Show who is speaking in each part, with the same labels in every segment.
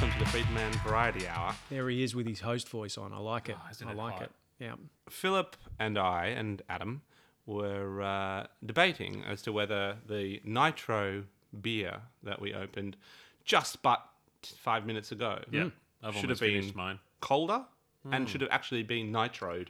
Speaker 1: uh, Friedman Variety Hour.
Speaker 2: There he is with his host voice on. I like it.
Speaker 1: Oh, isn't
Speaker 2: I
Speaker 1: it
Speaker 2: like
Speaker 1: hot?
Speaker 2: it. Yeah.
Speaker 1: Philip and I and Adam were uh, debating as to whether the nitro beer that we opened just but five minutes ago
Speaker 3: Yeah,
Speaker 2: Hmm.
Speaker 3: I've
Speaker 1: should have
Speaker 3: almost
Speaker 1: been
Speaker 3: finished mine. Hmm.
Speaker 1: colder and should have actually been nitroed.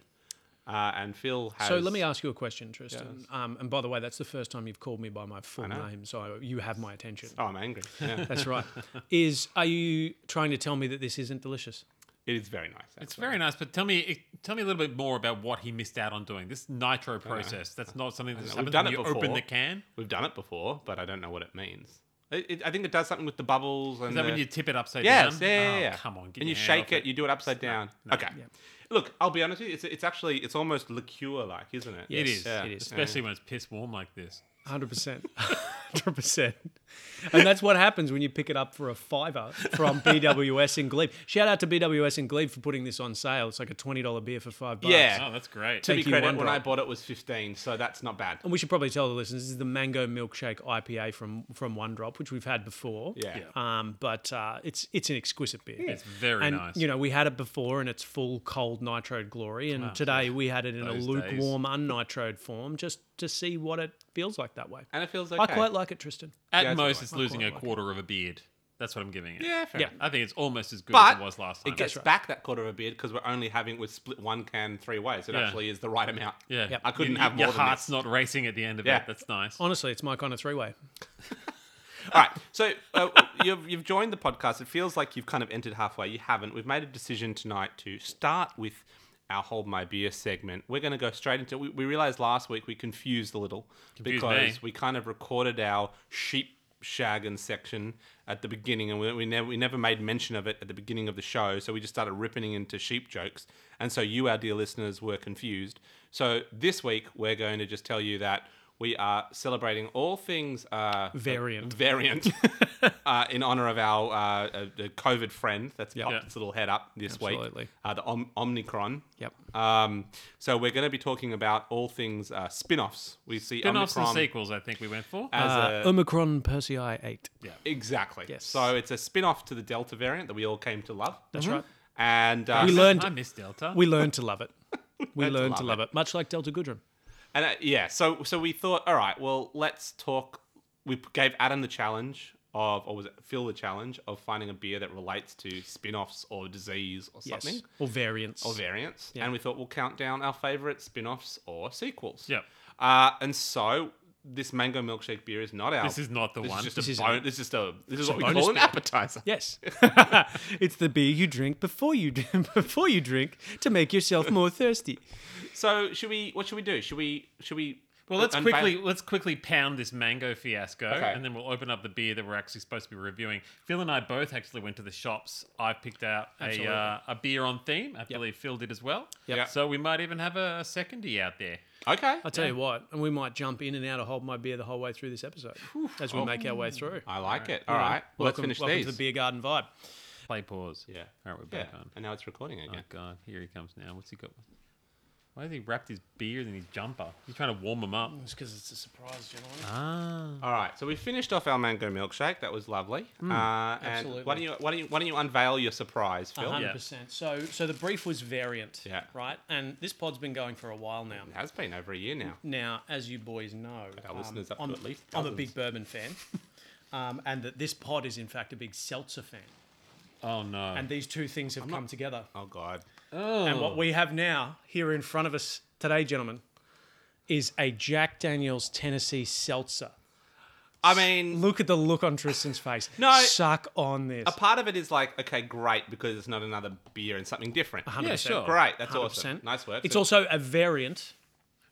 Speaker 1: Uh, and Phil has.
Speaker 2: So let me ask you a question, Tristan. Um, and by the way, that's the first time you've called me by my full name, so you have my attention.
Speaker 1: Oh, I'm angry. Yeah.
Speaker 2: That's right. Is are you trying to tell me that this isn't delicious?
Speaker 1: it is very nice.
Speaker 3: It's
Speaker 1: actually.
Speaker 3: very nice, but tell me, eh, tell me a little bit more about what he missed out on doing. This nitro process. That's not something that just
Speaker 1: know. We've done
Speaker 3: happens when
Speaker 1: it
Speaker 3: you open
Speaker 1: before.
Speaker 3: the can.
Speaker 1: We've done it before, but I don't know what it means. It, it, I think it does something with the bubbles. And
Speaker 3: Is that
Speaker 1: the,
Speaker 3: when you tip it upside
Speaker 1: Yes, yeah,
Speaker 3: down?
Speaker 1: yeah,
Speaker 3: Oh,
Speaker 1: yeah.
Speaker 3: Come on, get
Speaker 1: and you
Speaker 3: your hand
Speaker 1: shake
Speaker 3: off
Speaker 1: it, You do it upside down. okay. Look, I'll be honest with you. It's, it's actually it's almost liqueur like, isn't it?
Speaker 3: It
Speaker 2: Yes,
Speaker 3: is.
Speaker 1: Yeah,
Speaker 3: It is,
Speaker 1: yeah.
Speaker 3: especially when it's piss warm like this.
Speaker 2: Hundred percent, hundred percent, and that's what happens when you pick it up for a fiver from BWS in Glebe. Shout out to BWS in Glebe for putting this on sale. It's like a twenty dollar beer for five bucks.
Speaker 1: Yeah.
Speaker 3: Oh, that's great.
Speaker 1: To be
Speaker 2: Take you Um,
Speaker 1: credit,
Speaker 2: one
Speaker 1: when
Speaker 2: drop.
Speaker 1: I bought it was fifteen, so that's not bad.
Speaker 2: and we should probably tell the listeners this is the mango milkshake IPA from from One Drop, which we've had before.
Speaker 1: Yeah.
Speaker 2: Um, but uh, it's it's an exquisite beer.
Speaker 3: It's very
Speaker 2: and
Speaker 3: nice.
Speaker 2: you know we had it before in its full cold nitroed glory, and today we had it in a
Speaker 3: Those days.
Speaker 2: lukewarm unnitroed form, just to see what it feels like that way.
Speaker 1: And it feels okay.
Speaker 2: I quite like it, Tristan.
Speaker 3: At
Speaker 1: Yeah, it's
Speaker 3: most,
Speaker 1: alright.
Speaker 3: it's
Speaker 1: I
Speaker 3: losing
Speaker 2: quite
Speaker 3: a
Speaker 2: like
Speaker 3: quarter of a beard. That's what I'm giving it.
Speaker 1: Yeah, fair.
Speaker 2: Yeah.
Speaker 1: enough.
Speaker 3: I think it's almost as good
Speaker 1: But
Speaker 3: as it was last time.
Speaker 1: it gets
Speaker 2: right.
Speaker 1: back that quarter of a beard because we're only having we've split one can three ways. It
Speaker 3: Yeah.
Speaker 1: actually is the right amount.
Speaker 3: yeah.
Speaker 2: Yep.
Speaker 1: I couldn't
Speaker 3: You-
Speaker 1: have more
Speaker 3: Your
Speaker 1: than
Speaker 3: heart's
Speaker 1: this.
Speaker 3: not racing at the end of
Speaker 1: Yeah.
Speaker 3: it. That's nice.
Speaker 2: Honestly, it's my kind of three way.
Speaker 1: All right. So uh, you've, you've joined the podcast. It feels like you've kind of entered halfway. You haven't. We've made a decision tonight to start with our Hold My Beer segment. We're going to go straight into We, we realized last week we confused a little
Speaker 3: Confused
Speaker 1: because
Speaker 3: me.
Speaker 1: we kind of recorded our sheep shagging section at the beginning and we, we, never, we never made mention of it at the beginning of the show. So we just started ripping into sheep jokes. And so you, our dear listeners, were confused. So this week we're going to just tell you that. We are celebrating all things uh,
Speaker 2: Variant.
Speaker 1: variant uh, in honor of our uh, uh, the COVID friend that's popped
Speaker 3: Yeah.
Speaker 1: its little head up this
Speaker 2: Absolutely.
Speaker 1: week, uh, the Om- Omnicron.
Speaker 2: Yep.
Speaker 1: Um, so we're going to be talking about all things uh, spin-offs. We see
Speaker 3: Spin-offs and
Speaker 1: Omnicron
Speaker 3: sequels, I think we went for.
Speaker 1: as
Speaker 2: Uh,
Speaker 1: a
Speaker 2: Omicron Persei 8.
Speaker 1: exactly.
Speaker 2: Yes.
Speaker 1: So it's a spin-off to the Delta variant that we all came to love.
Speaker 2: That's right.
Speaker 1: And uh,
Speaker 2: Mm-hmm. We learned
Speaker 3: I miss Delta.
Speaker 2: we learned to love it. We learned to
Speaker 1: love
Speaker 2: love it. much like Delta Goodrem.
Speaker 1: And uh, yeah, so so we thought, all right, well, let's talk. We p- gave Adam the challenge of, or was it Phil the challenge of finding a beer that relates to spin-offs or disease or
Speaker 2: Yes.
Speaker 1: something
Speaker 2: Or variants.
Speaker 1: or variants, and we thought we'll count down our favorite spin-offs or sequels.
Speaker 3: Yep.
Speaker 1: Uh, and so this mango milkshake beer is not ours.
Speaker 3: This is not the
Speaker 1: this
Speaker 3: one.
Speaker 1: Is just
Speaker 2: This
Speaker 1: a
Speaker 2: is-
Speaker 1: bon- this is just a this is what we
Speaker 2: bonus
Speaker 1: call an
Speaker 2: beer.
Speaker 1: appetizer.
Speaker 2: yes. it's the beer you drink before you before you drink to make yourself more thirsty.
Speaker 1: So should we? What should we do? Should we? Should we?
Speaker 3: Well, let's
Speaker 1: unveil-
Speaker 3: quickly let's quickly pound this mango fiasco,
Speaker 1: Okay.
Speaker 3: and then we'll open up the beer that we're actually supposed to be reviewing. Phil and I both actually went to the shops. I picked out a,
Speaker 2: Absolutely.
Speaker 3: uh, a beer on theme. I believe Phil did as well.
Speaker 1: Yeah.
Speaker 3: So we might even have a, a secondy out there.
Speaker 1: Okay.
Speaker 2: I'll tell you what, and we might jump in and out of hold my beer the whole way through this episode as we make our way through.
Speaker 1: I like it. All right. Well,
Speaker 2: welcome,
Speaker 1: let's finish
Speaker 2: welcome
Speaker 1: these.
Speaker 2: to the beer garden vibe.
Speaker 3: Play pause.
Speaker 1: Yeah.
Speaker 3: All right, we're
Speaker 1: Yeah.
Speaker 3: back on.
Speaker 1: And now it's recording again.
Speaker 3: Oh God, here he comes now. What's he got? Why has he wrapped his beard in his jumper? He's trying to warm him up.
Speaker 2: It's because it's a surprise, gentlemen.
Speaker 1: Uh-huh.
Speaker 3: Ah.
Speaker 1: All right, so we finished off our mango milkshake. That was lovely. uh, and
Speaker 2: Mm. absolutely. Uh-huh.
Speaker 1: why don't you why don't you why don't you unveil your surprise, Phil?
Speaker 2: hundred percent. So, so the brief was variant,
Speaker 1: Yeah.
Speaker 2: right? And this pod's been going for a while now.
Speaker 1: It has been over a year now.
Speaker 2: Now, as you boys know,
Speaker 1: Our
Speaker 2: um,
Speaker 1: listeners up to
Speaker 2: I'm,
Speaker 1: at least
Speaker 2: I'm a
Speaker 1: dozens.
Speaker 2: big bourbon fan, um, and that this pod is in fact a big seltzer fan.
Speaker 3: Oh no.
Speaker 2: And these two things have come together.
Speaker 1: Oh God.
Speaker 2: And
Speaker 1: Hmm.
Speaker 2: what we have now here in front of us today, gentlemen, is a Jack Daniel's Tennessee seltzer.
Speaker 1: I mean,
Speaker 2: Look at the look on Tristan's face.
Speaker 1: No.
Speaker 2: suck on this.
Speaker 1: a part of it is like, okay, great, because it's not another beer and something different.
Speaker 3: yeah,
Speaker 2: 100%.
Speaker 3: sure.
Speaker 1: Great, that's awesome.
Speaker 2: 100%.
Speaker 1: Nice work.
Speaker 2: It's
Speaker 1: So-
Speaker 2: also a variant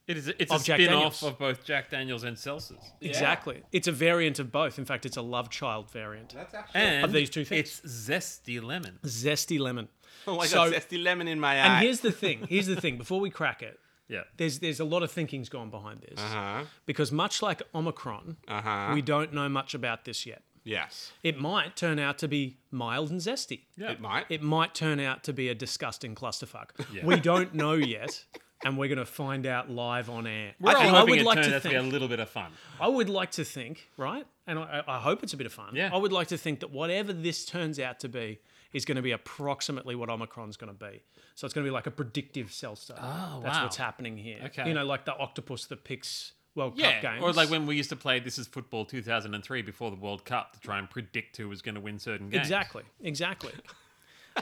Speaker 3: It is. It's a
Speaker 2: Of Jack
Speaker 3: spin-off
Speaker 2: Daniels.
Speaker 3: of both Jack Daniels and seltzers.
Speaker 2: Exactly. It's a variant of both. In fact, it's a love child variant.
Speaker 1: that's actually.
Speaker 3: And
Speaker 2: Of these two things.
Speaker 3: it's zesty lemon.
Speaker 2: Zesty lemon.
Speaker 1: oh, I
Speaker 2: so-
Speaker 1: got zesty lemon in my eye.
Speaker 2: And here's the thing. Here's the thing. Before we crack it,
Speaker 3: Yeah.
Speaker 2: there's there's a lot of thinking's gone behind this
Speaker 1: Uh-huh.
Speaker 2: because much like Omicron,
Speaker 1: Uh-huh.
Speaker 2: we don't know much about this yet.
Speaker 1: Yes.
Speaker 2: It might turn out to be mild and zesty.
Speaker 3: Yeah.
Speaker 1: It might.
Speaker 2: It might turn out to be a disgusting clusterfuck. We don't know yet, and we're going to find out live on air.
Speaker 3: We're
Speaker 2: I,
Speaker 3: all
Speaker 2: I
Speaker 3: hoping
Speaker 2: would
Speaker 3: it
Speaker 2: like
Speaker 3: turns
Speaker 2: to
Speaker 3: out to be a
Speaker 2: think.
Speaker 3: little bit of fun.
Speaker 2: I would like to think, right? And I, I hope it's a bit of fun.
Speaker 3: Yeah.
Speaker 2: I would like to think that whatever this turns out to be is going to be approximately what Omicron's going to be. So it's going to be like a predictive seltzer.
Speaker 3: Oh,
Speaker 2: That's
Speaker 3: wow.
Speaker 2: what's happening here.
Speaker 3: Okay.
Speaker 2: You know, like the octopus that picks World
Speaker 3: Yeah,
Speaker 2: Cup games.
Speaker 3: or like when we used to play This Is Football 2003 before the World Cup to try and predict who was going to win certain games.
Speaker 2: Exactly, exactly.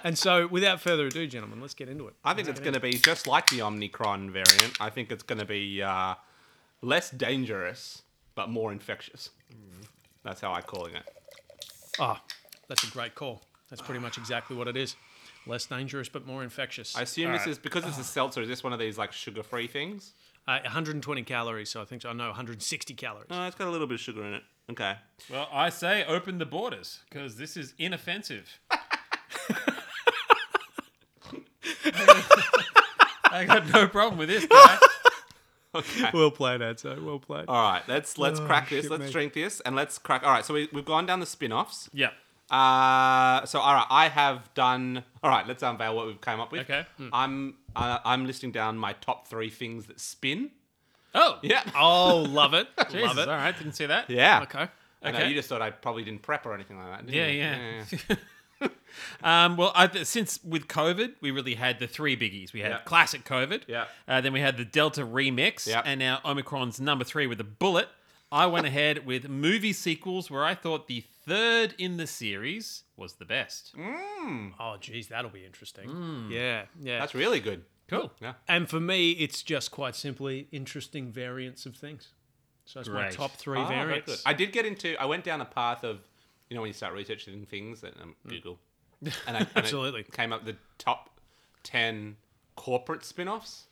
Speaker 2: and so without further ado, gentlemen, let's get into it.
Speaker 1: I think it's going to be just like the Omnicron variant. I think it's going to be uh, less dangerous but more infectious. Mm. That's how I'm calling it.
Speaker 2: Ah, that's a great call. That's pretty much exactly what it is. Less dangerous, but more infectious.
Speaker 1: I assume this
Speaker 3: Alright.
Speaker 1: is because it's a seltzer. Is this one of these like sugar-free things?
Speaker 2: Uh, 120 calories, so I think I know 160 calories.
Speaker 1: No, Uh, it's got a little bit of sugar in it. Okay.
Speaker 3: Well, I say open the borders because this is inoffensive. I got no problem with this guy.
Speaker 2: well played, Adso. Well played.
Speaker 1: All right. Let's let's
Speaker 2: Oh,
Speaker 1: crack this.
Speaker 2: shit,
Speaker 1: Let's
Speaker 2: mate.
Speaker 1: drink this and let's crack. All right. So we, we've gone down the spin-offs.
Speaker 3: Yeah.
Speaker 1: Uh, so all right, I have done. All right, let's unveil what we've came up with.
Speaker 3: Okay. Hmm.
Speaker 1: I'm uh, I'm listing down my top three things that spin.
Speaker 3: Oh,
Speaker 1: Yeah.
Speaker 2: Oh, love it.
Speaker 3: Jesus,
Speaker 2: love it.
Speaker 3: All right, didn't see that.
Speaker 1: Yeah.
Speaker 2: Okay.
Speaker 1: I know,
Speaker 3: Okay.
Speaker 1: you just thought I probably didn't prep or anything like that. Didn't
Speaker 3: Yeah,
Speaker 1: you?
Speaker 3: yeah. Um, well, I, th- since with COVID, we really had the three biggies. We had
Speaker 1: Yeah.
Speaker 3: classic COVID.
Speaker 1: Yeah.
Speaker 3: Uh, then we had the Delta remix.
Speaker 1: Yeah.
Speaker 3: And now Omicron's number three with a bullet. I went ahead with movie sequels where I thought the third in the series was the best.
Speaker 2: Oh, geez, that'll be interesting. Yeah, yeah.
Speaker 1: Hmm. That's really good.
Speaker 3: Cool.
Speaker 1: Yeah.
Speaker 2: and for me, it's just quite simply interesting variants of things. So it's my
Speaker 3: Great.
Speaker 2: top three
Speaker 1: Oh, very
Speaker 2: variants.
Speaker 1: good. I did get into. I went down a path of, you know, when you start researching things and um, Google, and I and it
Speaker 2: Hmm. Absolutely.
Speaker 1: came up the top ten corporate spin-offs.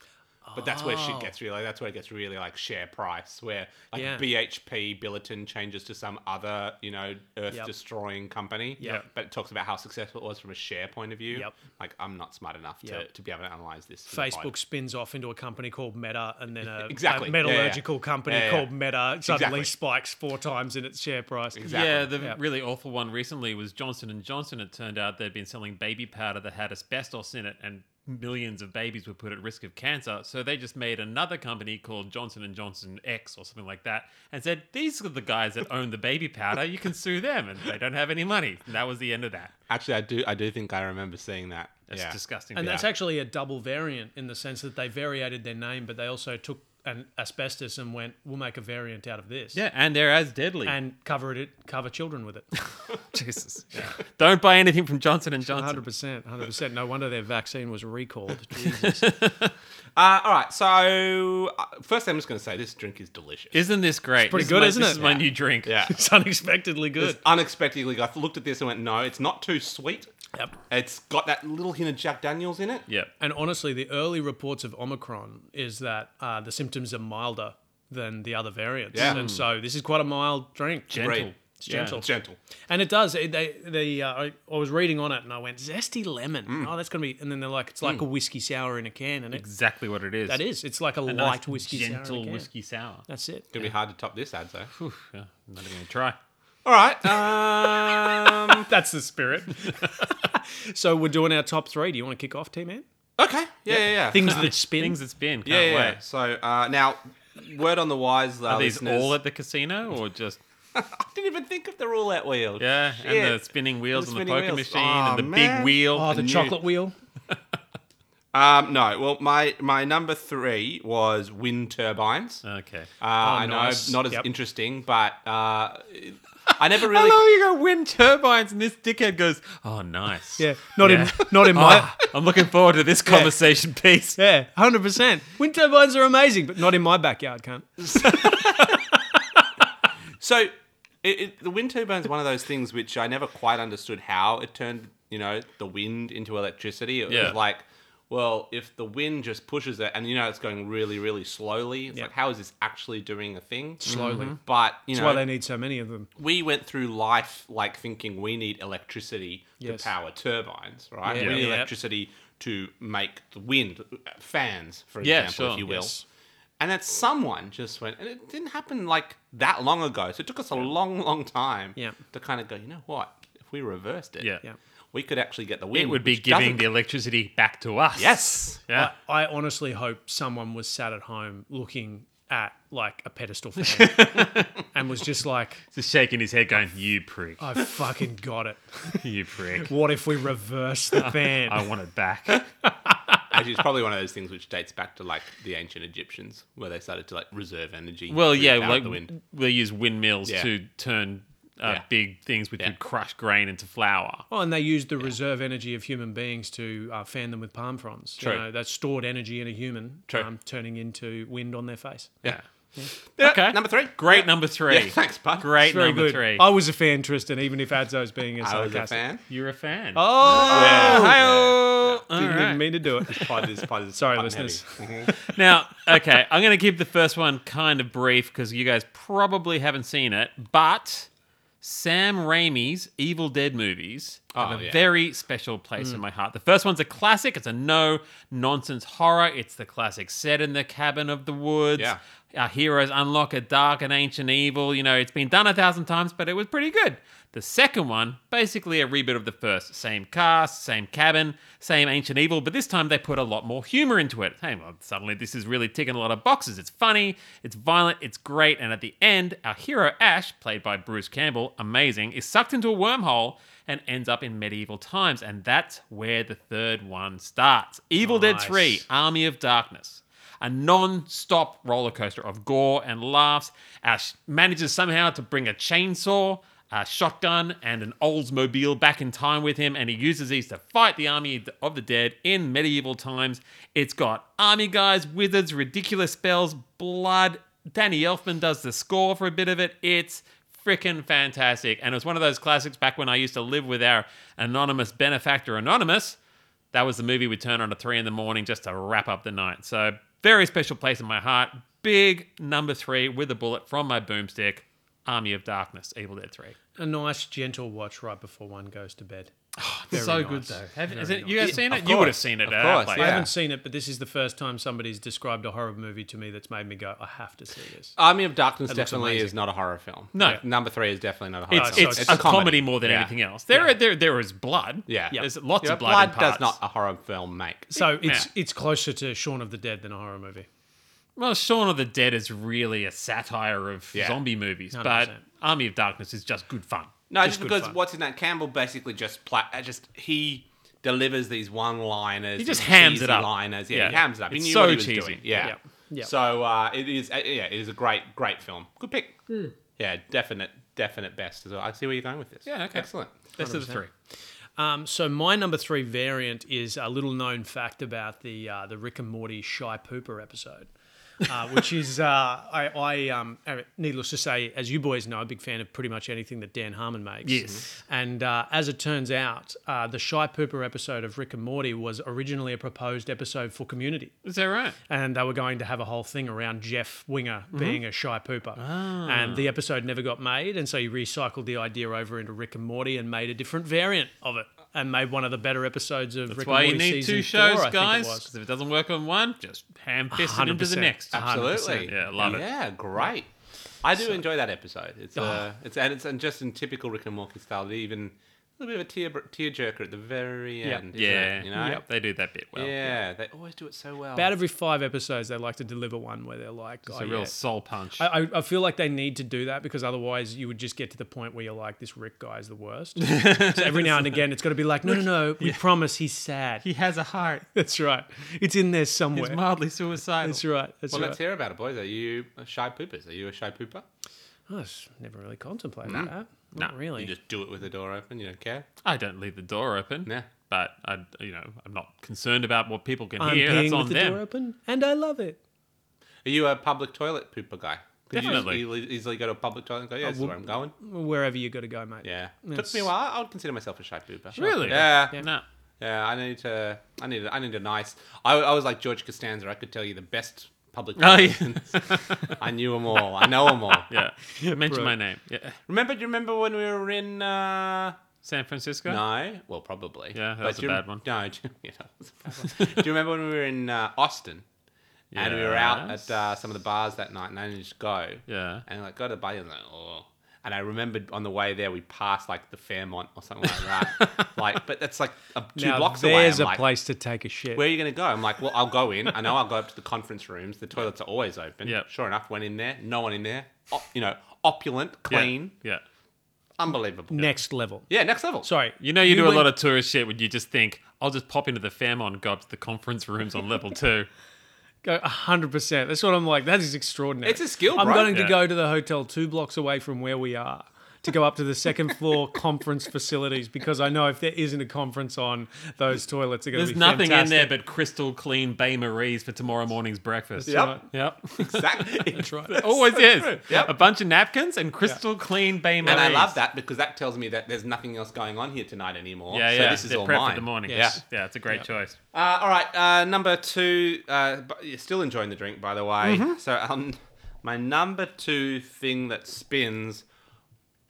Speaker 1: But that's where shit gets really. That's where it gets really like share price, where like
Speaker 2: Oh. Yeah.
Speaker 1: BHP Billiton changes to some other, you know, earth-destroying company.
Speaker 2: Yep.
Speaker 1: But it talks about how successful it was from a share point of view.
Speaker 2: Yep.
Speaker 1: Like I'm not smart enough to,
Speaker 2: Yep.
Speaker 1: to be able to analyze this. in the body.
Speaker 2: Facebook spins off into a company called Meta, and then a,
Speaker 1: Exactly.
Speaker 2: a
Speaker 1: Yeah, yeah.
Speaker 2: metallurgical company
Speaker 1: Yeah, yeah.
Speaker 2: called Meta suddenly
Speaker 1: Exactly.
Speaker 2: spikes four times in its share price.
Speaker 1: Exactly.
Speaker 3: Yeah, the
Speaker 2: Yeah.
Speaker 3: really awful one recently was Johnson and Johnson. It turned out they'd been selling baby powder that had asbestos in it, and millions of babies were put at risk of cancer. So they just made another company called Johnson and Johnson X or something like that, and said these are the guys that own the baby powder. You can sue them, and they don't have any money. And that was the end of that.
Speaker 1: Actually, I do. I do think I remember seeing that.
Speaker 3: That's
Speaker 1: yeah.
Speaker 3: disgusting.
Speaker 2: And
Speaker 3: Yeah.
Speaker 2: that's actually a double variant in the sense that they variated their name, but they also took an asbestos and went, "We'll make a variant out of this."
Speaker 3: yeah, and they're as deadly.
Speaker 2: And cover it, cover children with it.
Speaker 3: Jesus, don't buy anything from Johnson and Johnson.
Speaker 2: Hundred percent, hundred percent. No wonder their vaccine was recalled. Jesus.
Speaker 1: Uh, all right. So uh, first, I'm just going to say this drink is delicious.
Speaker 3: Isn't this great?
Speaker 2: pretty
Speaker 3: This
Speaker 2: good,
Speaker 3: my-
Speaker 2: isn't
Speaker 3: This
Speaker 2: it?
Speaker 3: is my
Speaker 2: Yeah.
Speaker 3: new drink.
Speaker 1: yeah.
Speaker 2: it's unexpectedly good.
Speaker 1: It's unexpectedly, I looked at this and went, no, it's not too sweet.
Speaker 2: Yep.
Speaker 1: It's got that little hint of Jack Daniels in it.
Speaker 3: Yeah.
Speaker 2: And honestly, the early reports of Omicron is that uh, the symptoms are milder than the other variants.
Speaker 1: Yeah.
Speaker 2: And so this is quite a mild drink.
Speaker 3: Gentle.
Speaker 1: Great.
Speaker 2: It's gentle.
Speaker 1: It's gentle.
Speaker 2: And it does. It, they, the uh, I, I was reading on it and I went, zesty lemon.
Speaker 3: Mm.
Speaker 2: Oh, that's going to be. And then they're like, it's like a whiskey sour in a can. And it,
Speaker 3: Exactly what it is.
Speaker 2: that is. It's like a,
Speaker 3: A
Speaker 2: light
Speaker 3: nice
Speaker 2: whiskey sour. in a
Speaker 3: gentle
Speaker 2: can.
Speaker 3: whiskey sour.
Speaker 2: That's it.
Speaker 1: Gonna be hard to top this ad, though.
Speaker 3: Yeah, I'm not even gonna try.
Speaker 1: All right. Um,
Speaker 2: That's the spirit. so we're doing our top three. Do you want to kick off, T Man?
Speaker 1: okay. Yeah, yeah, yeah.
Speaker 2: Things that spin.
Speaker 3: Things it's been. Can't
Speaker 1: yeah, yeah, yeah.
Speaker 3: wait.
Speaker 1: So uh, now, word on the wise, uh,
Speaker 3: Are these
Speaker 1: listeners.
Speaker 3: all at the casino or just
Speaker 1: I didn't even think of the roulette wheel.
Speaker 3: yeah? And
Speaker 1: Shit.
Speaker 3: the spinning wheels
Speaker 1: The
Speaker 3: on the
Speaker 1: spinning
Speaker 3: poker
Speaker 1: wheels.
Speaker 3: machine
Speaker 1: Aw,
Speaker 3: and the
Speaker 1: man.
Speaker 3: big wheel.
Speaker 2: oh, the
Speaker 1: new-
Speaker 2: chocolate wheel.
Speaker 1: Um, no. Well, my my number three was wind turbines.
Speaker 3: okay.
Speaker 1: Uh, I know,
Speaker 2: Oh, nice.
Speaker 1: not as
Speaker 2: Yep.
Speaker 1: interesting, but uh, I never
Speaker 3: I
Speaker 1: really.
Speaker 3: love you got wind turbines, and this dickhead goes, "Oh, nice."
Speaker 2: Yeah. Not
Speaker 3: Yeah.
Speaker 2: in. Not in my.
Speaker 3: Ah, I'm looking forward to this conversation piece.
Speaker 2: Yeah, hundred percent. Wind turbines are amazing, but not in my backyard, cunt.
Speaker 1: So it, it, the wind turbine is one of those things which I never quite understood how it turned, you know, the wind into electricity. It
Speaker 3: Yeah.
Speaker 1: was like, well, if the wind just pushes it, and you know it's going really, really slowly, it's
Speaker 2: Yeah.
Speaker 1: like how is this actually doing a thing? Mm-hmm.
Speaker 2: Slowly.
Speaker 1: But you
Speaker 2: That's
Speaker 1: know,
Speaker 2: why they need so many of them.
Speaker 1: we went through life like thinking we need electricity
Speaker 2: Yes.
Speaker 1: to power turbines, right?
Speaker 2: Yeah.
Speaker 1: We need
Speaker 2: Yeah.
Speaker 1: electricity to make the wind uh, fans, for
Speaker 3: Yeah,
Speaker 1: example,
Speaker 3: sure.
Speaker 1: if you will.
Speaker 2: Yes.
Speaker 1: And that someone just went, and it didn't happen like that long ago. So it took us a long, long time
Speaker 2: Yeah.
Speaker 1: to kind of go, you know what? If we reversed it,
Speaker 3: Yeah.
Speaker 2: Yeah.
Speaker 1: we could actually get the wind.
Speaker 3: It would be
Speaker 1: which
Speaker 3: giving
Speaker 1: doesn't-
Speaker 3: the electricity back to us.
Speaker 1: yes.
Speaker 3: Yeah.
Speaker 2: I honestly hope someone was sat at home looking at like a pedestal fan and was just like,
Speaker 3: Just shaking his head, going, "You prick,
Speaker 1: Oh.
Speaker 2: I fucking got it.
Speaker 3: you prick.
Speaker 2: What if we reverse the fan?
Speaker 3: I want it back."
Speaker 1: Actually, it's probably one of those things which dates back to like the ancient Egyptians, where they started to like reserve energy.
Speaker 3: Well,
Speaker 1: through
Speaker 3: yeah,
Speaker 1: power of
Speaker 3: like
Speaker 1: the wind.
Speaker 3: they use windmills
Speaker 1: Yeah.
Speaker 3: to turn uh,
Speaker 1: Yeah.
Speaker 3: big things which
Speaker 1: Yeah.
Speaker 3: would crush grain into flour.
Speaker 2: Oh, and they use the reserve energy of human beings to uh, fan them with palm fronds.
Speaker 1: True.
Speaker 2: You know, that's stored energy in a human um,
Speaker 1: True.
Speaker 2: turning into wind on their face.
Speaker 1: Yeah. Yeah,
Speaker 3: Okay.
Speaker 1: Number three.
Speaker 3: Great number three.
Speaker 1: Yeah, thanks, bud.
Speaker 3: Great
Speaker 2: It's very
Speaker 3: number
Speaker 2: good.
Speaker 3: three.
Speaker 1: Oh.
Speaker 2: I was a fan, Tristan, even if Adzo's being a
Speaker 1: I was
Speaker 2: sarcastic.
Speaker 1: a fan.
Speaker 3: You're a fan.
Speaker 2: Oh,
Speaker 1: Yeah.
Speaker 2: didn't
Speaker 3: All right.
Speaker 2: even mean to do it.
Speaker 1: Pod is, pod is
Speaker 2: Sorry,
Speaker 1: button
Speaker 2: listeners.
Speaker 1: heavy.
Speaker 3: Now, okay, I'm going to keep the first one kind of brief because you guys probably haven't seen it, but Sam Raimi's Evil Dead movies have
Speaker 1: Oh,
Speaker 3: a
Speaker 1: yeah. Mm.
Speaker 3: very special place in my heart. The first one's a classic, it's a no nonsense horror. It's the classic set in the cabin of the woods.
Speaker 1: Yeah.
Speaker 3: Our heroes unlock a dark and ancient evil. You know, it's been done a thousand times, but it was pretty good. The second one, basically a reboot of the first. Same cast, same cabin, same ancient evil, but this time they put a lot more humor into it. Hey, well, suddenly this is really ticking a lot of boxes. It's funny, it's violent, it's great, and at the end, our hero Ash, played by Bruce Campbell, amazing, is sucked into a wormhole and ends up in medieval times. And that's where the third one starts. Evil Dead
Speaker 2: Nice.
Speaker 3: 3, Army of Darkness a non-stop roller coaster of gore and laughs. Ash manages somehow to bring a chainsaw, a shotgun, and an Oldsmobile back in time with him, and he uses these to fight the army of the dead in medieval times. It's got army guys, wizards, ridiculous spells, blood. Danny Elfman does the score for a bit of it. It's freaking fantastic, and it was one of those classics back when I used to live with our anonymous benefactor, Anonymous that was the movie we turned on at three in the morning just to wrap up the night. So very special place in my heart. Big number three with a bullet from my boomstick. Army of Darkness, Evil Dead Three.
Speaker 2: A nice, gentle watch right before one goes to bed.
Speaker 3: so
Speaker 2: nice.
Speaker 3: good though. Have, has
Speaker 2: Very
Speaker 3: it- you guys
Speaker 1: nice.
Speaker 3: seen
Speaker 1: Of
Speaker 3: it? you would have
Speaker 1: course.
Speaker 3: seen it.
Speaker 1: Of
Speaker 3: at our
Speaker 1: course,
Speaker 3: place.
Speaker 2: I
Speaker 1: yeah.
Speaker 2: haven't seen it, but this is the first time somebody's described a horror movie to me that's made me go, I have to see this.
Speaker 1: Army of Darkness
Speaker 2: looks
Speaker 1: definitely
Speaker 2: amazing.
Speaker 1: is not a horror film.
Speaker 3: No.
Speaker 1: Yeah. Number three is definitely not a horror
Speaker 3: It's,
Speaker 2: Oh,
Speaker 1: film.
Speaker 2: so
Speaker 3: it's,
Speaker 2: it's
Speaker 3: a comedy, more than
Speaker 1: Yeah.
Speaker 3: anything else. There, are, there, there is blood.
Speaker 1: Yeah.
Speaker 2: Yeah.
Speaker 3: there's lots
Speaker 1: Yeah,
Speaker 3: of blood. in
Speaker 1: does
Speaker 3: parts.
Speaker 1: not a horror film make.
Speaker 2: So it's
Speaker 3: Yeah.
Speaker 2: it's closer to Shaun of the Dead than a horror movie.
Speaker 3: Well, Shaun of the Dead is really a satire of
Speaker 1: Yeah.
Speaker 3: zombie movies, but
Speaker 2: 100%.
Speaker 3: Army of Darkness is just good fun.
Speaker 1: No,
Speaker 2: Just
Speaker 1: just
Speaker 2: good
Speaker 1: because
Speaker 2: fun.
Speaker 1: what's his name? Campbell basically just pla- uh, just he delivers these one liners.
Speaker 3: He just hams it up.
Speaker 1: Liners, yeah, he
Speaker 3: Yeah.
Speaker 1: hams it up. He
Speaker 3: It's
Speaker 1: knew
Speaker 3: so
Speaker 1: what he was
Speaker 3: cheesy.
Speaker 1: doing. Yeah.
Speaker 2: Yeah. Yeah.
Speaker 1: So uh, it is. Uh, yeah, it is a great, great film. Good pick. Yeah, definite, definite best as well. I see where you're going with this.
Speaker 3: Yeah, okay.
Speaker 1: excellent.
Speaker 3: Best of the three.
Speaker 2: Um, so my number three variant is a little known fact about the uh, the Rick and Morty shy pooper episode, uh, which is uh, I, I um, uh, needless to say, as you boys know, I'm a big fan of pretty much anything that Dan Harmon makes.
Speaker 3: Yes.
Speaker 2: And uh, as it turns out, uh, the shy pooper episode of Rick and Morty was originally a proposed episode for Community
Speaker 3: Is that right?
Speaker 2: and they were going to have a whole thing around Jeff Winger
Speaker 3: Mm-hmm.
Speaker 2: being a shy pooper.
Speaker 3: Ah.
Speaker 2: And the episode never got made, and so he recycled the idea over into Rick and Morty and made a different variant of it, and made one of the better episodes of Rick
Speaker 3: That's why
Speaker 2: and
Speaker 3: you
Speaker 2: Morty
Speaker 3: need
Speaker 2: season
Speaker 3: two shows,
Speaker 2: four, I
Speaker 3: guys.
Speaker 2: think it was.
Speaker 3: Because if it doesn't work on one, just ham fist it into the
Speaker 2: 100%.
Speaker 3: next.
Speaker 2: Uh,
Speaker 1: Absolutely.
Speaker 2: 100%.
Speaker 3: Yeah, Oh. love it.
Speaker 1: Yeah, great. I do enjoy that episode. It's uh, it's and it's and just in typical Rick and Morty style, they even a little bit of a tear tearjerker at the very end. isn't
Speaker 3: yeah,
Speaker 1: it, you know.
Speaker 3: they do that bit well.
Speaker 1: Yeah, they always do it so well.
Speaker 2: About every five episodes, they like to deliver one where they're like,
Speaker 3: It's
Speaker 2: "Oh,
Speaker 3: a real
Speaker 2: yeah."
Speaker 3: soul punch.
Speaker 2: I, I- I feel like they need to do that because otherwise you would just get to the point where you're like, this Rick guy is the worst. so every now and again, it's got to be like, no, no, no, we promise he's sad.
Speaker 3: he has a heart.
Speaker 2: That's right. It's in there somewhere.
Speaker 3: mildly suicidal.
Speaker 2: That's right. That's
Speaker 1: Well,
Speaker 2: right.
Speaker 1: let's hear about it, boys. Are you shy poopers? Are you a shy pooper?
Speaker 2: Oh, s- never really contemplated that. Not
Speaker 3: Nah,
Speaker 2: really.
Speaker 1: You just do it with the door open. You don't care.
Speaker 3: I don't leave the door open.
Speaker 1: Yeah.
Speaker 3: But I, you know, I'm not concerned about what people can
Speaker 2: I'm
Speaker 3: hear.
Speaker 2: peeing
Speaker 3: That's on
Speaker 2: with the
Speaker 3: them.
Speaker 2: door open, and I love it.
Speaker 1: Are you a public toilet pooper guy? Could
Speaker 3: Definitely.
Speaker 1: You easily, easily go to a public toilet and go, yeah, this is where I'm going.
Speaker 2: Wherever you got to go, mate.
Speaker 1: Yeah.
Speaker 2: That's-
Speaker 1: Took me a while. I would consider myself a shy pooper.
Speaker 3: Mm. Really?
Speaker 1: Yeah.
Speaker 2: Yeah.
Speaker 1: Yeah.
Speaker 3: No.
Speaker 1: I need to. I need. I need a nice. I, I was like George Costanza. I could tell you the best public.
Speaker 3: Oh,
Speaker 1: toilets. I knew them all. I know them all.
Speaker 3: Yeah. Mention my name. Yeah.
Speaker 1: Remember? Do you remember when we were in? Uh,
Speaker 3: San Francisco.
Speaker 1: No, well, probably.
Speaker 3: Yeah, that
Speaker 1: But
Speaker 3: was a
Speaker 1: do you rem-
Speaker 3: bad one.
Speaker 1: No, do you, yeah, that was a bad one. do you remember when we were in uh, Austin and we were out
Speaker 3: Yes.
Speaker 1: at uh, some of the bars that night and I didn't just go
Speaker 3: Yeah.
Speaker 1: and like got a buddy and I was like, oh. And I remembered on the way there we passed like the Fairmont or something like that. like, but that's like uh, two
Speaker 2: now,
Speaker 1: blocks away.
Speaker 2: there's
Speaker 1: I'm
Speaker 2: a
Speaker 1: like,
Speaker 2: place to take a shit.
Speaker 1: where are you going to go? I'm like, well, I'll go in. I know I'll go up to the conference rooms. The toilets are always open.
Speaker 3: Yep.
Speaker 1: Sure enough, went in there. No one in there. O- you know, opulent,
Speaker 3: Yeah,
Speaker 1: clean,
Speaker 3: Yeah.
Speaker 1: unbelievable.
Speaker 2: Next level.
Speaker 1: Yeah, next level.
Speaker 2: Sorry.
Speaker 3: You know, you, do a
Speaker 2: went-
Speaker 3: lot of tourist shit when you just think, I'll just pop into the Fairmont and go up to the conference rooms on level two.
Speaker 2: Go hundred percent. That's what I'm like. That is extraordinary.
Speaker 1: It's a skill,
Speaker 2: I'm
Speaker 1: bro.
Speaker 2: going
Speaker 3: Yeah.
Speaker 2: to go to the hotel two blocks away from where we are to go up to the second floor conference facilities because I know if there isn't a conference on, those toilets are going to
Speaker 3: There's
Speaker 2: be
Speaker 3: nothing in
Speaker 2: fantastic.
Speaker 3: there but crystal clean Bay Marie's for tomorrow morning's breakfast.
Speaker 1: Yep.
Speaker 3: Yep.
Speaker 1: Exactly.
Speaker 2: That's right.
Speaker 3: Always is.
Speaker 1: Yep.
Speaker 3: A bunch of napkins and crystal clean Bay Marie's.
Speaker 1: And I love that because that tells me that there's nothing else going on here tonight anymore.
Speaker 3: Yeah, yeah.
Speaker 1: So this is
Speaker 3: They're
Speaker 1: all
Speaker 3: prepped
Speaker 1: mine.
Speaker 3: for the morning.
Speaker 2: Yes.
Speaker 3: Yeah. Yeah, it's a great choice.
Speaker 1: Uh, all right, uh, number two. Uh, but you're still enjoying the drink, by the way.
Speaker 3: Mm-hmm.
Speaker 1: So um, my number two thing that spins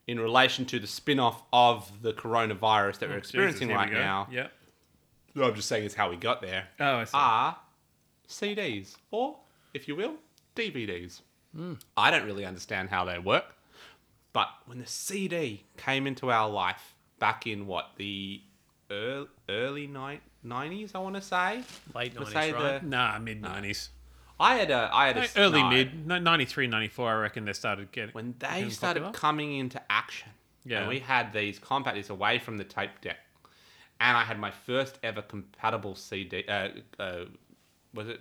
Speaker 1: in relation to the spin-off of the coronavirus that we're experiencing
Speaker 3: Oh, Jesus, here we
Speaker 1: right
Speaker 3: go.
Speaker 1: now.
Speaker 3: Yep.
Speaker 1: No, I'm just saying is how we got there.
Speaker 3: Oh, I see.
Speaker 1: Are CDs or, if you will, DVDs.
Speaker 3: Hmm.
Speaker 1: I don't really understand how they work, but when the CD came into our life back in what the early, early nineties, I want to say.
Speaker 2: Late
Speaker 1: Let's
Speaker 2: 90s,
Speaker 1: say
Speaker 2: right?
Speaker 1: the-
Speaker 3: Nah, mid 90s.
Speaker 1: I had a, I had a
Speaker 3: Early
Speaker 1: no.
Speaker 3: mid, no, 93, 94, I reckon they started getting.
Speaker 1: when they
Speaker 3: getting
Speaker 1: started
Speaker 3: popular.
Speaker 1: coming into action.
Speaker 3: Yeah.
Speaker 1: and we had these compact discs away from the tape deck, and I had my first ever compatible CD. Uh, uh, was it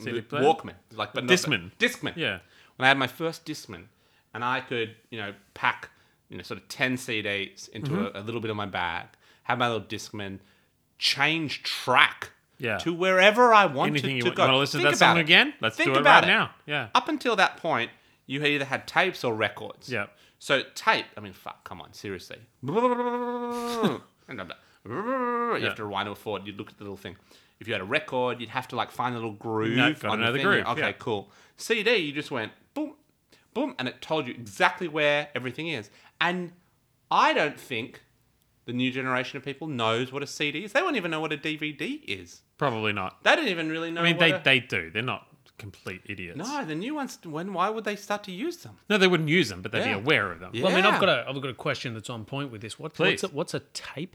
Speaker 3: CD
Speaker 1: Wa-
Speaker 3: player?
Speaker 1: Walkman? Like, but not-
Speaker 3: Discman.
Speaker 1: Discman.
Speaker 3: Yeah.
Speaker 1: When I had my first Discman, and I could, you know, pack, you know, sort of ten CDs into
Speaker 3: Mm-hmm.
Speaker 1: a, a little bit of my bag, have my little Discman, change track.
Speaker 3: Yeah.
Speaker 1: To wherever I wanted
Speaker 3: Anything you
Speaker 1: to
Speaker 3: want,
Speaker 1: go.
Speaker 3: you want to listen
Speaker 1: Think
Speaker 3: to that
Speaker 1: about
Speaker 3: song
Speaker 1: it.
Speaker 3: again? Let's
Speaker 1: Think
Speaker 3: do it
Speaker 1: about
Speaker 3: right now. Yeah.
Speaker 1: Up until that point, you had either had tapes or records.
Speaker 3: Yeah.
Speaker 1: So tape, I mean, fuck, come on, seriously. you have to rewind or forward. You'd look at the little thing. If you had a record, you'd have to like find a little groove.
Speaker 3: got
Speaker 1: on the
Speaker 3: another
Speaker 1: thing.
Speaker 3: groove,
Speaker 1: Okay,
Speaker 3: yeah.
Speaker 1: cool. CD, you just went boom, boom, and it told you exactly where everything is. And I don't think the new generation of people knows what a CD is. They won't even know what a DVD is.
Speaker 3: Probably not.
Speaker 1: They don't even really know.
Speaker 3: I mean,
Speaker 1: what
Speaker 3: they,
Speaker 1: a-
Speaker 3: they do. They're not complete idiots.
Speaker 1: no, the new ones. When? Why would they start to use them?
Speaker 3: No, they wouldn't use them, but they'd
Speaker 1: Yeah.
Speaker 3: be aware of them.
Speaker 2: Well, I mean,
Speaker 1: Yeah.
Speaker 2: I've got a, I've got a question that's on point with this. What,
Speaker 3: Please.
Speaker 2: what's, a, what's a tape?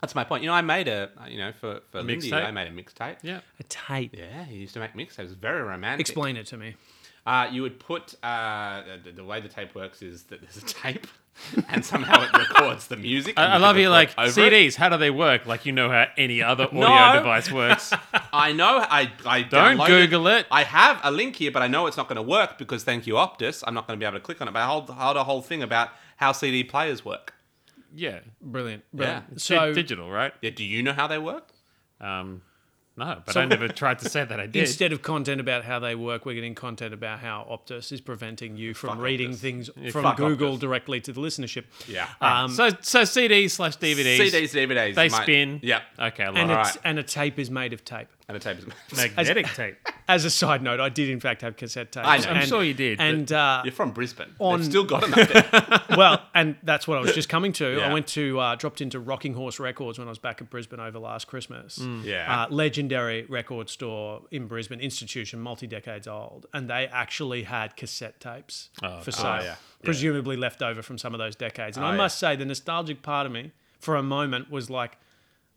Speaker 1: That's my point. You know, I made a uh, you know for for Lindy,
Speaker 3: mixtape?
Speaker 1: I made a mixtape.
Speaker 3: Yeah.
Speaker 2: A tape.
Speaker 1: Yeah, he used to make mixtapes. Very romantic.
Speaker 2: Explain it to me.
Speaker 1: Uh, you would put uh, the, the way the tape works is that there's a tape, and somehow it records the music. and
Speaker 3: I, I
Speaker 1: can
Speaker 3: love you.
Speaker 1: record
Speaker 3: Like
Speaker 1: over it.
Speaker 3: CDs, how do they work? Like you know how any other audio
Speaker 1: No.
Speaker 3: device works.
Speaker 1: I know. I I
Speaker 3: Don't
Speaker 1: downloaded-
Speaker 3: Google it.
Speaker 1: I have a link here, but I know it's not going to work because thank you Optus. I'm not going to be able to click on it. But I hold, hold a whole thing about how CD players work.
Speaker 3: yeah,
Speaker 2: Brilliant. Brilliant.
Speaker 1: Yeah.
Speaker 3: so
Speaker 2: So
Speaker 3: digital, right?
Speaker 1: Yeah, do you know how they work?
Speaker 3: Um, no, but
Speaker 2: So-
Speaker 3: I never tried to say that I did.
Speaker 2: instead of content about how they work, we're getting content about how Optus is preventing you from reading
Speaker 1: Optus.
Speaker 2: things from
Speaker 1: fuck
Speaker 2: Google
Speaker 1: Optus.
Speaker 2: directly to the listenership.
Speaker 1: Yeah.
Speaker 2: Um,
Speaker 3: so so CDs slash DVDs.
Speaker 1: CDs, DVDs.
Speaker 3: Uh, They
Speaker 1: might-
Speaker 3: spin.
Speaker 1: Yep.
Speaker 3: Okay, I love
Speaker 2: and,
Speaker 3: it.
Speaker 1: All
Speaker 2: it's,
Speaker 1: right.
Speaker 2: and a tape is made of tape.
Speaker 1: And the tape is.
Speaker 3: Magnetic tape.
Speaker 2: As a side note, I did in fact have cassette tapes.
Speaker 1: I know. I'm
Speaker 2: and-
Speaker 3: sure you did, but-
Speaker 2: And uh,
Speaker 1: You're from Brisbane.
Speaker 2: On-
Speaker 1: They've still got them up there.
Speaker 2: well, and that's what I was just coming to.
Speaker 1: Yeah.
Speaker 2: I went to uh, dropped into Rocking Horse Records when I was back at Brisbane over last Christmas.
Speaker 1: Yeah.
Speaker 2: uh, legendary record store in Brisbane, institution, multi decades old, and they actually had cassette tapes for sale,
Speaker 1: Oh, yeah.
Speaker 2: presumably left over from some of those decades. And
Speaker 1: Oh,
Speaker 2: I
Speaker 1: yeah.
Speaker 2: must say, the nostalgic part of me, for a moment, was like,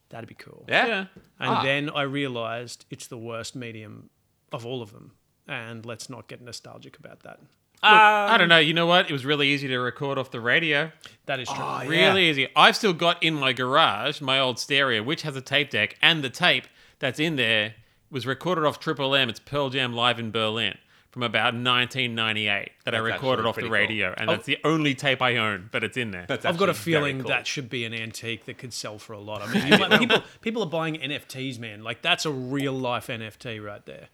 Speaker 2: "That'd be cool."
Speaker 1: Yeah.
Speaker 3: yeah.
Speaker 2: And
Speaker 1: Ah.
Speaker 2: then I realized it's the worst medium of all of them. And let's not get nostalgic about that.
Speaker 3: I don't know. You know what? It was really easy to record off the radio.
Speaker 2: That is true.
Speaker 1: Ah,
Speaker 3: Really easy. I've still got in my garage my old stereo, which has a tape deck, and the tape that's in there was recorded off Triple M. It's Pearl Jam Live in Berlin from about 1998 that I
Speaker 1: That's
Speaker 3: recorded
Speaker 1: actually
Speaker 3: off the
Speaker 1: pretty Oh.
Speaker 3: radio, and that's the only tape I own, but it's in there.
Speaker 1: That's
Speaker 2: I've got a
Speaker 1: actually very
Speaker 2: feeling
Speaker 1: cool.
Speaker 2: that should be an antique that could sell for a lot. I mean, you might- people people are buying NFTs, man. Like that's a real life NFT right there.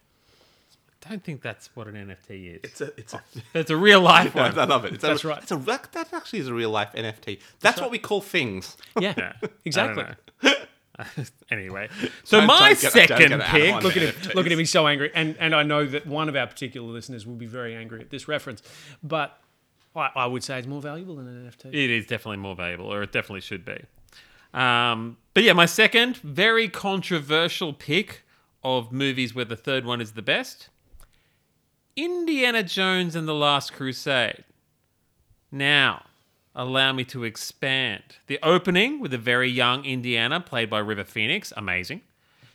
Speaker 3: I don't think that's what an NFT is. It's,
Speaker 1: It's a, it's a,
Speaker 3: a real life one.
Speaker 1: Oh, I love it. It's
Speaker 2: That's
Speaker 1: a,
Speaker 2: right.
Speaker 1: It's a, that, that actually is a real life NFT. That's what we call things.
Speaker 2: Yeah,
Speaker 3: Yeah, I don't
Speaker 2: exactly.
Speaker 3: know. anyway, so
Speaker 1: Don't- don't
Speaker 3: my
Speaker 1: get- don't
Speaker 3: second
Speaker 1: get out
Speaker 3: pick.
Speaker 1: on
Speaker 2: Look at
Speaker 1: Yeah,
Speaker 2: him. Look at him. He's so angry. And and I know that one of our particular listeners will be very angry at this reference, but I, I would say it's more valuable than an NFT.
Speaker 3: It is definitely more valuable, or it definitely should be. Um, but yeah, my second very controversial pick of movies where the third one is the best Indiana Jones and the Last Crusade. Now, allow me to expand. The opening with a very young Indiana played by River Phoenix, amazing.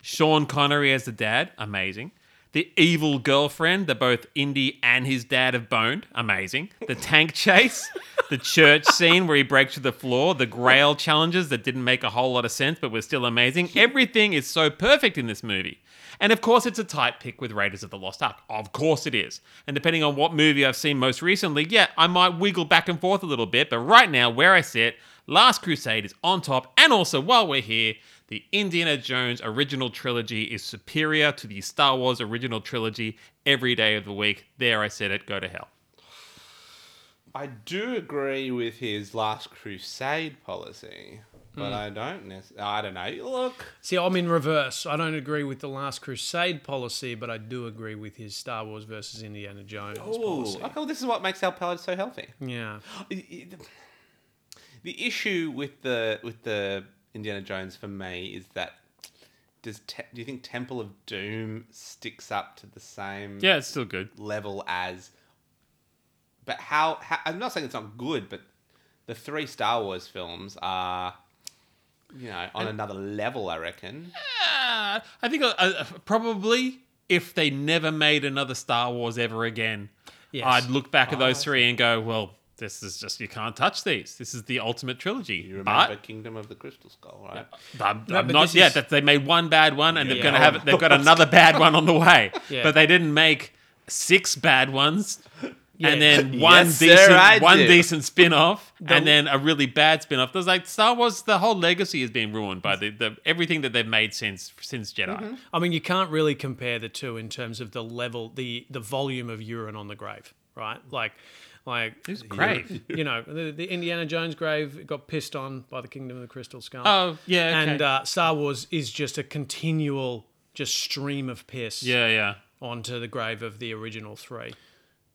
Speaker 3: Sean Connery as the dad, amazing. The evil girlfriend that both Indy and his dad have boned, amazing. The tank chase, the church scene where he breaks to the floor, the grail challenges that didn't make a whole lot of sense but were still amazing. Everything is so perfect in this movie. And of course, it's a tight pick with Raiders of the Lost Ark. Of course it is. And depending on what movie I've seen most recently, yeah, I might wiggle back and forth a little bit, but right now, where I sit, Last Crusade is on top. And also, while we're here, the Indiana Jones original trilogy is superior to the Star Wars original trilogy every day of the week. There I said it, go to hell.
Speaker 1: I do agree with his Last Crusade policy,
Speaker 2: Hmm.
Speaker 1: but I don't. Nec- I don't know. Look,
Speaker 2: See, I'm in reverse. I don't agree with the Last Crusade policy, but I do agree with his Star Wars versus Indiana Jones
Speaker 1: ooh,
Speaker 2: policy.
Speaker 1: okay. Well, this is what makes our palate so healthy.
Speaker 2: Yeah.
Speaker 1: The issue with the with the Indiana Jones for me is that does te- do you think Temple of Doom sticks up to the same
Speaker 3: Yeah, it's still good.
Speaker 1: level as? But how, how? I'm not saying it's not good, but the three Star Wars films are, you know, on another level. I reckon.
Speaker 3: Uh, I think uh, uh, probably if they never made another Star Wars ever again,
Speaker 2: Yes. Oh,
Speaker 3: I'd look back at those three and go, well, this is just, you can't touch these. This is the ultimate trilogy.
Speaker 1: You remember
Speaker 3: but
Speaker 1: Kingdom of the Crystal Skull, right?
Speaker 3: I'm,
Speaker 2: No,
Speaker 3: I'm
Speaker 2: but
Speaker 3: not
Speaker 2: this
Speaker 3: yet.
Speaker 2: is-
Speaker 3: That they made one bad one, and they're
Speaker 2: Yeah.
Speaker 3: going to have they've got another bad one on the way.
Speaker 2: Yeah.
Speaker 3: But they didn't make six bad ones,
Speaker 2: Yeah.
Speaker 3: and then one
Speaker 1: Yes, sir,
Speaker 3: decent
Speaker 1: I
Speaker 3: one
Speaker 1: do.
Speaker 3: decent spin off, and then a really bad spin off. There's like Star Wars. The whole legacy has been ruined by the, the everything that they've made since since Jedi.
Speaker 2: I mean, you can't really compare the two in terms of the level, the the volume of urine on the grave, right? Like, like
Speaker 3: It's great.
Speaker 2: you know, the, the Indiana Jones grave got pissed on by the Kingdom of the Crystal Skull.
Speaker 3: Oh yeah, okay.
Speaker 2: and uh, Star Wars is just a continual just stream of piss
Speaker 3: yeah, yeah.
Speaker 2: onto the grave of the original three.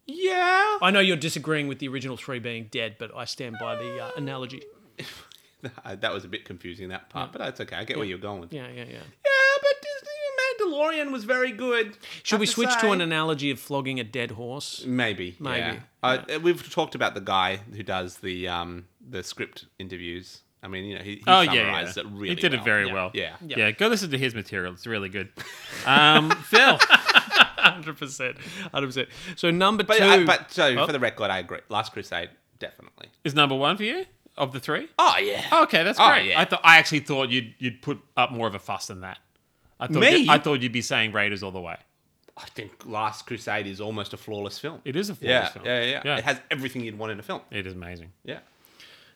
Speaker 1: Yeah.
Speaker 2: I know you're disagreeing with the original three being dead, but I stand by the uh, analogy.
Speaker 1: that was a bit confusing that part, but that's okay. I get where you're going with.
Speaker 2: Yeah, yeah, yeah.
Speaker 1: Yeah, but Disney Mandalorian was very good.
Speaker 2: Should
Speaker 1: Have
Speaker 2: we
Speaker 1: to
Speaker 2: switch
Speaker 1: say.
Speaker 2: to an analogy of flogging a dead horse?
Speaker 1: Maybe,
Speaker 2: Maybe,
Speaker 1: Yeah. Uh, we've talked about the guy who does the um the script interviews. I mean, you know, he, he
Speaker 3: Oh yeah, yeah.
Speaker 1: summarized it really.
Speaker 3: he did
Speaker 1: well.
Speaker 3: it very well.
Speaker 1: Yeah.
Speaker 3: yeah, Go listen to his material; it's really good. Um, Phil,
Speaker 2: Hundred percent, hundred percent. So number
Speaker 1: But
Speaker 2: two,
Speaker 1: I, but so
Speaker 3: Oh.
Speaker 1: for the record, I agree. Last Crusade, definitely.
Speaker 3: is number one for you of the three?
Speaker 1: Oh yeah.
Speaker 3: Okay, that's
Speaker 1: Oh,
Speaker 3: great.
Speaker 1: yeah.
Speaker 3: I thought I actually thought you'd you'd put up more of a fuss than that. I thought
Speaker 1: Me?
Speaker 3: you- I thought you'd be saying Raiders all the way.
Speaker 1: I think Last Crusade is almost a flawless film.
Speaker 3: It is a
Speaker 1: yeah,
Speaker 3: flawless film.
Speaker 1: yeah, yeah, yeah.
Speaker 3: Yeah.
Speaker 1: It has everything you'd want in a film.
Speaker 3: It is amazing.
Speaker 1: Yeah.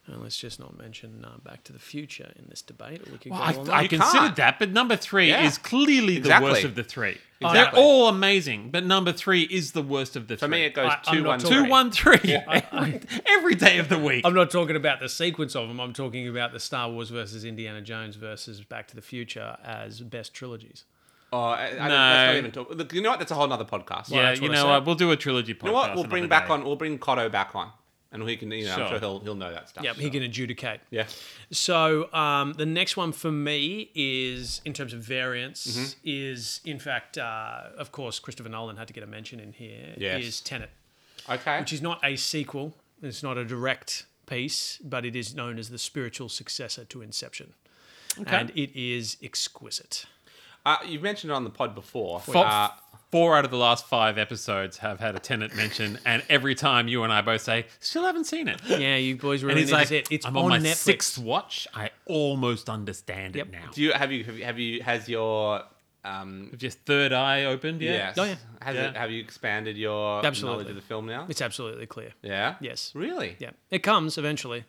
Speaker 2: and let's just not mention uh, Back to the Future in this debate. Or we could
Speaker 3: Well,
Speaker 2: go
Speaker 3: I,
Speaker 2: all
Speaker 3: I
Speaker 2: night.
Speaker 1: You
Speaker 3: considered
Speaker 1: can't.
Speaker 3: that, but number three
Speaker 1: Yeah.
Speaker 3: is clearly
Speaker 1: Exactly.
Speaker 3: the worst of the three.
Speaker 1: Exactly.
Speaker 3: They're all amazing, but number three is the worst of the
Speaker 1: For
Speaker 3: three.
Speaker 1: me, it goes
Speaker 2: I- I'm
Speaker 1: two,
Speaker 2: not
Speaker 1: one,
Speaker 2: talking-
Speaker 1: three.
Speaker 3: two, one, three. Every- Every day of the week.
Speaker 2: I'm not talking about the sequence of them. I'm talking about the Star Wars versus Indiana Jones versus Back to the Future as best trilogies.
Speaker 1: Oh, I, I don't,
Speaker 3: No.
Speaker 1: that's not even talk. Look, you know what? That's a whole nother podcast.
Speaker 3: yeah,
Speaker 2: that's
Speaker 3: you
Speaker 2: what I
Speaker 3: know
Speaker 2: said.
Speaker 3: what? We'll do a trilogy podcast.
Speaker 1: You know what? We'll
Speaker 3: another
Speaker 1: bring back
Speaker 3: day.
Speaker 1: on. We'll bring Cotto back on, and we can. You know, I'm
Speaker 3: Sure.
Speaker 1: sure he'll he'll know that stuff.
Speaker 2: Yep, he can adjudicate.
Speaker 1: Yeah.
Speaker 2: So um, the next one for me is, in terms of variance, is in fact, uh, of course, Christopher Nolan had to get a mention in here.
Speaker 1: Yes.
Speaker 2: Is Tenet,
Speaker 1: Okay.
Speaker 2: which is not a sequel, it's not a direct piece, but it is known as the spiritual successor to Inception, and it is exquisite.
Speaker 1: Uh, you've mentioned it on the pod before.
Speaker 3: Fo-
Speaker 1: Uh,
Speaker 3: four out of the last five episodes have had a tenant mention, and every time you and I both say, still haven't seen it.
Speaker 2: Yeah, you boys really
Speaker 3: And he's
Speaker 2: need
Speaker 3: like,
Speaker 2: to see it. It's
Speaker 3: I'm on, my
Speaker 2: Netflix.
Speaker 3: sixth watch. I almost understand it now.
Speaker 1: do you have you have you, have you has your um
Speaker 3: Have your third eye opened yet?
Speaker 1: yes
Speaker 2: Oh, yeah.
Speaker 1: has
Speaker 3: Yeah.
Speaker 1: it have you expanded your
Speaker 2: Absolutely.
Speaker 1: knowledge of the film now?
Speaker 2: It's absolutely clear.
Speaker 1: yeah.
Speaker 2: Yes.
Speaker 1: Really?
Speaker 2: Yeah, it comes eventually.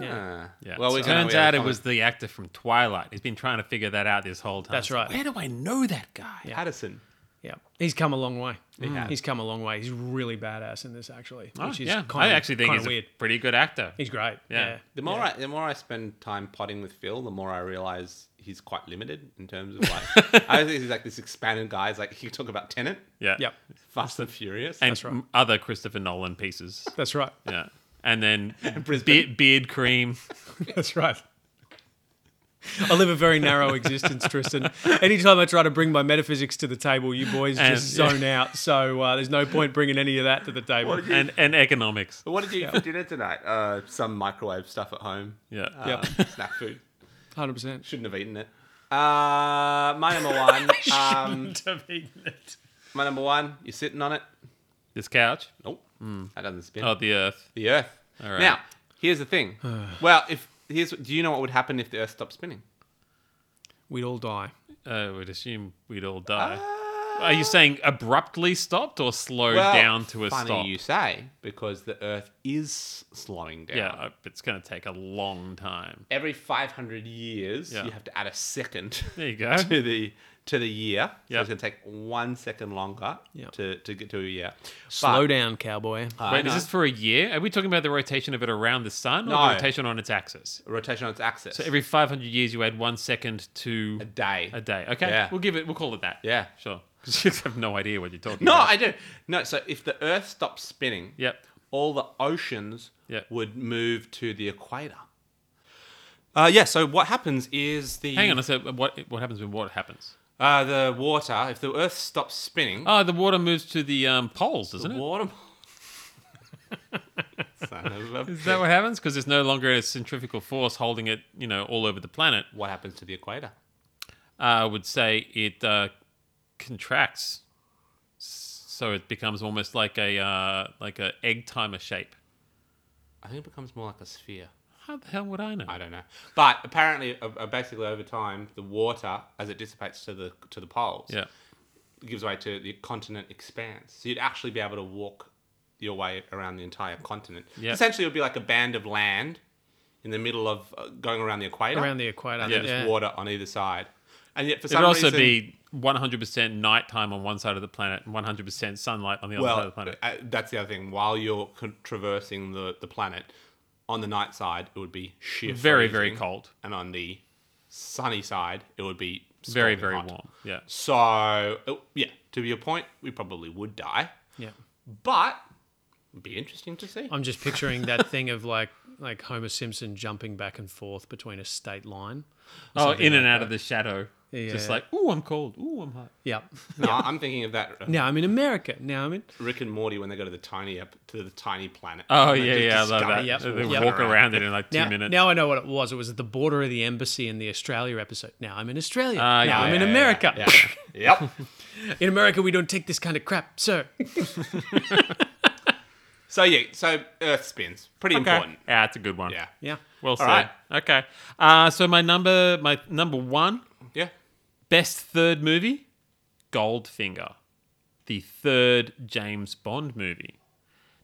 Speaker 2: Yeah.
Speaker 1: Ah.
Speaker 3: Yeah.
Speaker 1: Well, we
Speaker 3: So-
Speaker 1: can-
Speaker 3: turns
Speaker 1: we have
Speaker 3: out
Speaker 1: a
Speaker 3: it was the actor from Twilight. He's been trying to figure that out this whole time.
Speaker 2: That's
Speaker 3: It's like,
Speaker 2: right.
Speaker 3: Where do I know that guy?
Speaker 1: comment. Patterson.
Speaker 2: Yeah, he's come a long way.
Speaker 1: has.
Speaker 2: He's come a long way. He's really badass in this, actually.
Speaker 3: Oh,
Speaker 2: which is
Speaker 3: yeah.
Speaker 2: kind
Speaker 3: I
Speaker 2: of,
Speaker 3: actually think
Speaker 2: kind
Speaker 3: he's
Speaker 2: of weird.
Speaker 3: a pretty good actor.
Speaker 2: He's great. Yeah.
Speaker 3: Yeah.
Speaker 1: The more I the more I spend time potting with Phil, the more I realize he's quite limited in terms of like I think he's like this expanded guy. He's like he can talk about Tenant,
Speaker 3: Yeah.
Speaker 2: Yep.
Speaker 1: Fast and Furious,
Speaker 3: And
Speaker 2: That's right.
Speaker 3: m- other Christopher Nolan pieces.
Speaker 2: That's right.
Speaker 3: yeah. And then
Speaker 1: Brisbane.
Speaker 3: be- beard cream.
Speaker 2: That's right. I live a very narrow existence, Tristan. Anytime I try to bring my metaphysics to the table, you boys
Speaker 3: And-
Speaker 2: just zone out. So uh, there's no point bringing any of that to the table.
Speaker 1: did you-
Speaker 3: and and economics.
Speaker 1: But what did you eat for dinner tonight? Uh, some microwave stuff at home.
Speaker 3: Yeah.
Speaker 1: Uh, snack food.
Speaker 2: 100%.
Speaker 1: Shouldn't have eaten it. Uh, my number one. um, my number one. You're sitting on it.
Speaker 3: This couch.
Speaker 1: Nope. That doesn't spin.
Speaker 3: Oh, the Earth.
Speaker 1: The Earth.
Speaker 3: All right.
Speaker 1: Now, here's the thing. well, if here's, do you know what would happen if the Earth stopped spinning?
Speaker 2: We'd all die.
Speaker 3: Uh, we'd assume we'd all die. Are you saying abruptly stopped or slowed
Speaker 1: Ah. Well,
Speaker 3: down to a
Speaker 1: funny
Speaker 3: stop?
Speaker 1: you say, because the Earth is slowing down.
Speaker 3: yeah, I- it's going to take a long time.
Speaker 1: Every 500 years,
Speaker 3: Yeah.
Speaker 1: you have to add a second
Speaker 3: There you go.
Speaker 1: to the to the year. So
Speaker 3: Yep.
Speaker 1: it's going to take one second longer
Speaker 2: Yep.
Speaker 1: to, to get to a year. uh,
Speaker 2: Slow down, cowboy.
Speaker 1: down.
Speaker 3: Wait, is this for a year? Are we talking about the rotation of it around the sun or
Speaker 1: No.
Speaker 3: the rotation on its axis?
Speaker 1: rotation on its axis?
Speaker 3: So every 500 years, you add one second to
Speaker 1: a day.
Speaker 3: a day. Okay,
Speaker 1: Yeah.
Speaker 3: we'll give it. We'll call it that.
Speaker 1: Yeah.
Speaker 3: sure. 'Cause you have no idea what you're talking
Speaker 1: No,
Speaker 3: about.
Speaker 1: I do. No, so if the Earth stopped spinning,
Speaker 3: Yep.
Speaker 1: all the oceans
Speaker 3: Yep.
Speaker 1: would move to the equator. Uh, yeah, so what happens is the
Speaker 3: Hang on a sec. What what happens when water happens?
Speaker 1: Uh, the water, if the Earth stops spinning,
Speaker 3: Oh, the water moves to the um, poles, doesn't
Speaker 1: the
Speaker 3: it?
Speaker 1: water. Son of a-
Speaker 3: Is that what happens? Because there's no longer a centrifugal force holding it, you know, all over the planet. Uh,
Speaker 1: What happens to the equator?
Speaker 3: I would say it uh, contracts, S- so it becomes almost like a uh, like a egg timer shape.
Speaker 1: I think it becomes more like a sphere.
Speaker 3: How the hell would I know?
Speaker 1: I don't know, but apparently, uh, uh, basically over time, the water, as it dissipates to the to the poles,
Speaker 3: yeah.
Speaker 1: gives way to the continent expands. So you'd actually be able to walk your way around the entire continent.
Speaker 3: Yeah.
Speaker 1: Essentially, it would be like a band of land in the middle of uh, going around the equator,
Speaker 2: Around the equator.
Speaker 1: and then
Speaker 2: yeah.
Speaker 1: just water on either side. And yet, for
Speaker 3: It would
Speaker 1: some
Speaker 3: also
Speaker 1: reason,
Speaker 3: be 100% nighttime on one side of the planet and 100% sunlight on the other side of
Speaker 1: well,
Speaker 3: the planet.
Speaker 1: uh, that's the other thing. While you're con- traversing the the planet on the night side, it would be sheer
Speaker 3: Very, very
Speaker 1: freezing,
Speaker 3: cold.
Speaker 1: and on the sunny side, it would be
Speaker 3: Very,
Speaker 1: scalding
Speaker 3: very
Speaker 1: hot.
Speaker 3: warm. Yeah.
Speaker 1: So, uh, yeah, to your point, we probably would die.
Speaker 2: yeah.
Speaker 1: but it'd be interesting to see.
Speaker 3: Oh,
Speaker 2: I'm just picturing that thing of like like Homer Simpson jumping back and forth between a state line.
Speaker 3: Oh, in and out of the shadow. Just
Speaker 2: Yeah.
Speaker 3: like, ooh, I'm cold. Ooh, I'm hot.
Speaker 2: Yeah.
Speaker 1: No, I'm thinking of that uh,
Speaker 2: Now I'm in America. Now I'm in.
Speaker 1: Rick and Morty when they go to the tiny ep- to the tiny planet.
Speaker 3: Oh,
Speaker 1: And they
Speaker 3: yeah,
Speaker 1: just
Speaker 3: yeah. I love
Speaker 1: discover
Speaker 3: that.
Speaker 2: Yep.
Speaker 1: just
Speaker 3: They
Speaker 1: walking
Speaker 2: Yep.
Speaker 3: walk around it in like two
Speaker 2: Now,
Speaker 3: minutes.
Speaker 2: now I know what it was. It was at the border of the embassy in the Australia episode. Now I'm in Australia. now
Speaker 3: Ah, yeah,
Speaker 2: I'm in
Speaker 1: yeah,
Speaker 2: America.
Speaker 1: Yeah. yep.
Speaker 2: In America, we don't take this kind of crap, sir.
Speaker 1: So yeah, so Earth spins. Pretty important.
Speaker 3: Yeah, it's a good one.
Speaker 1: Yeah.
Speaker 2: Yeah.
Speaker 3: Well said.
Speaker 1: right.
Speaker 3: Okay. Uh, so my number, my number one
Speaker 1: Yeah.
Speaker 3: best third movie, Goldfinger, the third James Bond movie.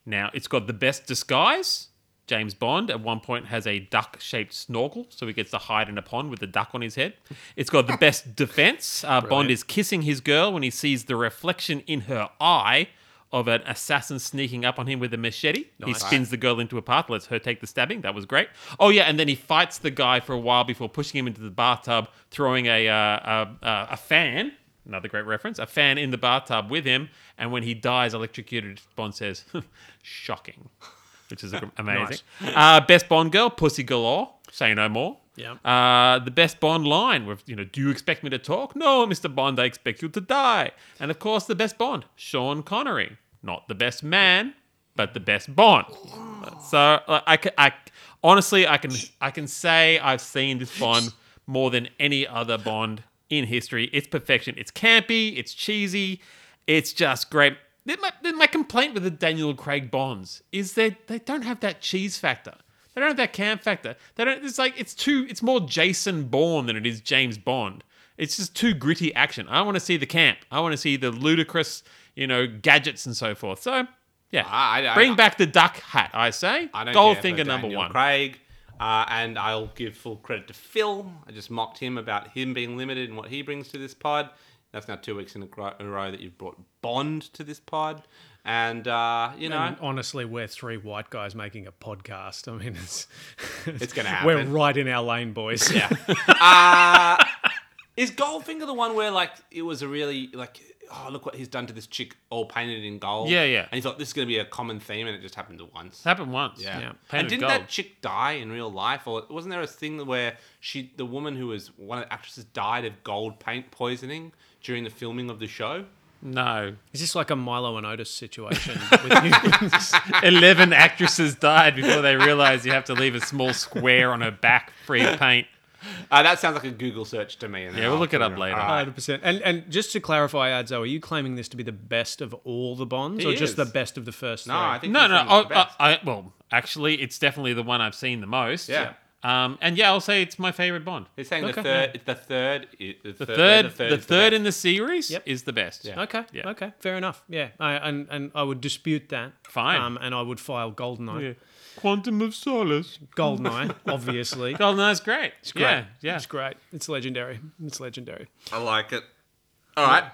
Speaker 3: Now it's got the best disguise. James Bond at one point has a duck-shaped snorkel, so he gets to hide in a pond with a duck on his head. It's got the best defense. Uh, Bond is kissing his girl when he sees the reflection in her eye of an assassin sneaking up on him with a machete. He spins the girl into a path, lets her take the stabbing. That was great. Oh yeah, and then he fights the guy for a while before pushing him into the bathtub, throwing a uh, a, a, a fan. Another great reference. A fan in the bathtub with him, and when he dies electrocuted, Bond says, "Shocking," which is a- amazing. uh, best Bond girl, Pussy Galore. Say no more.
Speaker 2: Yeah.
Speaker 3: Uh, the best Bond line with, you know, do you expect me to talk? No, Mr. Bond, I expect you to die. And of course, the best Bond, Sean Connery. Not the best man, but the best Bond. So I, I, ca- I- honestly, I can, I can say I've seen this Bond more than any other Bond in history. It's perfection. It's campy. It's cheesy. It's just great. Then My, then my complaint with the Daniel Craig Bonds is that they don't have that cheese factor. They don't have that camp factor. They don't. It's like it's too. It's more Jason Bourne than it is James Bond. It's just too gritty action. I want to see the camp. I want to see the ludicrous, you know, gadgets and so forth. So, yeah,
Speaker 1: I- I-
Speaker 3: bring back the duck hat. I say.
Speaker 1: I don't care
Speaker 3: Goldfinger
Speaker 1: for
Speaker 3: number
Speaker 1: Daniel
Speaker 3: one.
Speaker 1: Craig. Uh, and I'll give full credit to Phil. I just mocked him about him being limited and what he brings to this pod. That's now two weeks in a gro- in a row that you've brought Bond to this pod. And, uh, you know.
Speaker 3: Mm.
Speaker 2: And honestly, we're three white guys making a podcast. I mean, it's
Speaker 1: It's gonna
Speaker 2: We're
Speaker 1: happen.
Speaker 2: right in our lane, boys.
Speaker 1: Yeah. uh, Is Goldfinger the one where like it was a really like oh look what he's done to this chick all painted in gold?
Speaker 3: Yeah, yeah.
Speaker 1: And he thought this is going to be a common theme, and it just happened once.
Speaker 3: It's happened once.
Speaker 1: Yeah. And
Speaker 3: Painted
Speaker 1: didn't
Speaker 3: gold.
Speaker 1: that chick die in real life, or wasn't there a thing where she, the woman who was one of the actresses, died of gold paint poisoning during the filming of the show?
Speaker 3: No.
Speaker 2: Is this like a Milo and Otis situation with you?
Speaker 3: 11 actresses died before they realized you have to leave a small square on her back free of paint.
Speaker 1: Uh, that sounds like a Google search to me. and then
Speaker 3: Yeah, we'll
Speaker 1: I'll
Speaker 3: look it up
Speaker 1: figure
Speaker 3: later.
Speaker 1: All right.
Speaker 2: Hundred percent. And and just to clarify, Adzo, are you claiming this to be the best of all the Bonds,
Speaker 1: He
Speaker 2: or just the
Speaker 1: is.
Speaker 2: best of the first?
Speaker 1: No,
Speaker 2: three?
Speaker 1: I think
Speaker 3: No,
Speaker 1: he's
Speaker 3: no.
Speaker 1: one
Speaker 3: Oh,
Speaker 1: of the
Speaker 3: uh,
Speaker 1: best.
Speaker 3: I, well, actually, it's definitely the one I've seen the most.
Speaker 1: Yeah.
Speaker 3: Um, and yeah, I'll say it's my favorite Bond.
Speaker 1: He's saying
Speaker 2: Okay.
Speaker 1: the third, it's the third, i- the,
Speaker 3: The
Speaker 1: third, the
Speaker 3: third,
Speaker 1: third,
Speaker 3: the
Speaker 1: is
Speaker 3: third
Speaker 1: best.
Speaker 3: in the series
Speaker 2: Yep.
Speaker 3: is the best.
Speaker 1: Yeah.
Speaker 2: Okay.
Speaker 3: Yeah.
Speaker 2: Okay. Fair enough. Yeah. I, and and I would dispute that. Um,
Speaker 3: Fine.
Speaker 2: and I would file Goldeneye.
Speaker 3: Yeah. Quantum of Solace.
Speaker 2: Goldeneye, obviously.
Speaker 3: Goldeneye's Oh, great. It's
Speaker 2: Great.
Speaker 3: Yeah, yeah.
Speaker 2: It's great. It's legendary. It's legendary.
Speaker 1: I like it. All right,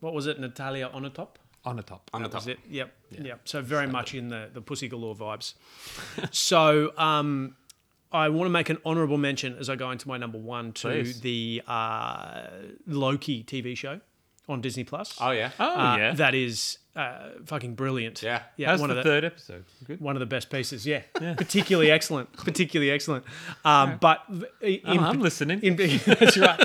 Speaker 2: What was it, Natalia on a top?
Speaker 3: On the top.
Speaker 1: on the top.
Speaker 2: Was it? Yep. Yep. So very much in the the pussy galore vibes. so um, I want to make an honourable mention as I go into my number one to
Speaker 3: Please.
Speaker 2: the uh, Loki TV show on Disney Plus.
Speaker 1: Oh yeah.
Speaker 3: Oh,
Speaker 2: Uh,
Speaker 3: yeah.
Speaker 2: That is uh, fucking brilliant.
Speaker 1: Yeah.
Speaker 2: Yeah.
Speaker 3: That's
Speaker 2: one
Speaker 3: the
Speaker 2: of the
Speaker 3: third episode. Good.
Speaker 2: one of the best pieces. Yeah, particularly excellent. Particularly excellent. Um, But v- in,
Speaker 3: I'm listening.
Speaker 2: in- that's right.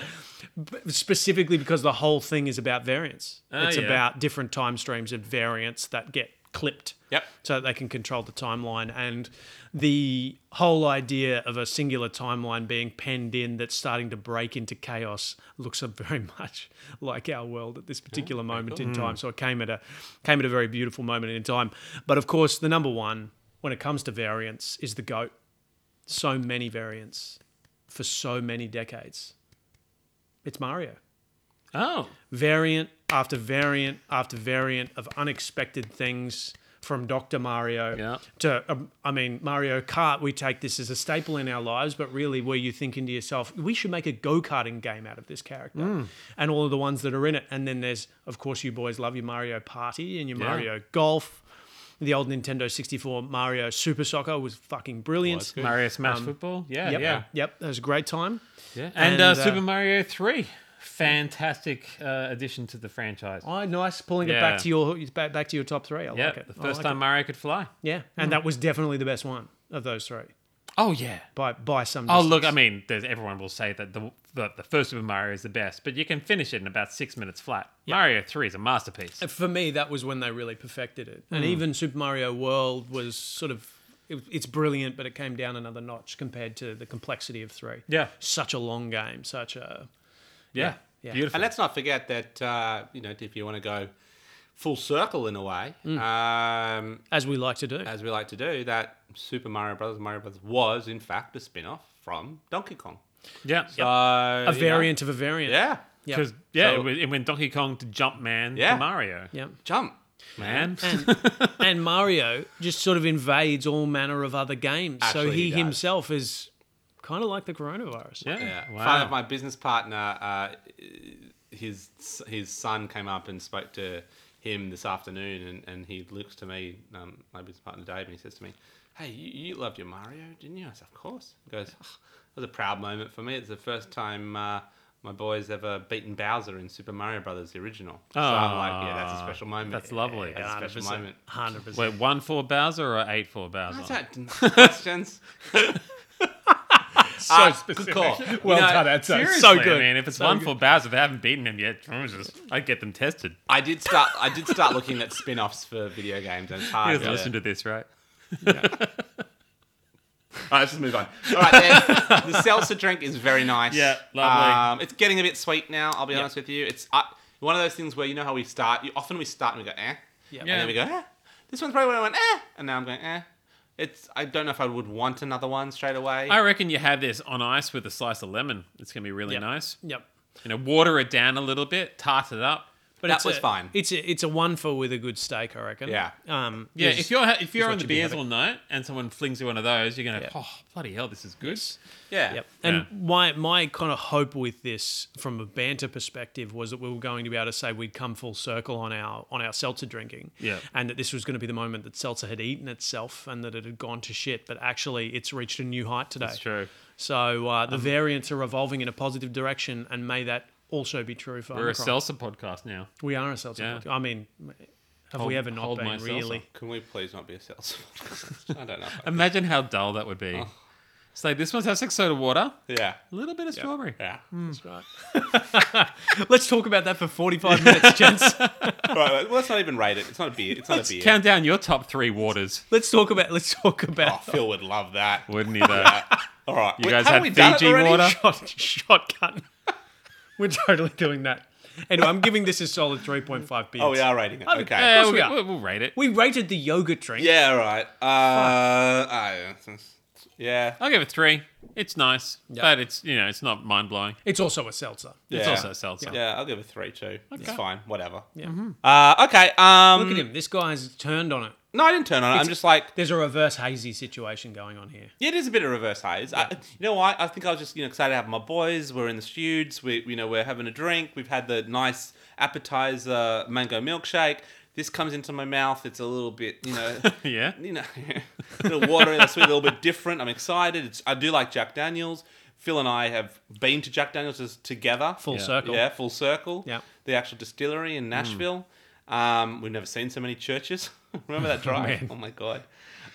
Speaker 2: B- Specifically because the whole thing is about variance.
Speaker 3: Ah,
Speaker 2: it's
Speaker 3: yeah.
Speaker 2: about different time streams of variance that get clipped.
Speaker 1: Yep.
Speaker 2: So that they can control the timeline and the whole idea of a singular timeline being penned in that's starting to break into chaos looks up very much like our world at this particular moment in time. So it came at a came at a very beautiful moment in time. But of course, the number one when it comes to variance is the goat. So many variants for so many decades. It's Mario
Speaker 3: Oh,
Speaker 2: variant after variant after variant of unexpected things from Dr. Mario
Speaker 3: Yeah.
Speaker 2: to, um, I mean, Mario Kart, we take this as a staple in our lives, but really, were you thinking to yourself, we should make a go karting game out of this character and all of the ones that are in it? And then there's, of course, you boys love your Mario Party and your
Speaker 3: Yeah.
Speaker 2: Mario Golf. The old Nintendo 64 Mario Super Soccer was fucking brilliant.
Speaker 1: good.
Speaker 3: Mario Smash Football. Yeah,
Speaker 2: yep,
Speaker 3: yeah.
Speaker 2: yep, that was a great time.
Speaker 3: Um, yeah. And,
Speaker 2: And,
Speaker 3: uh,
Speaker 2: uh,
Speaker 3: Super Mario 3. Fantastic uh, addition to the franchise.
Speaker 2: Oh, nice pulling it
Speaker 3: Yeah.
Speaker 2: back to your back, back to your top three. I
Speaker 3: Yeah,
Speaker 2: like it.
Speaker 3: the
Speaker 2: I
Speaker 3: first
Speaker 2: like it.
Speaker 3: time Mario could fly.
Speaker 2: Yeah, and that was definitely the best one of those three
Speaker 3: Oh, yeah.
Speaker 2: by by some.
Speaker 3: Oh
Speaker 2: distance.
Speaker 3: look, I mean, there's everyone will say that the, the the first Super Mario is the best, but you can finish it in about six minutes flat. Mario Three is a masterpiece.
Speaker 2: for me, that was when they really perfected it, and even Super Mario World was sort of it, it's brilliant, but it came down another notch compared to the complexity of three.
Speaker 3: Yeah.
Speaker 2: such a long game, such a
Speaker 3: Yeah,
Speaker 2: yeah.
Speaker 3: beautiful.
Speaker 1: And let's not forget that uh, you know if you want to go full circle in a way,
Speaker 3: Mm.
Speaker 1: um,
Speaker 2: as we like to do.
Speaker 1: as we like to do, that Super Mario Brothers, Mario Brothers was in fact a spin-off from Donkey Kong.
Speaker 3: yeah,
Speaker 1: So,
Speaker 2: a variant of a variant.
Speaker 1: yeah,
Speaker 2: Yep.
Speaker 3: because yeah,
Speaker 1: So-
Speaker 3: it, went, it went Donkey Kong to Jumpman
Speaker 1: Yeah.
Speaker 3: to Mario.
Speaker 2: Yep.
Speaker 1: jump.
Speaker 3: man.
Speaker 2: and Mario just sort of invades all manner of other games. so
Speaker 1: Actually,
Speaker 2: he,
Speaker 1: he does.
Speaker 2: himself is kind of like the coronavirus.
Speaker 3: yeah,
Speaker 1: Yeah. Fun
Speaker 3: wow.
Speaker 1: of my business partner, uh, his his son came up and spoke to him this afternoon, and, and he looks to me, um, my business partner Dave, and he says to me, "Hey, you, you loved your Mario, didn't you?" I said, "Of course." He goes, "Oh, "It was a proud moment for me. It's the first time." Uh, my boy's ever beaten Bowser in Super Mario Brothers, the original. So I'm like, yeah, that's a
Speaker 3: Aw,
Speaker 1: special moment.
Speaker 3: Ah, that's lovely.
Speaker 1: That's a special moment.
Speaker 2: 100%.
Speaker 3: Wait, one for Bowser or eight for Bowser?
Speaker 1: I don't questions. so
Speaker 3: specific.
Speaker 2: Well
Speaker 1: You know,
Speaker 2: done, Anto.
Speaker 3: Seriously,
Speaker 2: So good.
Speaker 3: I mean, if it's
Speaker 2: So
Speaker 3: one
Speaker 2: good.
Speaker 3: for Bowser, they haven't beaten him yet. Jesus, I'd get them tested.
Speaker 1: I did start. I did start looking at spin-offs for video games, and it's
Speaker 3: He
Speaker 1: hard.
Speaker 3: doesn't listen to this, right?
Speaker 1: All right, let's just move on. All right, there's- the seltzer drink is very nice.
Speaker 3: Yeah, lovely.
Speaker 1: Um, it's getting a bit sweet now. I'll be honest with you. It's uh, one of those things where you know how we start. You, often we start and we go eh,
Speaker 2: Yeah.
Speaker 1: and then we go eh. This one's probably when I went eh, and now I'm going eh. It's. I don't know if I would want another one straight away.
Speaker 3: I reckon you have this on ice with a slice of lemon. It's gonna be really
Speaker 2: Yep.
Speaker 3: nice.
Speaker 2: Yep.
Speaker 3: You know, water it down a little bit, tart it up.
Speaker 2: But
Speaker 1: That
Speaker 2: it's
Speaker 1: was
Speaker 2: a-
Speaker 1: fine.
Speaker 2: It's a, it's a one for with a good steak, I reckon.
Speaker 1: Yeah.
Speaker 2: Um.
Speaker 3: Yeah,
Speaker 2: is-
Speaker 3: if you're ha- if you're
Speaker 2: what
Speaker 3: on the
Speaker 2: you'd be
Speaker 3: beers
Speaker 2: having.
Speaker 3: all night and someone flings you one of those, you're gonna
Speaker 2: Yeah.
Speaker 3: oh bloody hell, this is good.
Speaker 1: yeah.
Speaker 2: Yep.
Speaker 3: Yeah.
Speaker 2: And my my kind of hope with this, from a banter perspective, was that we were going to be able to say we'd come full circle on our on our seltzer drinking.
Speaker 3: Yeah.
Speaker 2: And that this was going to be the moment that seltzer had eaten itself and that it had gone to shit. But actually, it's reached a new height today.
Speaker 3: That's true. Um,
Speaker 2: So uh, the variants are evolving in a positive direction, and may that also be true for
Speaker 3: We're a
Speaker 2: Omicron.
Speaker 3: Celsa podcast now.
Speaker 2: we are a seltzer.
Speaker 3: Yeah.
Speaker 2: I mean, have
Speaker 3: Hold-
Speaker 2: we ever not
Speaker 3: hold my
Speaker 2: been
Speaker 3: seltzer.
Speaker 2: really?
Speaker 1: Can we please not be a sales? I don't know.
Speaker 3: Imagine how dull that would be. It's like this one's has six soda water,
Speaker 1: Yeah.
Speaker 3: a little bit of strawberry. Hmm.
Speaker 1: Yeah.
Speaker 2: That's right. Let's talk about that for 45 minutes, gents.
Speaker 1: All right, well, let's not even rate it. It's not a beer. It's not a beer.
Speaker 3: Count down your top three waters,
Speaker 2: Let's talk about. Let's talk
Speaker 1: Oh,
Speaker 2: about.
Speaker 1: Phil would love that.
Speaker 3: wouldn't he? Though?
Speaker 1: All right.
Speaker 3: You
Speaker 1: Wait,
Speaker 3: guys
Speaker 1: haven't
Speaker 3: had
Speaker 1: we done it
Speaker 3: Fiji
Speaker 1: already?
Speaker 3: water?
Speaker 2: shot, shotgun. We're totally doing that. Anyway, I'm giving this a solid 3.5 beers.
Speaker 1: Oh, we are rating it.
Speaker 2: Oh,
Speaker 1: Okay.
Speaker 3: yeah,
Speaker 2: course
Speaker 3: we,
Speaker 2: we are.
Speaker 3: will rate it.
Speaker 2: We rated the yogurt drink.
Speaker 1: Yeah, all right. Uh, I, yeah.
Speaker 3: I'll give it three. It's nice, but it's you know it's not mind blowing.
Speaker 2: It's also a seltzer.
Speaker 3: It's
Speaker 1: Yeah.
Speaker 3: also Mm-hmm. seltzer.
Speaker 1: Yeah, I'll give it three too. It's fine, whatever.
Speaker 2: Yeah.
Speaker 1: Uh, okay. Um,
Speaker 2: Look at him. This guy's turned on it.
Speaker 1: no, I didn't turn on it. I'm just like
Speaker 2: There's a reverse hazy situation going on here.
Speaker 1: yeah, it is a bit of reverse haze. I, you know what? I think I was just you know excited to have my boys. We're in the studs. We you know we're having a drink. We've had the nice appetizer mango milkshake. This comes into my mouth. It's a little bit you know
Speaker 3: Yeah.
Speaker 1: you know, a little watery, that's a little bit different. I'm excited. It's, I do like Jack Daniels. Phil and I have been to Jack Daniels just together.
Speaker 2: Full
Speaker 3: Yeah.
Speaker 2: circle.
Speaker 1: Yeah, full circle.
Speaker 2: Yeah.
Speaker 1: The actual distillery in Nashville. Um, we've never seen so many churches. Remember that drive? oh, my God.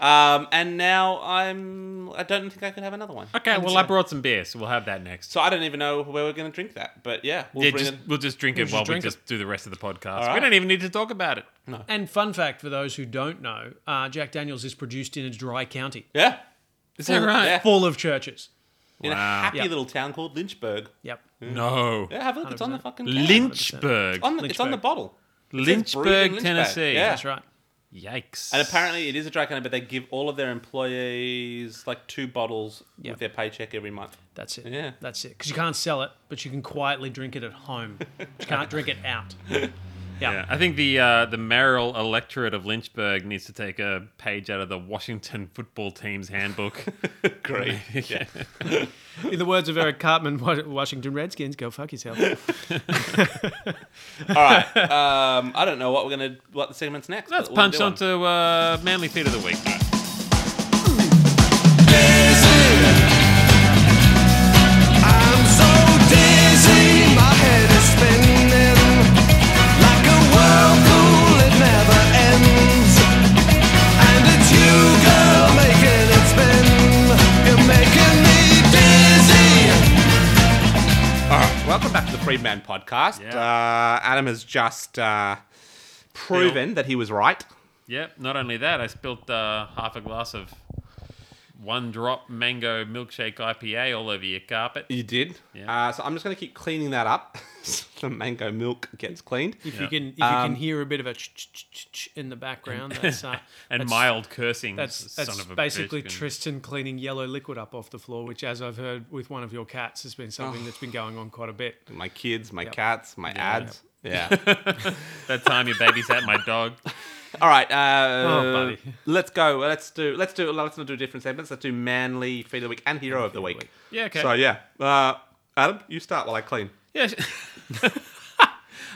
Speaker 1: Um, and now I'm, I don't think I could have another one.
Speaker 3: Okay, well I brought some beer, so we'll have that next.
Speaker 1: So I don't even know where we're going to drink that. But yeah, we'll
Speaker 3: yeah,
Speaker 1: bring
Speaker 3: just,
Speaker 1: it.
Speaker 3: we'll just drink it
Speaker 2: just
Speaker 3: while
Speaker 2: drink it.
Speaker 3: we just do the rest of the podcast. We
Speaker 1: right.
Speaker 3: don't even need to talk about it.
Speaker 2: And fun fact for those who don't know, uh, Jack Daniels is produced in a dry county
Speaker 1: Yeah.
Speaker 3: Is that right?
Speaker 1: Yeah.
Speaker 2: full of churches.
Speaker 1: In a
Speaker 3: Wow.
Speaker 1: happy
Speaker 2: Yeah.
Speaker 1: little town called Lynchburg.
Speaker 2: Yep.
Speaker 3: No.
Speaker 1: Mm. Yeah, have a look. It's on the fucking can.
Speaker 3: Lynchburg.
Speaker 1: On the, it's on the
Speaker 2: Lynchburg.
Speaker 1: bottle. It's brewed in
Speaker 3: Lynchburg,
Speaker 1: Lynchburg.
Speaker 3: Tennessee.
Speaker 1: Yeah.
Speaker 2: That's right.
Speaker 3: Yikes.
Speaker 1: And apparently, it is a dry county, but they give all of their employees like two bottles
Speaker 2: Yeah.
Speaker 1: with their paycheck every month.
Speaker 2: That's it.
Speaker 1: Yeah.
Speaker 2: That's it. Because you can't sell it, but you can quietly drink it at home. You can't drink it out.
Speaker 3: Yeah, I think the uh, the mayoral electorate of Lynchburg needs to take a page out of the Washington football team's handbook.
Speaker 1: Great. yeah.
Speaker 2: In the words of Eric Cartman, Wa- Washington Redskins, go fuck yourself.
Speaker 1: All right. Um, I don't know what we're gonna what the segment's next.
Speaker 3: Let's
Speaker 1: but we'll
Speaker 3: punch
Speaker 1: do one.
Speaker 3: onto uh, Manly Feet of the Week.
Speaker 4: I'm so dizzy, my head is spinning like a whirlpool. It never ends, and it's you, girl, making it spin. You're making me dizzy.
Speaker 1: Welcome back to the Freedman Podcast.
Speaker 3: Yeah.
Speaker 1: Uh, Adam has just uh, proven that he was right.
Speaker 3: Yep. Not only that, I spilt uh, half a glass of one drop mango milkshake IPA all over your carpet.
Speaker 1: You did.
Speaker 3: Yeah.
Speaker 1: Uh, so I'm just gonna keep cleaning that up. so the mango milk gets cleaned.
Speaker 2: If you can, if you can hear a bit of a ch- ch- ch- ch- in the background, that's uh,
Speaker 3: And
Speaker 2: that's-
Speaker 3: mild cursing.
Speaker 2: That's
Speaker 3: son
Speaker 2: that's
Speaker 3: of a
Speaker 2: basically
Speaker 3: bitch.
Speaker 2: Tristan cleaning yellow liquid up off the floor, which, as I've heard with one of your cats, has been something that's been going on quite a bit.
Speaker 1: My kids, my cats, my ads. Yeah.
Speaker 3: That time your baby sat my dog.
Speaker 1: All right. Uh,
Speaker 2: Oh, buddy.
Speaker 1: Let's go. Let's do. Let's do. Let's not do different segments. Let's do manly feed of the week and hero of the week.
Speaker 3: Yeah, okay.
Speaker 1: So yeah, uh, Adam, you start while I clean.
Speaker 3: Yeah. sh-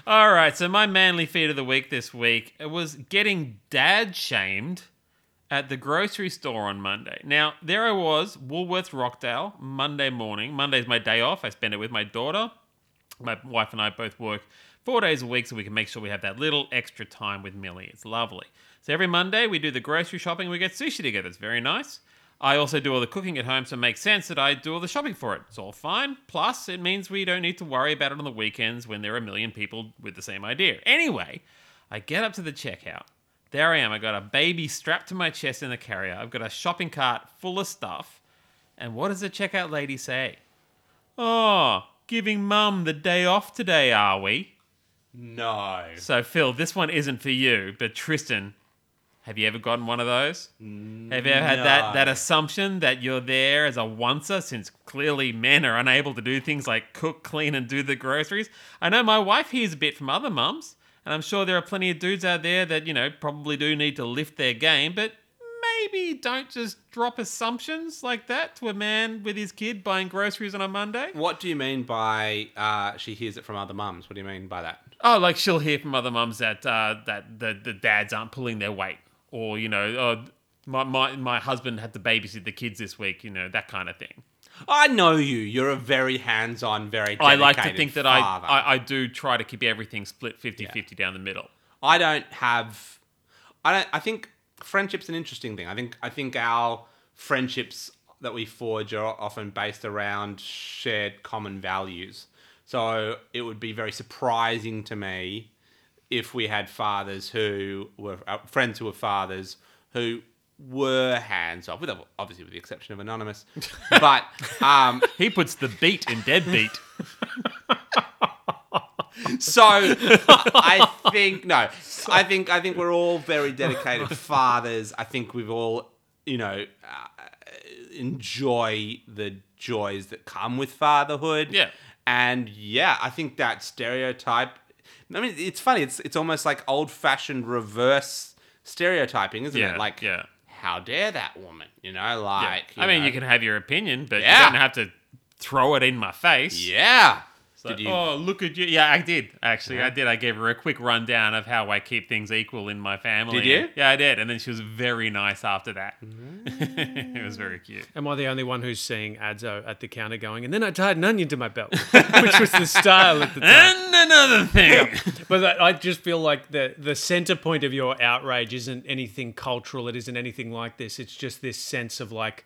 Speaker 3: All right. So my manly feat of the week this week was getting dad shamed at the grocery store on Monday. Now there I was, Woolworths Rockdale, Monday morning. Monday's my day off. I spend it with my daughter. My wife and I both work four days a week, so we can make sure we have that little extra time with Millie. It's lovely. So every Monday we do the grocery shopping. We get sushi together. It's very nice. I also do all the cooking at home, so it makes sense that I do all the shopping for it. It's all fine. Plus, it means we don't need to worry about it on the weekends when there are a million people with the same idea. Anyway, I get up to the checkout. There I am. I got a baby strapped to my chest in the carrier. I've got a shopping cart full of stuff. And what does the checkout lady say? Oh, giving mum the day off today, are we?
Speaker 1: No.
Speaker 3: So, Phil, this one isn't for you, but Tristan, have you ever gotten one of those? Have you ever had
Speaker 1: No.
Speaker 3: that, that assumption that you're there as a oncer, since clearly men are unable to do things like cook, clean, and do the groceries? I know my wife hears a bit from other mums, and I'm sure there are plenty of dudes out there that, you know, probably do need to lift their game, but maybe don't just drop assumptions like that to a man with his kid buying groceries on a Monday.
Speaker 1: What do you mean by uh, she hears it from other mums? What do you mean by that?
Speaker 3: Oh, like she'll hear from other mums that uh, that the, the dads aren't pulling their weight, or you know, oh, my, my my husband had to babysit the kids this week, you know, that kind of thing.
Speaker 1: I know you. You're a very hands-on, very.
Speaker 3: I like to
Speaker 1: dedicated
Speaker 3: think that I,
Speaker 1: father.
Speaker 3: I I do try to keep everything split 50-50 down the middle.
Speaker 1: I don't have. I don't. I think friendship's an interesting thing. I think. I think our friendships that we forge are often based around shared common values. So it would be very surprising to me if we had fathers who were uh, friends who were fathers who were hands off, with obviously with the exception of anonymous, but um,
Speaker 3: He puts the beat in deadbeat.
Speaker 1: So I I think no, I think I think we're all very dedicated fathers. I think we've all you know uh, enjoy the joys that come with fatherhood.
Speaker 3: Yeah.
Speaker 1: and yeah, I think that stereotype. I mean, it's funny. It's it's almost like old fashioned reverse stereotyping, isn't
Speaker 3: Yeah,
Speaker 1: it? Like,
Speaker 3: yeah.
Speaker 1: how dare that woman? You know, like
Speaker 3: I mean,
Speaker 1: know.
Speaker 3: you can have your opinion, but
Speaker 1: Yeah.
Speaker 3: you don't have to throw it in my face.
Speaker 1: yeah.
Speaker 3: Like,
Speaker 1: Did you?
Speaker 3: Oh, look at you. Yeah, I did. Actually, I did. I gave her a quick rundown of how I keep things equal in my family.
Speaker 1: Did you?
Speaker 3: Yeah, I did. And then she was very nice after that. it was very cute.
Speaker 2: Am I the only one who's seeing Adzo at the counter going, and then I tied an onion to my belt, which was the style at the time.
Speaker 3: And another thing.
Speaker 2: But that, I just feel like the the center point of your outrage isn't anything cultural. It isn't anything like this. It's just this sense of like,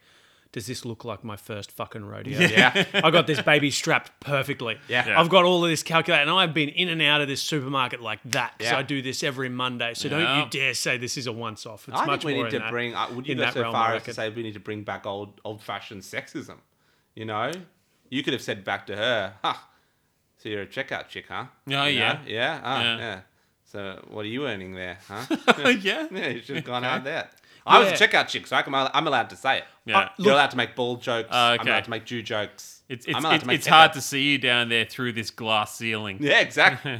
Speaker 2: does this look like my first fucking rodeo?
Speaker 1: Yeah.
Speaker 2: I got this baby strapped perfectly.
Speaker 1: Yeah. Yeah.
Speaker 2: I've got all of this calculated, and I've been in and out of this supermarket like that because
Speaker 1: Yeah.
Speaker 2: I do this every Monday. So
Speaker 3: Yeah.
Speaker 2: don't you dare say this is a once off. It's
Speaker 1: I
Speaker 2: much
Speaker 1: think we
Speaker 2: more
Speaker 1: need
Speaker 2: than
Speaker 1: to
Speaker 2: that.
Speaker 1: bring. Uh, would you
Speaker 2: in
Speaker 1: go
Speaker 2: that
Speaker 1: so
Speaker 2: realm, I
Speaker 1: far as to
Speaker 2: reckon.
Speaker 1: say we need to bring back old old-fashioned sexism? You know, you could have said back to her, "Huh, so you're a checkout chick, huh?
Speaker 3: Oh,
Speaker 1: You know?
Speaker 3: yeah.
Speaker 1: yeah, ah,
Speaker 3: Yeah.
Speaker 1: yeah, So what are you earning there, huh?
Speaker 3: Oh, yeah.
Speaker 1: yeah, you should have gone out there. I was
Speaker 2: Yeah.
Speaker 1: a checkout chick, so I can, I'm allowed to say it. Uh,
Speaker 3: Yeah.
Speaker 1: you're allowed to make ball jokes.
Speaker 2: Ah,
Speaker 3: Uh,
Speaker 1: I'm
Speaker 3: okay.
Speaker 1: allowed to make Jew jokes.
Speaker 3: It's, it's,
Speaker 1: I'm allowed
Speaker 3: it's,
Speaker 1: to make
Speaker 3: it's hard
Speaker 1: checkout-
Speaker 3: to see you down there through this glass ceiling.
Speaker 1: Yeah, exactly.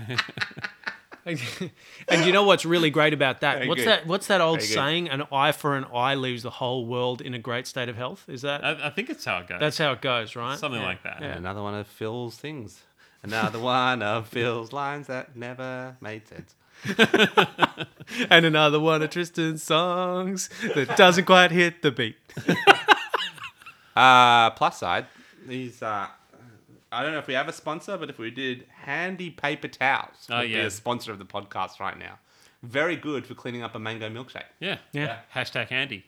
Speaker 2: and you know what's really great about that?
Speaker 1: Very
Speaker 2: what's
Speaker 1: good.
Speaker 2: that? What's that old
Speaker 1: Very good.
Speaker 2: saying? An eye for an eye leaves the whole world in a great state of health. Is that?
Speaker 1: Uh,
Speaker 3: I, I think it's how it goes.
Speaker 2: that's how it goes, right?
Speaker 3: Something
Speaker 2: Yeah.
Speaker 3: like that.
Speaker 1: And another one of Phil's things. Another one of Phil's lines that never made sense.
Speaker 2: And another one of Tristan's songs that doesn't quite hit the beat.
Speaker 1: Uh, plus side, these uh, I don't know if we have a sponsor, but if we did, handy paper towels would
Speaker 3: Oh,
Speaker 1: be
Speaker 3: yeah.
Speaker 1: a sponsor of the podcast right now. Very good for cleaning up a mango milkshake.
Speaker 3: Yeah.
Speaker 2: Yeah.
Speaker 3: Hashtag handy.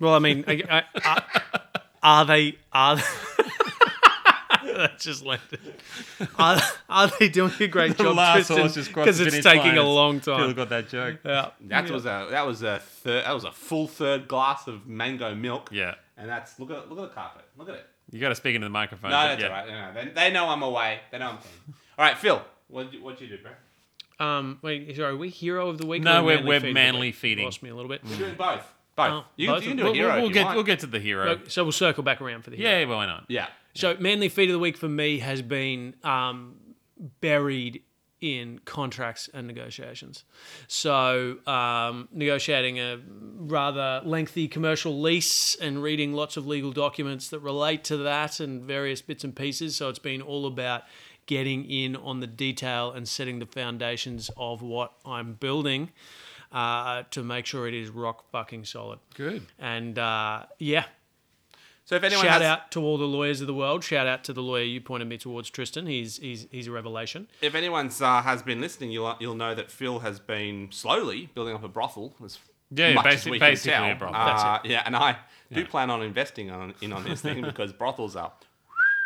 Speaker 2: Well, I mean, I, I, I- are they are? That's just left. Are, are they doing a great
Speaker 3: The
Speaker 2: job,
Speaker 3: last
Speaker 2: Tristan?
Speaker 3: horse just crossed the
Speaker 2: it's
Speaker 3: finish
Speaker 2: taking
Speaker 3: line.
Speaker 2: a long
Speaker 3: Phil
Speaker 2: time.
Speaker 3: got that joke.
Speaker 2: Yeah.
Speaker 1: That was a that was a third that was a full third glass of mango milk.
Speaker 3: Yeah.
Speaker 1: and that's look at look at the carpet. Look at it.
Speaker 3: You got to speak into the microphone.
Speaker 1: No,
Speaker 3: but
Speaker 1: that's
Speaker 3: yeah.
Speaker 1: all right. No, no, they, they know I'm away. They know I'm clean. all right, Phil. What what you do, bro?
Speaker 2: Um, wait, sorry, are we hero of the week?
Speaker 3: No,
Speaker 2: or
Speaker 3: we're-
Speaker 2: manly
Speaker 3: we're
Speaker 2: feed of the
Speaker 3: manly
Speaker 2: week?
Speaker 3: feeding.
Speaker 2: Lost me a little bit.
Speaker 1: You're doing both. Both.
Speaker 2: Oh,
Speaker 1: you,
Speaker 2: both
Speaker 1: you can
Speaker 2: of-
Speaker 1: do
Speaker 2: we'll-
Speaker 1: a hero.
Speaker 3: We'll,
Speaker 1: if
Speaker 3: we'll
Speaker 1: you
Speaker 3: get
Speaker 1: want.
Speaker 3: we'll get to the hero.
Speaker 2: Okay, So we'll circle back around for the hero.
Speaker 3: Yeah, why not?
Speaker 1: yeah.
Speaker 2: So manly feat of the week for me has been um, buried in contracts and negotiations. So um, negotiating a rather lengthy commercial lease and reading lots of legal documents that relate to that and various bits and pieces. So it's been all about getting in on the detail and setting the foundations of what I'm building uh, to make sure it is rock fucking solid.
Speaker 3: Good.
Speaker 2: And uh, yeah,
Speaker 1: So if anyone
Speaker 2: shout
Speaker 1: has,
Speaker 2: out to all the lawyers of the world. Shout out to the lawyer you pointed me towards, Tristan. He's he's he's a revelation.
Speaker 1: if anyone's uh, has been listening, you'll you'll know that Phil has been slowly building up a brothel. As
Speaker 3: Yeah,
Speaker 1: much as
Speaker 3: basi-
Speaker 1: we can
Speaker 3: basically
Speaker 1: tell.
Speaker 3: a brothel.
Speaker 1: Uh, Yeah, and I do plan on investing on, in on this thing because brothels are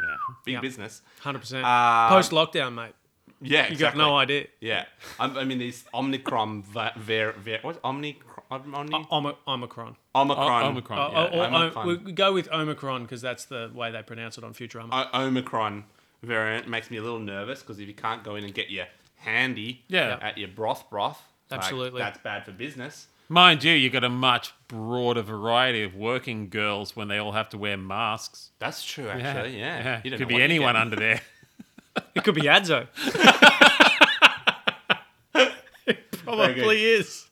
Speaker 3: Yeah.
Speaker 1: big
Speaker 2: Yeah.
Speaker 1: business.
Speaker 2: Hundred percent.
Speaker 1: Uh,
Speaker 2: Post lockdown, mate.
Speaker 1: Yeah,
Speaker 2: You
Speaker 1: exactly.
Speaker 2: got no idea.
Speaker 1: Yeah, I'm, I mean these Omicron, ver, ver, ver, what's Omicron, Omni,
Speaker 2: Omi- Omicron.
Speaker 1: Omicron,
Speaker 3: Omicron.
Speaker 2: Oh,
Speaker 3: yeah.
Speaker 2: oh, oh,
Speaker 1: Omicron.
Speaker 2: we- we go with Omicron because that's the way they pronounce it on Futurama.
Speaker 1: O- Omicron variant makes me a little nervous because if you can't go in and get your handy
Speaker 3: Yeah.
Speaker 1: at your broth broth, it's like,
Speaker 2: Absolutely.
Speaker 1: that's bad for business.
Speaker 3: Mind you, you got a much broader variety of working girls when they all have to wear masks.
Speaker 1: That's true, actually. Yeah, You don't know
Speaker 3: Could
Speaker 1: what
Speaker 3: be
Speaker 1: you're
Speaker 3: anyone
Speaker 1: getting.
Speaker 3: under there.
Speaker 2: It could be Adzo. Probably is.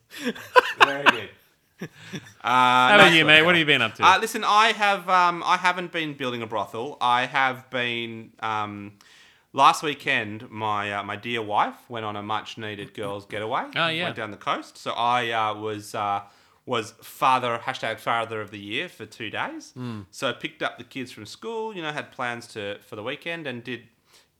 Speaker 1: Very good. Uh,
Speaker 3: How about you, mate? What have you been up to?
Speaker 1: Uh, listen, I have um, I haven't been building a brothel. I have been um, last weekend. My uh, my dear wife went on a much needed girls getaway.
Speaker 3: Oh, yeah.
Speaker 1: went down the coast. So I uh, was uh, was father hashtag father of the year for two days.
Speaker 3: Hmm.
Speaker 1: So I picked up the kids from school. You know, had plans to for the weekend and did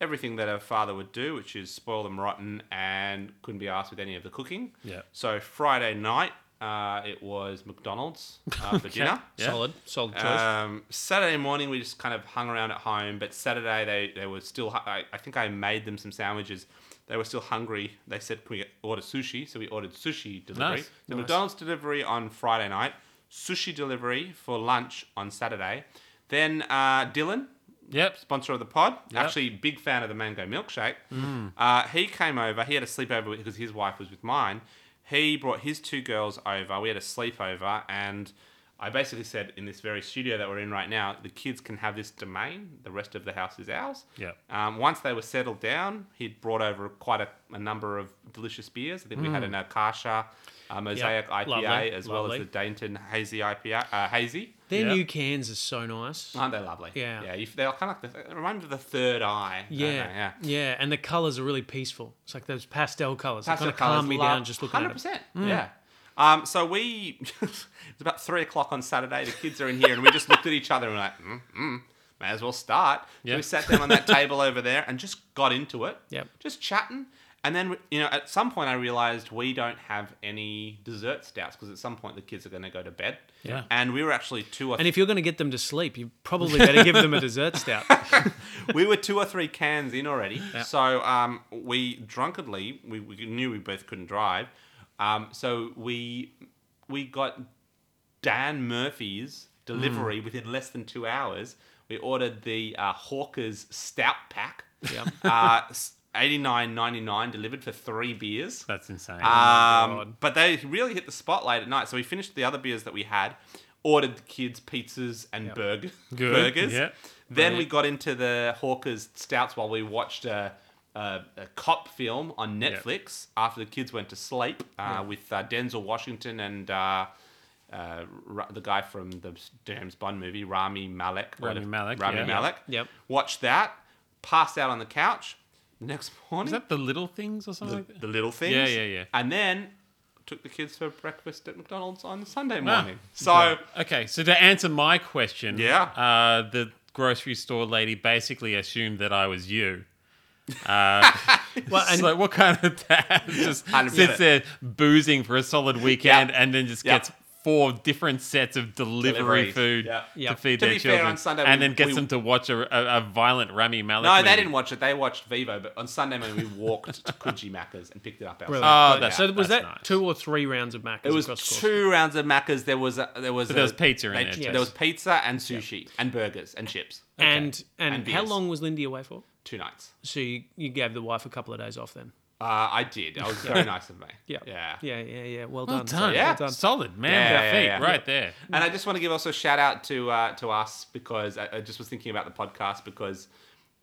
Speaker 1: everything that a father would do, which is spoil them rotten and couldn't be asked with any of the cooking.
Speaker 3: Yeah.
Speaker 1: So Friday night, uh, it was McDonald's uh, for dinner.
Speaker 3: Yeah.
Speaker 2: Solid, solid choice.
Speaker 1: Um, Saturday morning, we just kind of hung around at home, but Saturday they, they were still. hu- I, I think I made them some sandwiches. They were still hungry. They said, "Can we get, order sushi?" So we ordered sushi delivery.
Speaker 3: Nice.
Speaker 1: So McDonald's delivery on Friday night, sushi delivery for lunch on Saturday. Then uh, Dylan,
Speaker 3: Yep.
Speaker 1: sponsor of the pod, actually big fan of the mango milkshake.
Speaker 2: Mm.
Speaker 1: Uh, he came over. He had a sleepover because his wife was with mine. He brought his two girls over. We had a sleepover, and I basically said in this very studio that we're in right now, the kids can have this domain. The rest of the house is ours.
Speaker 3: Yep.
Speaker 1: Um, once they were settled down, he'd brought over quite a, a number of delicious beers. I think we had an Akasha, a Mosaic IPA,
Speaker 2: Mm. lovely,
Speaker 1: as well
Speaker 2: lovely.
Speaker 1: as the Dainton Hazy IPA, uh, Hazy.
Speaker 2: Their
Speaker 3: Yeah.
Speaker 2: new cans are so nice.
Speaker 1: Aren't they lovely?
Speaker 2: Yeah.
Speaker 1: Yeah. You, they're kind of like the, it reminds me of the third eye. don't
Speaker 2: yeah,
Speaker 1: they? Yeah.
Speaker 2: yeah, and the colors are really peaceful. It's like those pastel colors.
Speaker 1: Pastel
Speaker 2: Pastel kind of calm
Speaker 1: colours,
Speaker 2: me
Speaker 1: love-
Speaker 2: down just looking at it. Mm.
Speaker 1: 100%, Yeah. Um, so we, it's about three o'clock on Saturday. The kids are in here, and we just looked at each other and we're like, mm, mm, may as well start. So
Speaker 3: Yeah.
Speaker 1: we sat down on that table over there and just got into it.
Speaker 2: Yep.
Speaker 1: Just chatting. And then, you know, at some point I realized we don't have any dessert stouts because at some point the kids are going to go to bed.
Speaker 3: Yeah.
Speaker 1: And we were actually two or
Speaker 2: And if you're going to get them to sleep, you probably better give them a dessert stout.
Speaker 1: we were two or three cans in already. So um, we drunkenly we, we knew we both couldn't drive. Um, so we we got Dan Murphy's delivery within less than two hours. We ordered the uh, Hawker's Stout Pack.
Speaker 2: Yeah.
Speaker 1: Uh, eighty nine ninety nine delivered for three beers.
Speaker 3: That's insane.
Speaker 1: Um,
Speaker 3: Oh,
Speaker 2: God.
Speaker 1: but they really hit the spotlight at night. So we finished the other beers that we had, ordered the kids pizzas and burger,
Speaker 3: Good,
Speaker 1: burgers.
Speaker 3: yep.
Speaker 1: Then we got into the Hawker's Stouts while we watched a, a, a cop film on Netflix after the kids went to sleep uh, with uh, Denzel Washington and uh, uh, Ra- the guy from the James Bond movie, Rami Malek.
Speaker 3: Rami
Speaker 1: whatever-
Speaker 3: Malek,
Speaker 1: Rami
Speaker 3: yeah.
Speaker 1: Malek.
Speaker 2: Yep.
Speaker 1: Watched that, passed out on the couch. Next morning,
Speaker 3: Is that the little things or something? like
Speaker 1: the little things.
Speaker 3: Yeah, yeah, yeah.
Speaker 1: And then took the kids for breakfast at McDonald's on Sunday
Speaker 3: Ah.
Speaker 1: morning. So
Speaker 3: that? Okay, so to answer my question,
Speaker 1: Yeah.
Speaker 3: uh, the grocery store lady basically assumed that I was you. Uh,
Speaker 2: Well,
Speaker 3: it's
Speaker 2: and
Speaker 3: like, what kind of dad just
Speaker 1: 100%.
Speaker 3: sits there boozing for a solid weekend
Speaker 1: Yeah.
Speaker 3: and then just
Speaker 1: Yeah.
Speaker 3: gets four different sets of delivery
Speaker 1: Deliveries.
Speaker 3: food
Speaker 1: Yeah.
Speaker 2: Yeah.
Speaker 3: to feed
Speaker 1: To
Speaker 3: their
Speaker 1: be fair,
Speaker 3: children,
Speaker 1: on Sunday
Speaker 3: and
Speaker 1: we-
Speaker 3: then gets
Speaker 1: we-
Speaker 3: them to watch a, a, a violent Rami Malek.
Speaker 1: no,
Speaker 3: movie.
Speaker 1: they didn't watch it. They watched Vivo, but on Sunday morning we walked to Coogee Macca's and picked it up ourselves.
Speaker 2: Brilliant.
Speaker 3: Oh, that's-
Speaker 2: so was
Speaker 3: that's
Speaker 2: that
Speaker 3: nice.
Speaker 2: two or three rounds of Macca's?
Speaker 1: It was
Speaker 2: across the course?
Speaker 1: two rounds of Macca's. There was a, there was, a,
Speaker 3: there was pizza in
Speaker 1: they-
Speaker 3: there, too.
Speaker 1: There was pizza and sushi and burgers and chips.
Speaker 2: And and,
Speaker 1: And
Speaker 2: how
Speaker 1: beers.
Speaker 2: long was Lindy away for?
Speaker 1: Two nights.
Speaker 2: So you, you gave the wife a couple of days off then.
Speaker 1: Uh, I did. I was very nice of me.
Speaker 2: Yeah.
Speaker 1: Yeah.
Speaker 2: Yeah. Yeah. Yeah. Well, done.
Speaker 3: Well done.
Speaker 2: Sorry,
Speaker 1: Yeah.
Speaker 2: Well done.
Speaker 3: Solid, man.
Speaker 1: Yeah,
Speaker 3: by
Speaker 1: yeah,
Speaker 3: feet,
Speaker 1: yeah.
Speaker 3: right there.
Speaker 1: And I just want to give also a shout out to uh, to us because I, I just was thinking about the podcast because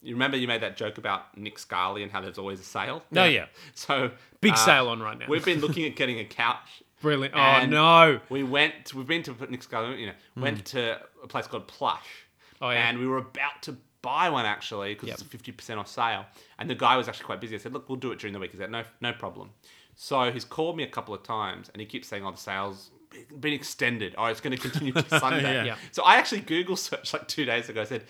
Speaker 1: you remember you made that joke about Nick Scarley and how there's always a sale.
Speaker 3: No, yeah.
Speaker 1: So
Speaker 2: Oh, Big
Speaker 1: uh,
Speaker 2: sale on right now.
Speaker 1: We've been looking at getting a couch.
Speaker 2: Brilliant. Oh
Speaker 1: And
Speaker 2: no.
Speaker 1: We went. We've been to Nick Scarley. You know, went to a place called Plush.
Speaker 2: Oh, yeah.
Speaker 1: And we were about to buy one actually because it's a fifty percent off sale. And the guy was actually quite busy. I said, "Look, we'll do it during the week." He said, "No, no problem." So he's called me a couple of times, and he keeps saying, "Oh, the sales." Been extended. Oh, it's going to continue to Sunday.
Speaker 3: Yeah.
Speaker 2: Yeah.
Speaker 1: So I actually Google searched like two days ago. I said,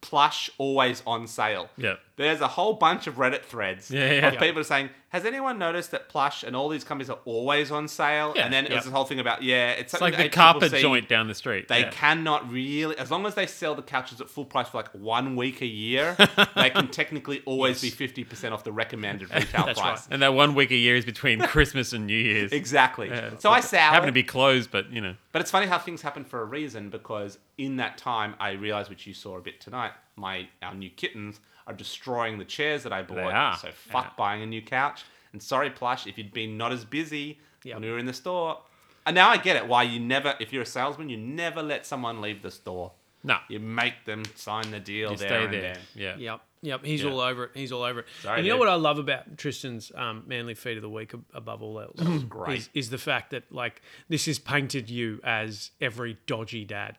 Speaker 1: plush always on sale.
Speaker 3: Yeah.
Speaker 1: There's a whole bunch of Reddit threads
Speaker 3: Yeah, yeah,
Speaker 1: of
Speaker 3: yeah.
Speaker 1: people saying, has anyone noticed that plush and all these companies are always on sale?
Speaker 3: Yeah,
Speaker 1: and then it was
Speaker 3: yeah.
Speaker 1: this whole thing about, yeah, it's,
Speaker 3: It's
Speaker 1: something
Speaker 3: like the
Speaker 1: that Uh, people
Speaker 3: carpet
Speaker 1: see.
Speaker 3: joint down the street.
Speaker 1: They
Speaker 3: Yeah.
Speaker 1: cannot really, as long as they sell the couches at full price for like one week a year, they can technically always be 50% off the recommended retail
Speaker 2: That's
Speaker 1: price.
Speaker 3: And that one week a year is between Christmas and New Year's.
Speaker 1: Exactly.
Speaker 3: Yeah,
Speaker 1: so I
Speaker 3: it's
Speaker 1: sell.
Speaker 3: Happen to be closed, but you know.
Speaker 1: But it's funny how things happen for a reason because in that time I realized which you saw a bit tonight, my our new kittens are destroying the chairs that I bought.
Speaker 3: are,
Speaker 1: So fuck
Speaker 3: yeah.
Speaker 1: buying a new couch. And sorry, plush, if you'd been not as busy
Speaker 2: Yeah.
Speaker 1: when we were in the store. And now I get it why you never if you're a salesman, you never let someone leave the store.
Speaker 3: No.
Speaker 1: You make them sign the deal
Speaker 3: You
Speaker 1: there
Speaker 3: stay
Speaker 1: and
Speaker 3: there.
Speaker 1: then.
Speaker 3: Yeah.
Speaker 2: Yep, yep. He's
Speaker 3: Yeah.
Speaker 2: all over it. He's all over it.
Speaker 1: Sorry,
Speaker 2: and you know
Speaker 1: dude.
Speaker 2: what I love about Tristan's um, manly feat of the week ab- above all else is,
Speaker 1: great.
Speaker 2: is the fact that like this has painted you as every dodgy dad,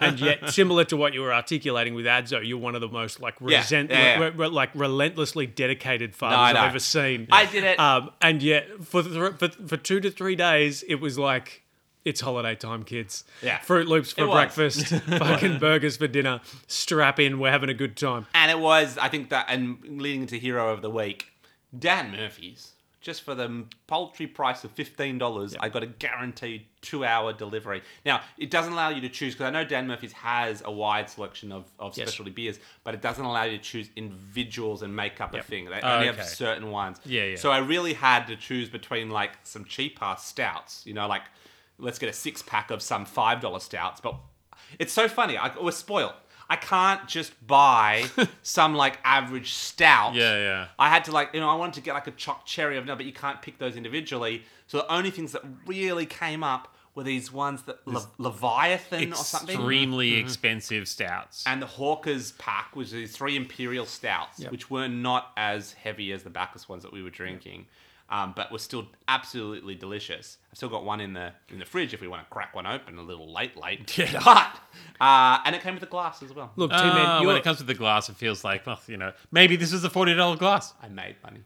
Speaker 2: and yet similar to what you were articulating with Adzo, you're one of the most like resent
Speaker 1: yeah, yeah.
Speaker 2: re- re- like relentlessly dedicated fathers
Speaker 1: No, I know.
Speaker 2: I've ever seen.
Speaker 1: I did it.
Speaker 2: Um, and yet for, th- for for two to three days it was like. it's holiday time, kids.
Speaker 1: Yeah.
Speaker 2: Fruit Loops for
Speaker 1: It was.
Speaker 2: breakfast, fucking burgers for dinner. Strap in, we're having a good time.
Speaker 1: And it was, I think that, and leading to hero of the week, Dan Murphy's. Just for the paltry price of fifteen dollars, I got a guaranteed two-hour delivery. Now it doesn't allow you to choose because I know Dan Murphy's has a wide selection of, of
Speaker 2: Yes.
Speaker 1: specialty beers, but it doesn't allow you to choose individuals and make up a thing. They
Speaker 3: Oh,
Speaker 1: only
Speaker 3: okay.
Speaker 1: have certain ones.
Speaker 3: Yeah, yeah.
Speaker 1: So I really had to choose between like some cheap ass stouts, you know, like let's get a six pack of some five dollar stouts. But it's so funny. I was spoiled. I can't just buy some like average stout.
Speaker 3: Yeah, yeah.
Speaker 1: I had to like you know I wanted to get like a choc cherry of no, but you can't pick those individually. So the only things that really came up were these ones that Le- Leviathan or something. Mm-hmm.
Speaker 3: Extremely expensive stouts.
Speaker 1: And the Hawker's pack was these three Imperial stouts, which were not as heavy as the Bacchus ones that we were drinking, um, but were still absolutely delicious. I've still got one in the in the fridge if we want to crack one open a little late, late. Get hot. Uh, and it came with a glass as well.
Speaker 2: Look, two
Speaker 3: Ah,
Speaker 2: men,
Speaker 3: when
Speaker 2: you're,
Speaker 3: it comes to the glass, it feels like, well, you know, maybe this is a forty dollar glass.
Speaker 1: I made money.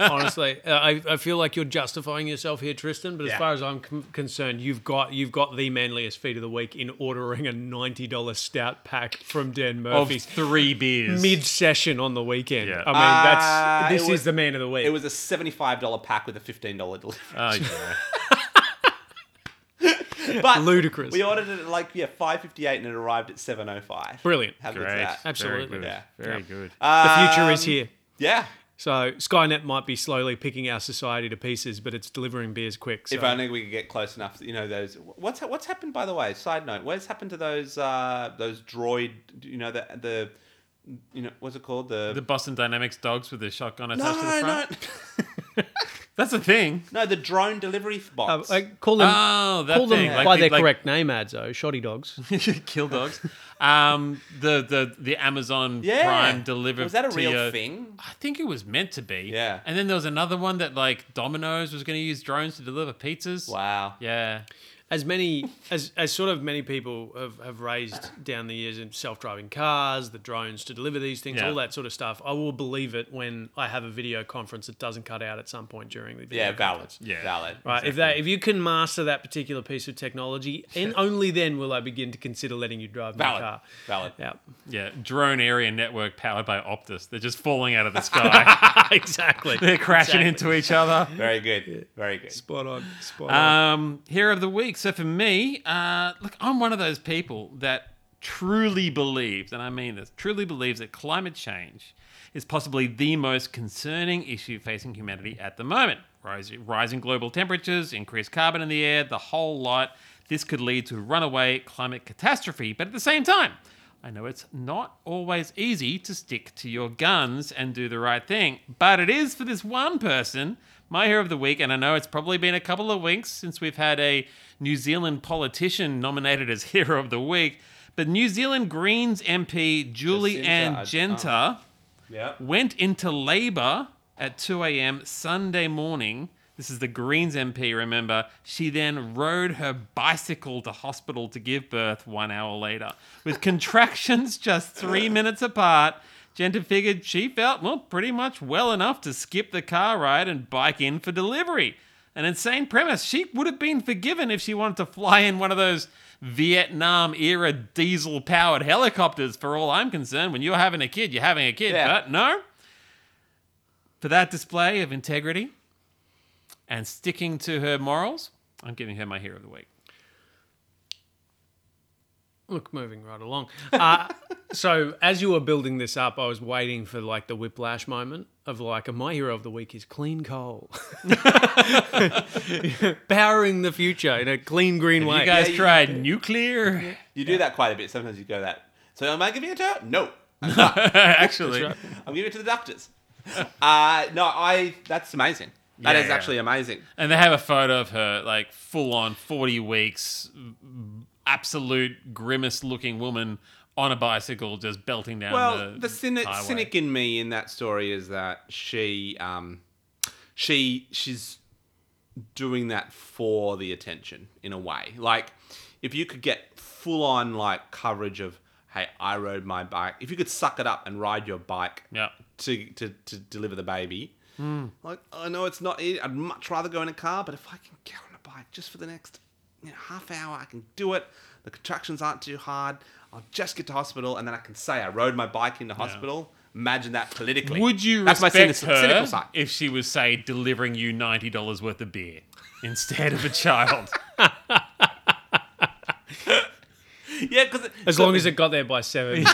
Speaker 2: honestly, uh, I, I feel like you're justifying yourself here, Tristan. But as
Speaker 1: Yeah.
Speaker 2: far as I'm con- concerned, you've got you've got the manliest feat of the week in ordering a ninety dollar stout pack from Dan
Speaker 3: Of
Speaker 2: Murphy's
Speaker 3: three beers.
Speaker 2: mid session on the weekend.
Speaker 3: Yeah.
Speaker 2: I mean,
Speaker 1: Uh,
Speaker 2: that's this
Speaker 1: it
Speaker 2: is
Speaker 1: was-
Speaker 2: the man of the week.
Speaker 1: It was a seventy-five dollar pack with a fifteen dollar delivery.
Speaker 3: Oh, yeah.
Speaker 1: But
Speaker 2: ludicrous.
Speaker 1: We ordered it at like yeah five fifty-eight and it arrived at seven oh five.
Speaker 2: Brilliant.
Speaker 1: How good's
Speaker 3: Great.
Speaker 1: that?
Speaker 2: Absolutely. Uh,
Speaker 3: Very good.
Speaker 1: Yeah.
Speaker 3: Very good.
Speaker 2: the future is here.
Speaker 1: Yeah.
Speaker 2: So Skynet might be slowly picking our society to pieces, but it's delivering beers quick. So.
Speaker 1: If only we could get close enough. You know those. What's what's happened by the way? Side note. What's happened to those uh, those droid? You know the the. You know what's it called? The,
Speaker 3: the Boston Dynamics dogs with the shotgun
Speaker 1: no
Speaker 3: attached to the
Speaker 1: no
Speaker 3: front. That's a thing.
Speaker 1: no the drone delivery
Speaker 2: Uh,
Speaker 1: box.
Speaker 2: I call them,
Speaker 3: Oh, that
Speaker 2: call them
Speaker 3: thing. Like
Speaker 2: by
Speaker 3: the-
Speaker 2: their
Speaker 3: like-
Speaker 2: correct name, Adzo. Shoddy dogs.
Speaker 3: kill dogs. Um, the the the Amazon
Speaker 1: yeah.
Speaker 3: Prime delivered.
Speaker 1: Was that a
Speaker 3: to
Speaker 1: real
Speaker 3: your-
Speaker 1: thing?
Speaker 3: I think it was meant to be.
Speaker 1: Yeah.
Speaker 3: And then there was another one that like Domino's was going to use drones to deliver pizzas.
Speaker 1: Wow.
Speaker 3: Yeah.
Speaker 2: as many as, as sort of many people have, have raised down the years in self-driving cars the drones to deliver these things
Speaker 3: Yeah.
Speaker 2: all that sort of stuff i will believe it when i have a video conference that doesn't cut out at some point during the video
Speaker 1: Yeah, valid.
Speaker 2: conference.
Speaker 3: Yeah.
Speaker 1: valid.
Speaker 2: right if that if you can master that particular piece of technology and only then will i begin to consider letting you drive my
Speaker 1: Valid.
Speaker 2: car
Speaker 1: Valid.
Speaker 2: yeah
Speaker 3: Yeah. Drone area network powered by Optus. They're just falling out of the sky.
Speaker 2: exactly
Speaker 3: They're crashing
Speaker 2: Exactly.
Speaker 3: into each other.
Speaker 1: Very good. Very good.
Speaker 2: spot on spot on
Speaker 3: Um, hero of the week. So for me, uh, look, I'm one of those people that truly believes, and I mean this, truly believes that climate change is possibly the most concerning issue facing humanity at the moment. Rise, rising global temperatures, increased carbon in the air, the whole lot. This could lead to runaway climate catastrophe. But at the same time, I know it's not always easy to stick to your guns and do the right thing, but it is for this one person, my hero of the week. And I know it's probably been a couple of weeks since we've had a New Zealand politician nominated as hero of the week, but New Zealand Greens MP Julie
Speaker 1: Jacinta
Speaker 3: Ann
Speaker 1: Ardern.
Speaker 3: Genter
Speaker 1: Yeah.
Speaker 3: went into labor at 2 a.m. Sunday morning. This is the Greens MP, remember. She then rode her bicycle to hospital to give birth one hour later. With contractions just three minutes apart, Genta figured she felt, well, pretty much well enough to skip the car ride and bike in for delivery. An insane premise. She would have been forgiven if she wanted to fly in one of those Vietnam era diesel powered helicopters, for all I'm concerned. When you're having a kid, you're having a kid.
Speaker 1: Yeah.
Speaker 3: But no. For that display of integrity and sticking to her morals, I'm giving her my hero of the week.
Speaker 2: Look, moving right along. Uh, so as you were building this up, I was waiting for like the whiplash moment of like, my hero of the week is clean coal, powering the future in a clean green way.
Speaker 3: You guys
Speaker 1: Yeah, you-
Speaker 3: tried nuclear?
Speaker 1: You do that quite a bit. Sometimes you go that. So am I giving it to her? No.
Speaker 3: Actually,
Speaker 1: I'm giving it to the doctors. uh, no, I. That's amazing. That
Speaker 3: Yeah,
Speaker 1: is
Speaker 3: yeah.
Speaker 1: actually amazing.
Speaker 3: And they have a photo of her, like full on 40 weeks, m- absolute grimace looking woman on a bicycle just belting down
Speaker 1: Well,
Speaker 3: the,
Speaker 1: the cynic,
Speaker 3: highway.
Speaker 1: cynic in me in that story is that she, um, she, she's doing that for the attention in a way. Like, if you could get full on like coverage of, hey, I rode my bike. If you could suck it up and ride your bike
Speaker 3: Yeah.
Speaker 1: to, to to deliver the baby.
Speaker 3: Hmm.
Speaker 1: Like, I know it's not. it. I'd much rather go in a car, but if I can get on a bike just for the next you know, half hour. I can do it. The contractions aren't too hard. I'll just get to hospital, and then I can say I rode my bike into hospital. Imagine that politically.
Speaker 3: Would you
Speaker 1: That's
Speaker 3: respect
Speaker 1: my cynic-
Speaker 3: her
Speaker 1: cynical side.
Speaker 3: if she was, say, delivering you ninety dollars worth of beer instead of a child?
Speaker 1: yeah, because
Speaker 2: As long as it got there by seven.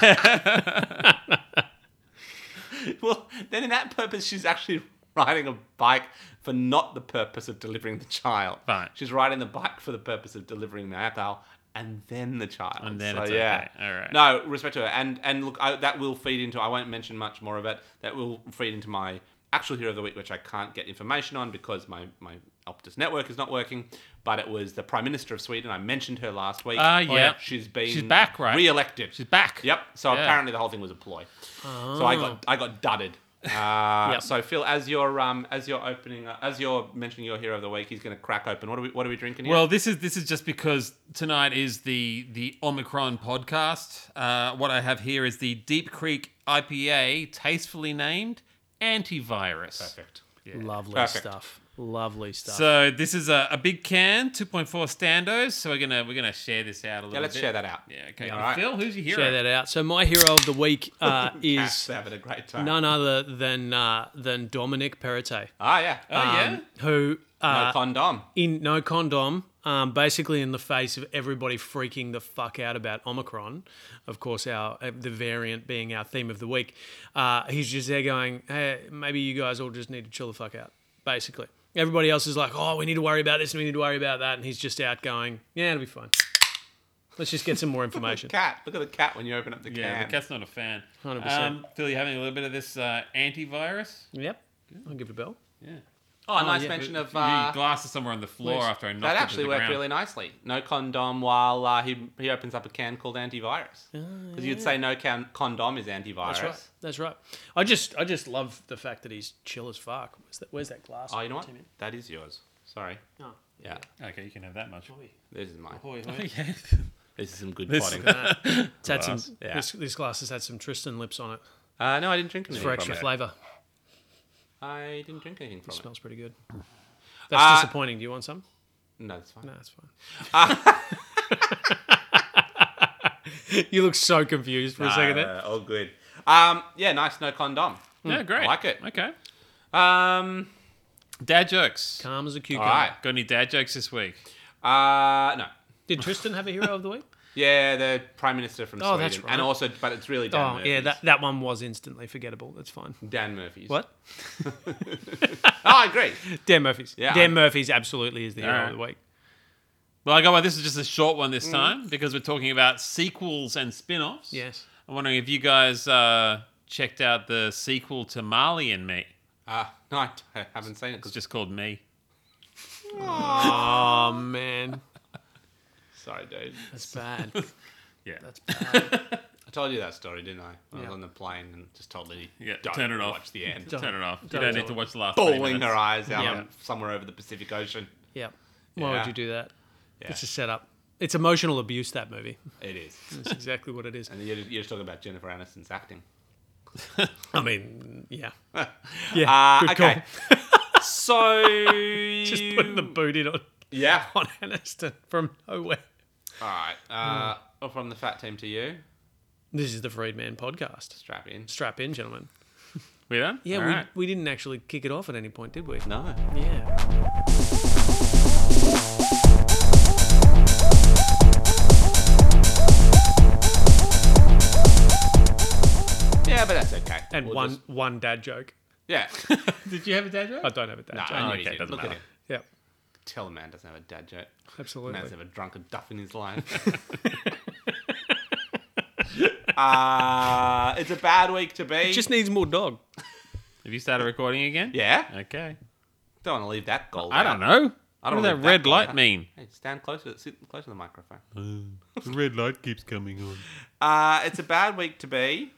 Speaker 1: well, then in that purpose, she's actually riding a bike for not the purpose of delivering the child.
Speaker 3: Right.
Speaker 1: She's riding the bike for the purpose of delivering the alcohol and then the child.
Speaker 3: And then
Speaker 1: so,
Speaker 3: it's
Speaker 1: yeah.
Speaker 3: okay. All right.
Speaker 1: No, respect to her. And and look, I, that will feed into. I won't mention much more of it. That will feed into my actual hero of the week, which I can't get information on because my my. Optus network is not working, but it was the Prime Minister of Sweden. I mentioned her last week.
Speaker 3: Ah, yeah.
Speaker 1: She's been
Speaker 3: She's back, right?
Speaker 1: Re-elected.
Speaker 3: She's back.
Speaker 1: Yep. So
Speaker 3: Yeah.
Speaker 1: apparently the whole thing was a ploy. So I got I got dudded. Uh,
Speaker 2: Yep.
Speaker 1: So Phil, as you're um as you're opening uh, as you're mentioning your hero of the week, he's going to crack open. What are we What are we drinking here?
Speaker 3: Well, this is this is just because tonight is the the Omicron podcast. Uh, what I have here is the Deep Creek IPA, tastefully named Antivirus.
Speaker 1: perfect.
Speaker 2: Lovely
Speaker 1: Perfect.
Speaker 2: stuff. Lovely stuff.
Speaker 3: So this is a, a big can, two point four standos. So we're gonna we're gonna share this out a little.
Speaker 1: Yeah, let's
Speaker 3: bit.
Speaker 1: share that out.
Speaker 3: Yeah, okay.
Speaker 1: all right.
Speaker 3: Phil, who's your hero?
Speaker 2: Share that out. So my hero of the week uh,
Speaker 1: Cats
Speaker 2: is
Speaker 1: having a great time.
Speaker 2: none other than uh, than Dominic Perrottet,
Speaker 1: Ah, yeah.
Speaker 3: Oh, yeah.
Speaker 2: um, who
Speaker 1: no
Speaker 2: uh,
Speaker 1: condom.
Speaker 2: in no condom, um, basically in the face of everybody freaking the fuck out about Omicron, of course, our uh, the variant being our theme of the week, uh, he's just there going, hey, maybe you guys all just need to chill the fuck out, basically. Everybody else is like, oh, we need to worry about this and we need to worry about that. And he's just out going, yeah, it'll be fine. Let's just get some more information.
Speaker 1: Cat. Look at the cat when you open up the
Speaker 3: Yeah,
Speaker 1: can.
Speaker 3: the cat's not a fan.
Speaker 2: 100%.
Speaker 3: Um, Phil, you having a little bit of this uh, antivirus?
Speaker 2: yep. I'll give it a bell.
Speaker 3: Yeah.
Speaker 1: oh, nice
Speaker 2: yeah.
Speaker 1: mention of.
Speaker 3: Your
Speaker 1: Uh,
Speaker 3: glasses somewhere on the floor
Speaker 2: please.
Speaker 3: after I knocked
Speaker 1: that
Speaker 3: it to
Speaker 1: actually
Speaker 3: the
Speaker 1: worked
Speaker 3: ground.
Speaker 1: really nicely. No condom while uh, he he opens up a can called antivirus. Because you'd say no can- condom is antivirus.
Speaker 2: Oh, That's right. That's right. I just, I just love the fact that he's chill as fuck. Where's that, where's that glass?
Speaker 1: Oh, you know what?
Speaker 2: Tim?
Speaker 1: That is yours. Sorry.
Speaker 2: Oh,
Speaker 1: Yeah.
Speaker 3: Okay, you can have that much.
Speaker 1: This is mine.
Speaker 2: boy,
Speaker 3: Oh, yeah.
Speaker 1: This is some good
Speaker 3: This-
Speaker 1: potting.
Speaker 2: It's had
Speaker 3: Glass.
Speaker 2: some.
Speaker 1: Yeah.
Speaker 2: This, this glass has had some Tristan lips on it
Speaker 1: Uh, no, I didn't drink anything
Speaker 2: for extra
Speaker 1: from it.
Speaker 2: flavour.
Speaker 1: I didn't drink anything
Speaker 2: It
Speaker 1: from it.
Speaker 2: smells pretty good. That's
Speaker 1: Uh,
Speaker 2: disappointing. Do you want some?
Speaker 1: No, it's fine.
Speaker 2: No, that's fine.
Speaker 1: Uh,
Speaker 2: you look so confused for a second eh? there.
Speaker 1: Uh, all good. Um, yeah, nice. No condom.
Speaker 3: yeah, great.
Speaker 1: Hmm. I like it.
Speaker 3: Okay.
Speaker 1: Um,
Speaker 3: Dad jokes.
Speaker 2: Calm as a cucumber.
Speaker 1: All right.
Speaker 3: Got any dad jokes this week?
Speaker 1: uh, no.
Speaker 2: Did Tristan have a hero of the week?
Speaker 1: Yeah, the prime minister from
Speaker 2: Oh,
Speaker 1: Sweden,
Speaker 2: that's right.
Speaker 1: and also, but it's really Dan.
Speaker 2: oh,
Speaker 1: Murphy's.
Speaker 2: yeah, that, that one was instantly forgettable. That's fine.
Speaker 1: Dan Murphy's.
Speaker 2: What?
Speaker 1: Oh, I agree.
Speaker 2: Dan Murphy's.
Speaker 1: Yeah,
Speaker 2: Dan
Speaker 1: I-
Speaker 2: Murphy's absolutely is the hero of the week.
Speaker 3: Well, I got one. This is just a short one
Speaker 2: Mm.
Speaker 3: this time because we're talking about sequels and spin offs.
Speaker 2: Yes.
Speaker 3: I'm wondering if you guys uh, checked out the sequel to Marley and Me.
Speaker 1: Uh, no, I I haven't seen it.
Speaker 3: It's just called Me.
Speaker 2: Oh, man.
Speaker 1: Sorry, dude.
Speaker 2: That's bad.
Speaker 3: Yeah.
Speaker 2: That's bad.
Speaker 1: I told you that story, didn't I? When I
Speaker 2: Yeah.
Speaker 1: was on the plane and just told Liddy,
Speaker 3: Yeah,
Speaker 1: don't
Speaker 3: turn it off."
Speaker 1: watch the end.
Speaker 2: Don't-
Speaker 3: Turn it off.
Speaker 2: Don't
Speaker 3: you don't
Speaker 2: do
Speaker 3: need
Speaker 2: it.
Speaker 3: to watch the last. 20
Speaker 1: Bawling
Speaker 3: minutes.
Speaker 1: her eyes out
Speaker 2: Yeah.
Speaker 1: on somewhere over the Pacific Ocean.
Speaker 2: Yep. Why
Speaker 1: Yeah.
Speaker 2: would you do that?
Speaker 1: Yeah,
Speaker 2: It's a setup. It's emotional abuse, that movie.
Speaker 1: it is.
Speaker 2: That's exactly what it is.
Speaker 1: And you're, you're just talking about Jennifer Aniston's acting.
Speaker 2: I mean, yeah. Yeah.
Speaker 1: Uh,
Speaker 2: good
Speaker 1: okay.
Speaker 2: call.
Speaker 1: so
Speaker 2: Just putting the boot in on,
Speaker 1: yeah. All
Speaker 2: on Aniston from nowhere.
Speaker 1: right. Uh, well, From the fat team to you,
Speaker 2: This is the Freedman podcast.
Speaker 1: strap in.
Speaker 2: Strap in, gentlemen.
Speaker 3: We done?
Speaker 2: Yeah,
Speaker 3: All
Speaker 2: we,
Speaker 3: right.
Speaker 2: we didn't actually kick it off at any point, did we?
Speaker 1: No.
Speaker 2: Yeah.
Speaker 1: Yeah, but that's okay.
Speaker 2: And
Speaker 1: We'll
Speaker 2: one
Speaker 1: just-
Speaker 2: one dad joke.
Speaker 1: yeah.
Speaker 3: Did you have a dad joke?
Speaker 2: I don't have a dad
Speaker 1: No,
Speaker 2: joke.
Speaker 1: I
Speaker 3: okay,
Speaker 1: already did.
Speaker 3: doesn't
Speaker 1: Look at
Speaker 3: matter.
Speaker 1: him.
Speaker 2: Yeah,
Speaker 1: Tell a man doesn't have a dad joke.
Speaker 2: absolutely.
Speaker 1: Man's never drunk a duff in his life. uh, it's a bad week to be.
Speaker 2: It just needs more dog.
Speaker 3: Have you started recording again?
Speaker 1: yeah.
Speaker 3: Okay.
Speaker 1: Don't want to leave that gold.
Speaker 3: I
Speaker 1: out.
Speaker 3: don't know.
Speaker 1: I
Speaker 3: what
Speaker 1: don't
Speaker 3: does that
Speaker 1: leave
Speaker 3: red
Speaker 1: gold
Speaker 3: light
Speaker 1: out.
Speaker 3: mean?
Speaker 1: Hey, stand closer. Sit closer to the microphone.
Speaker 3: The red light keeps coming on.
Speaker 1: Uh, it's a bad week to be.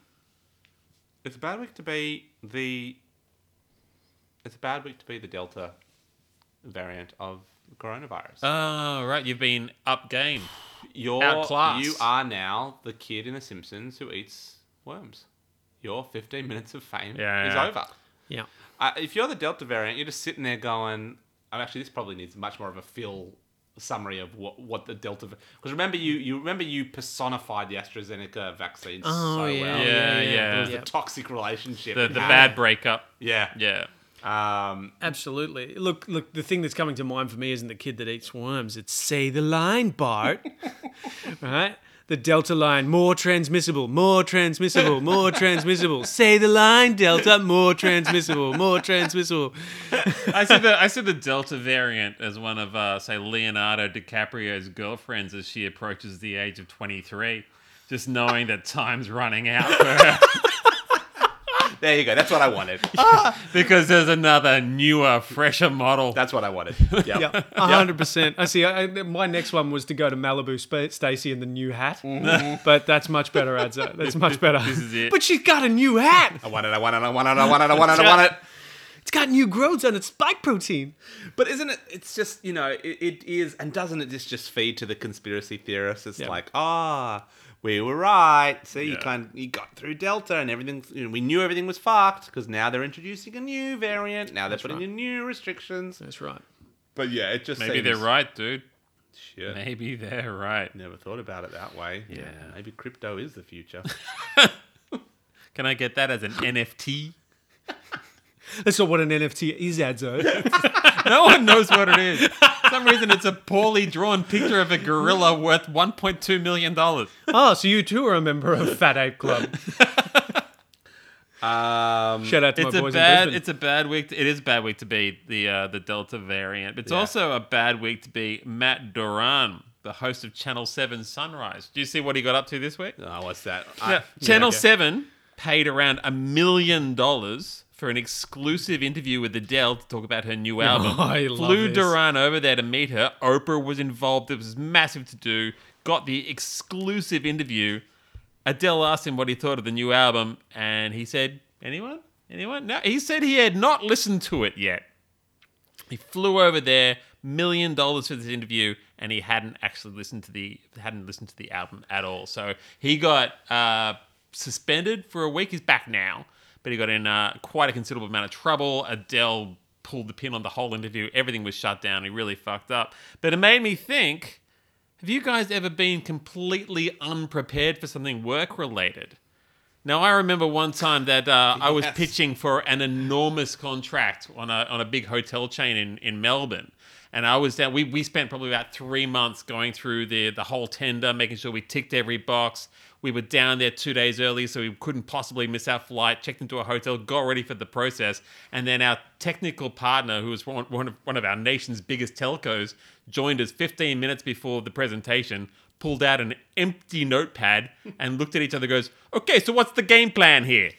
Speaker 1: It's a bad week to be the. It's a bad week to be the Delta variant of coronavirus.
Speaker 3: Oh, right. You've been up game.
Speaker 1: You're
Speaker 3: outclassed.
Speaker 1: you are now the kid in The Simpsons who eats worms. Your 15 minutes of fame
Speaker 3: Yeah.
Speaker 1: is over.
Speaker 2: Yeah.
Speaker 1: Uh, if you're the Delta variant, you're just sitting there going, "Oh, actually, this probably needs much more of a fill summary of what, what the Delta because remember you you remember you personified the AstraZeneca vaccine
Speaker 2: Oh,
Speaker 1: so well.
Speaker 3: Oh, Yeah, yeah.
Speaker 1: It was the toxic relationship.
Speaker 3: The,
Speaker 1: it
Speaker 3: the
Speaker 1: had.
Speaker 3: bad breakup.
Speaker 1: Yeah.
Speaker 3: Yeah.
Speaker 1: Um,
Speaker 2: Absolutely. Look, look. The thing that's coming to mind for me isn't the kid that eats worms. It's say the line, Bart. right? The Delta line, more transmissible, more transmissible, more transmissible. Say the line, Delta, more transmissible, more transmissible.
Speaker 3: I see the I see the Delta variant as one of uh, say Leonardo DiCaprio's girlfriends as she approaches the age of twenty three, just knowing that time's running out for her
Speaker 1: there you go. That's what I wanted.
Speaker 3: because there's another newer, fresher model.
Speaker 1: That's what I wanted. Yeah.
Speaker 2: Yeah, hundred percent. I see. I, my next one was to go to Malibu, Sp- Stacy in the new hat, but that's much better, Adza. That's much better.
Speaker 3: Mm-hmm. This is it.
Speaker 2: But she's got a new hat.
Speaker 1: I want it. I want it. I want it. I want it. I want it. I want it.
Speaker 2: It's got new growths on its spike protein.
Speaker 1: But isn't it? It's just you know it, it is, and doesn't it just just feed to the conspiracy theorists? It's
Speaker 2: Yeah.
Speaker 1: like ah, we were right. See, you
Speaker 3: Yeah.
Speaker 1: kind you got through Delta, and everything. You know, we knew everything was fucked because now they're introducing a new variant. Now they're putting
Speaker 2: right.
Speaker 1: in new restrictions.
Speaker 2: That's right.
Speaker 1: But yeah, it just
Speaker 3: Maybe
Speaker 1: seems-
Speaker 3: they're right, dude.
Speaker 1: Shit.
Speaker 3: Maybe they're right.
Speaker 1: Never thought about it that way. Yeah, maybe crypto is the future.
Speaker 3: Can I get that as an NFT?
Speaker 2: That's not what an NFT is, Adzo.
Speaker 3: No one knows what it is. For some reason, it's a poorly drawn picture of a gorilla worth $1.2 million.
Speaker 2: oh, so you too are a member of Fat Ape Club.
Speaker 1: um,
Speaker 2: Shout out to
Speaker 3: It's
Speaker 2: my
Speaker 3: a
Speaker 2: boys in
Speaker 3: bad.
Speaker 2: Brisbane.
Speaker 3: It's a bad week. To, it is a bad week to be the uh, the Delta variant. But it's
Speaker 1: Yeah.
Speaker 3: also a bad week to be Matt Duran, the host of Channel Seven Sunrise. Do you see what he got up to this week?
Speaker 1: oh, what's that?
Speaker 3: Yeah. Channel Seven paid around a million dollars for an exclusive interview with Adele to talk about her new album.
Speaker 2: I love
Speaker 3: Flew
Speaker 2: this.
Speaker 3: Duran over there to meet her. Oprah was involved. It was massive to do. Got the exclusive interview. Adele asked him what he thought of the new album, and he said, "Anyone? Anyone?" No, he said he had not listened to it yet. He flew over there, million dollars for this interview, and he hadn't actually listened to the hadn't listened to the album at all. So he got uh, suspended for a week. He's back now, but he got in uh, quite a considerable amount of trouble. Adele pulled the pin on the whole interview. Everything was shut down. He really fucked up. But it made me think: Have you guys ever been completely unprepared for something work related? Now I remember one time that uh, I was
Speaker 1: Yes.
Speaker 3: pitching for an enormous contract on a on a big hotel chain in, in Melbourne, and I was down. We, we spent probably about three months going through the the whole tender, making sure we ticked every box. We were down there two days early, so we couldn't possibly miss our flight. Checked into a hotel, got ready for the process, and then our technical partner, who was one, one of one of our nation's biggest telcos, joined us 15 minutes before the presentation pulled out an empty notepad and looked at each other and goes, okay, so what's the game plan here?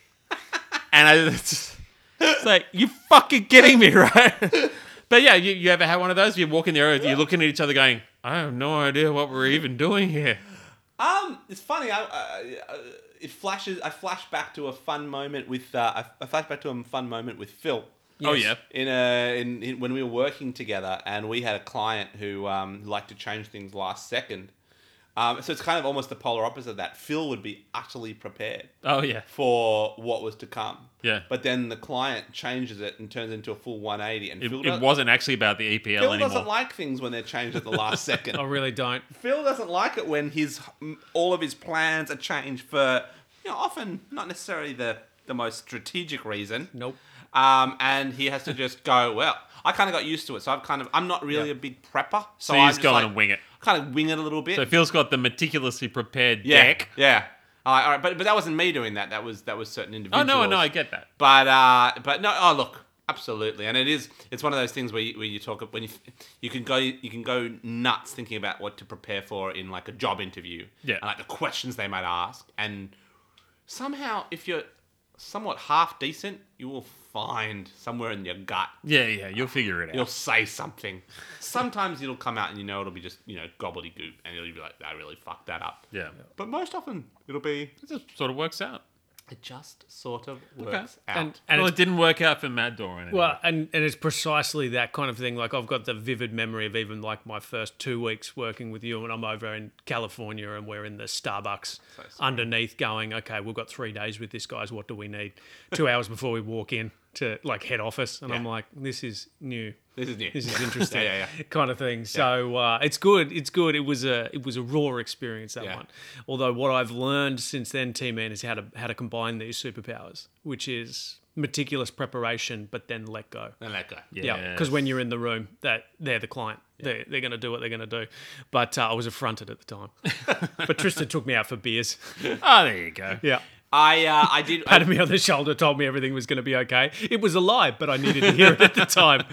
Speaker 3: And I it's, just- it's like, you fucking kidding me, right? But yeah, you, you ever had one of those? You walk in the area, you're looking at each other going, I have no idea what we're even doing here.
Speaker 1: Um, it's funny. I, uh, it flashes. I flash back to a fun moment with. Uh, I, I flash back to a fun moment with Phil.
Speaker 3: Oh, yeah.
Speaker 1: In a in, in when we were working together, and we had a client who um, liked to change things last second. Um, so it's kind of almost the polar opposite of that. Phil would be utterly prepared
Speaker 3: Oh, yeah.
Speaker 1: for what was to come.
Speaker 3: Yeah.
Speaker 1: But then the client changes it and turns into a full 180. And
Speaker 3: It,
Speaker 1: Phil,
Speaker 3: it
Speaker 1: does,
Speaker 3: wasn't actually about the EPL
Speaker 1: Phil
Speaker 3: anymore. Oh,
Speaker 1: doesn't like things when they're changed at the last second.
Speaker 2: I really don't.
Speaker 1: Phil doesn't like it when his all of his plans are changed for you know often not necessarily the the most strategic reason.
Speaker 2: Nope.
Speaker 1: Um, and he has to just go. Well, I kind of got used to it, so I've kind of I'm not really
Speaker 2: Yeah.
Speaker 1: a big prepper, so,
Speaker 3: So you
Speaker 1: I'm
Speaker 3: just go on and wing it.
Speaker 1: Kind of wing it a little bit.
Speaker 3: so Phil's got the meticulously prepared
Speaker 1: yeah,
Speaker 3: deck.
Speaker 1: yeah. All right, all right, but but that wasn't me doing that. That was that was certain
Speaker 3: Oh,
Speaker 1: individuals.
Speaker 3: no, no, I get that.
Speaker 1: But uh, but no. Oh, look, absolutely, and it is. It's one of those things where you, where you talk when you you can go you can go nuts thinking about what to prepare for in like a job interview.
Speaker 3: Yeah.
Speaker 1: and like the questions they might ask, and somehow if you're somewhat half decent, you will find somewhere in your gut
Speaker 3: Yeah, yeah, you'll figure it out.
Speaker 1: you'll say something. Sometimes it'll come out and you know it'll be just you know gobbledygook, and you'll be like, I really fucked that up.
Speaker 3: yeah.
Speaker 1: But most often it'll be
Speaker 3: It just sort of works out.
Speaker 1: it just sort of works out.
Speaker 2: And, and
Speaker 3: And well,
Speaker 2: it's
Speaker 3: it didn't work out for Matt Doran. anyway.
Speaker 2: Well, and, and it's precisely that kind of thing. Like I've got the vivid memory of even like my first two weeks working with you, and I'm over in California, and we're in the Starbucks underneath, going, "Okay, we've got three days with this, guys. What do we need?" two hours before we walk in, to like head office, and I'm
Speaker 1: Yeah.
Speaker 2: like, this is new.
Speaker 1: This is new.
Speaker 2: This is interesting,
Speaker 1: yeah, yeah, yeah.
Speaker 2: kind of thing. So uh, it's good. It's good. It was a it was a raw experience that
Speaker 1: Yeah.
Speaker 2: one. Although what I've learned since then, T Man, is how to how to combine these superpowers, which is meticulous preparation, but then let go.
Speaker 1: And that guy. Yeah.
Speaker 2: Yeah, because
Speaker 3: Yes.
Speaker 2: when you're in the room, that they're the client. They're, they're going to do what they're going to do. But uh, I was affronted at the time. but Tristan took me out for beers.
Speaker 3: Oh, there you go.
Speaker 2: Yeah.
Speaker 1: I uh, I did. I,
Speaker 2: Patted me on the shoulder, told me everything was going to be okay. It was a lie, but I needed to hear it at the time.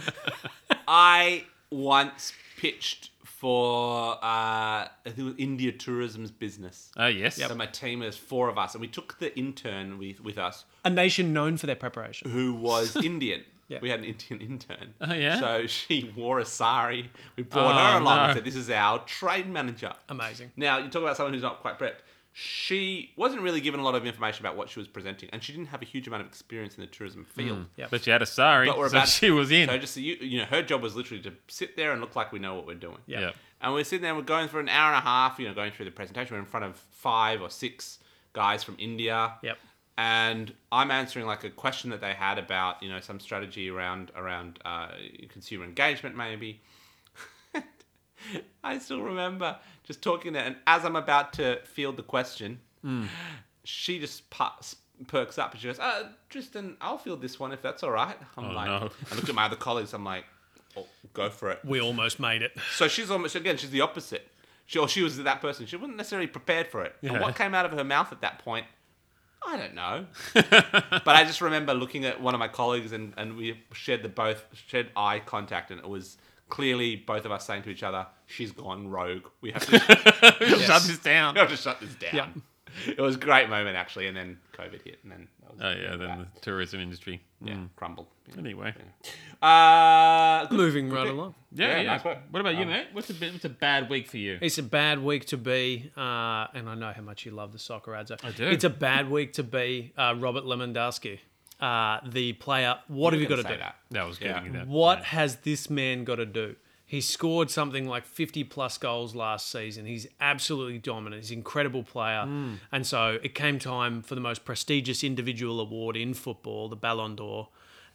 Speaker 1: I once pitched for uh, I think it was India Tourism's business.
Speaker 3: Oh, yes.
Speaker 1: So my team is four of us, and we took the intern with, with us
Speaker 2: A nation known for their preparation.
Speaker 1: who was Indian.
Speaker 2: Yeah.
Speaker 1: We had an Indian intern.
Speaker 3: Oh, yeah?
Speaker 1: So she wore a sari. We brought
Speaker 3: Oh,
Speaker 1: her along
Speaker 3: no.
Speaker 1: and said, This is our trade manager.
Speaker 2: Amazing.
Speaker 1: Now, you talk about someone who's not quite prepped. She wasn't really given a lot of information about what she was presenting, and she didn't have a huge amount of experience in the tourism field.
Speaker 2: Yep.
Speaker 3: But she had a sorry,
Speaker 1: But we're
Speaker 3: so
Speaker 1: about-
Speaker 3: she was in.
Speaker 1: So just so you, you know, her job was literally to sit there and look like we know what we're doing.
Speaker 2: Yeah.
Speaker 3: yeah.
Speaker 1: And we're sitting there, we're going for an hour and a half, you know, going through the presentation. We're in front of five or six guys from India.
Speaker 2: Yep.
Speaker 1: And I'm answering like a question that they had about, you know, some strategy around around uh, consumer engagement, maybe. I still remember just talking to, and as I'm about to field the question, she just pa- perks up and she goes, uh, Tristan, I'll field this one if that's all right. I'm like,
Speaker 3: no.
Speaker 1: I looked at my other colleagues, I'm like, oh, go for it.
Speaker 2: We almost made it.
Speaker 1: So she's almost again. She's the opposite. She or she was that person. She wasn't necessarily prepared for it. And
Speaker 3: Yeah.
Speaker 1: what came out of her mouth at that point, I don't know. but I just remember looking at one of my colleagues and, and we shared the both shared eye contact and it was clearly both of us saying to each other, "She's gone rogue. We have to,
Speaker 3: Shut this down.
Speaker 1: we have to shut this down." It was a great moment actually, and then COVID hit, and then that was
Speaker 3: Oh, yeah, then the tourism industry.
Speaker 1: yeah,
Speaker 2: mm.
Speaker 1: crumbled.
Speaker 3: Anyway.
Speaker 1: Uh, good-
Speaker 2: Moving right along.
Speaker 3: Yeah, Um,
Speaker 1: Yeah,
Speaker 3: yeah.
Speaker 1: nice work.
Speaker 3: What about you, mate? What's a, bit, what's a bad week for you?
Speaker 2: It's a bad week to be, uh, and I know how much you love the soccer ads. I
Speaker 3: do.
Speaker 2: It's a bad week to be uh, Robert Lewandowski, uh, the player. What have you got
Speaker 1: gonna
Speaker 2: to
Speaker 1: say
Speaker 2: do?
Speaker 1: that.
Speaker 3: That was good.
Speaker 1: Yeah.
Speaker 3: you did that.
Speaker 2: What has this man got to do? He scored something like 50 plus goals last season. He's absolutely dominant. He's an incredible player. And so it came time for the most prestigious individual award in football, the Ballon d'Or.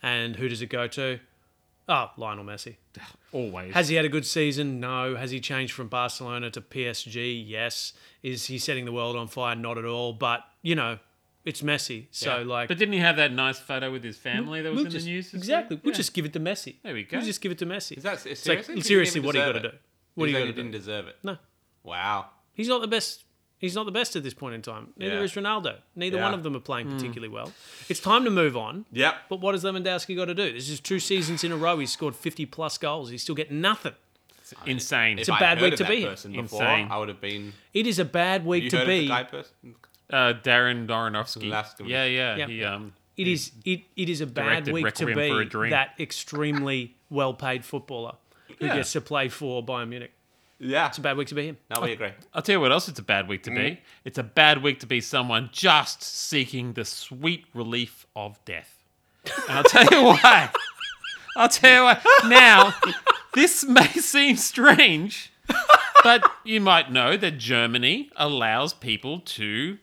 Speaker 2: And who does it go to? Oh, Lionel Messi.
Speaker 3: Always.
Speaker 2: Has he had a good season? No. Has he changed from Barcelona to PSG? Yes. Is he setting the world on fire? Not at all. But, you know, it's Messi. So,
Speaker 1: Yeah.
Speaker 2: like.
Speaker 3: But didn't he have that nice photo with his family that was
Speaker 2: we'll
Speaker 3: in
Speaker 2: just-
Speaker 3: the news? this
Speaker 2: Exactly.
Speaker 3: week?
Speaker 2: We'll
Speaker 3: Yeah.
Speaker 2: just give it to Messi.
Speaker 3: There we go.
Speaker 2: We'll just give it to Messi.
Speaker 1: Is that seriously?
Speaker 2: It's like,
Speaker 1: He didn't
Speaker 2: seriously,
Speaker 1: even
Speaker 2: what are you
Speaker 1: deserve
Speaker 2: got to do?
Speaker 1: it.
Speaker 2: What
Speaker 1: He's
Speaker 2: are
Speaker 1: saying
Speaker 2: you
Speaker 1: he
Speaker 2: got to
Speaker 1: didn't
Speaker 2: do?
Speaker 1: deserve it.
Speaker 2: No,
Speaker 1: Wow.
Speaker 2: he's not the best. He's not the best at this point in time. Neither
Speaker 1: Yeah.
Speaker 2: is Ronaldo. Neither
Speaker 1: Yeah. Hmm.
Speaker 2: one of them are playing particularly well. It's time to move on.
Speaker 1: Yep.
Speaker 2: But what has Lewandowski got to do? This is two seasons in a row. He's scored 50 plus goals. He's still getting nothing.
Speaker 3: insane.
Speaker 1: If
Speaker 2: a
Speaker 1: I'd
Speaker 2: bad
Speaker 1: heard
Speaker 2: week
Speaker 1: of
Speaker 2: to
Speaker 1: that
Speaker 2: be in.
Speaker 1: person before,
Speaker 3: Insane.
Speaker 1: I would have been.
Speaker 2: It is a bad week
Speaker 1: You
Speaker 2: to
Speaker 1: heard of the
Speaker 2: be.
Speaker 1: guy person?
Speaker 3: Uh, Darren Doronovsky.
Speaker 1: Last one.
Speaker 3: yeah, yeah.
Speaker 2: Yeah.
Speaker 3: He, um,
Speaker 2: It is it, it is a bad
Speaker 3: Directed
Speaker 2: week to
Speaker 3: Requiem for a
Speaker 2: be
Speaker 3: Dream.
Speaker 2: that extremely well paid footballer who
Speaker 3: Yeah.
Speaker 2: gets to play for Bayern Munich.
Speaker 1: Yeah.
Speaker 2: It's a bad week to be him.
Speaker 1: no, we agree.
Speaker 3: I'll tell you what else it's a bad week to be.
Speaker 2: Mm-hmm.
Speaker 3: It's a bad week to be someone just seeking the sweet relief of death. And I'll tell you why. I'll tell you why. Now, this may seem strange, but you might know that Germany allows people to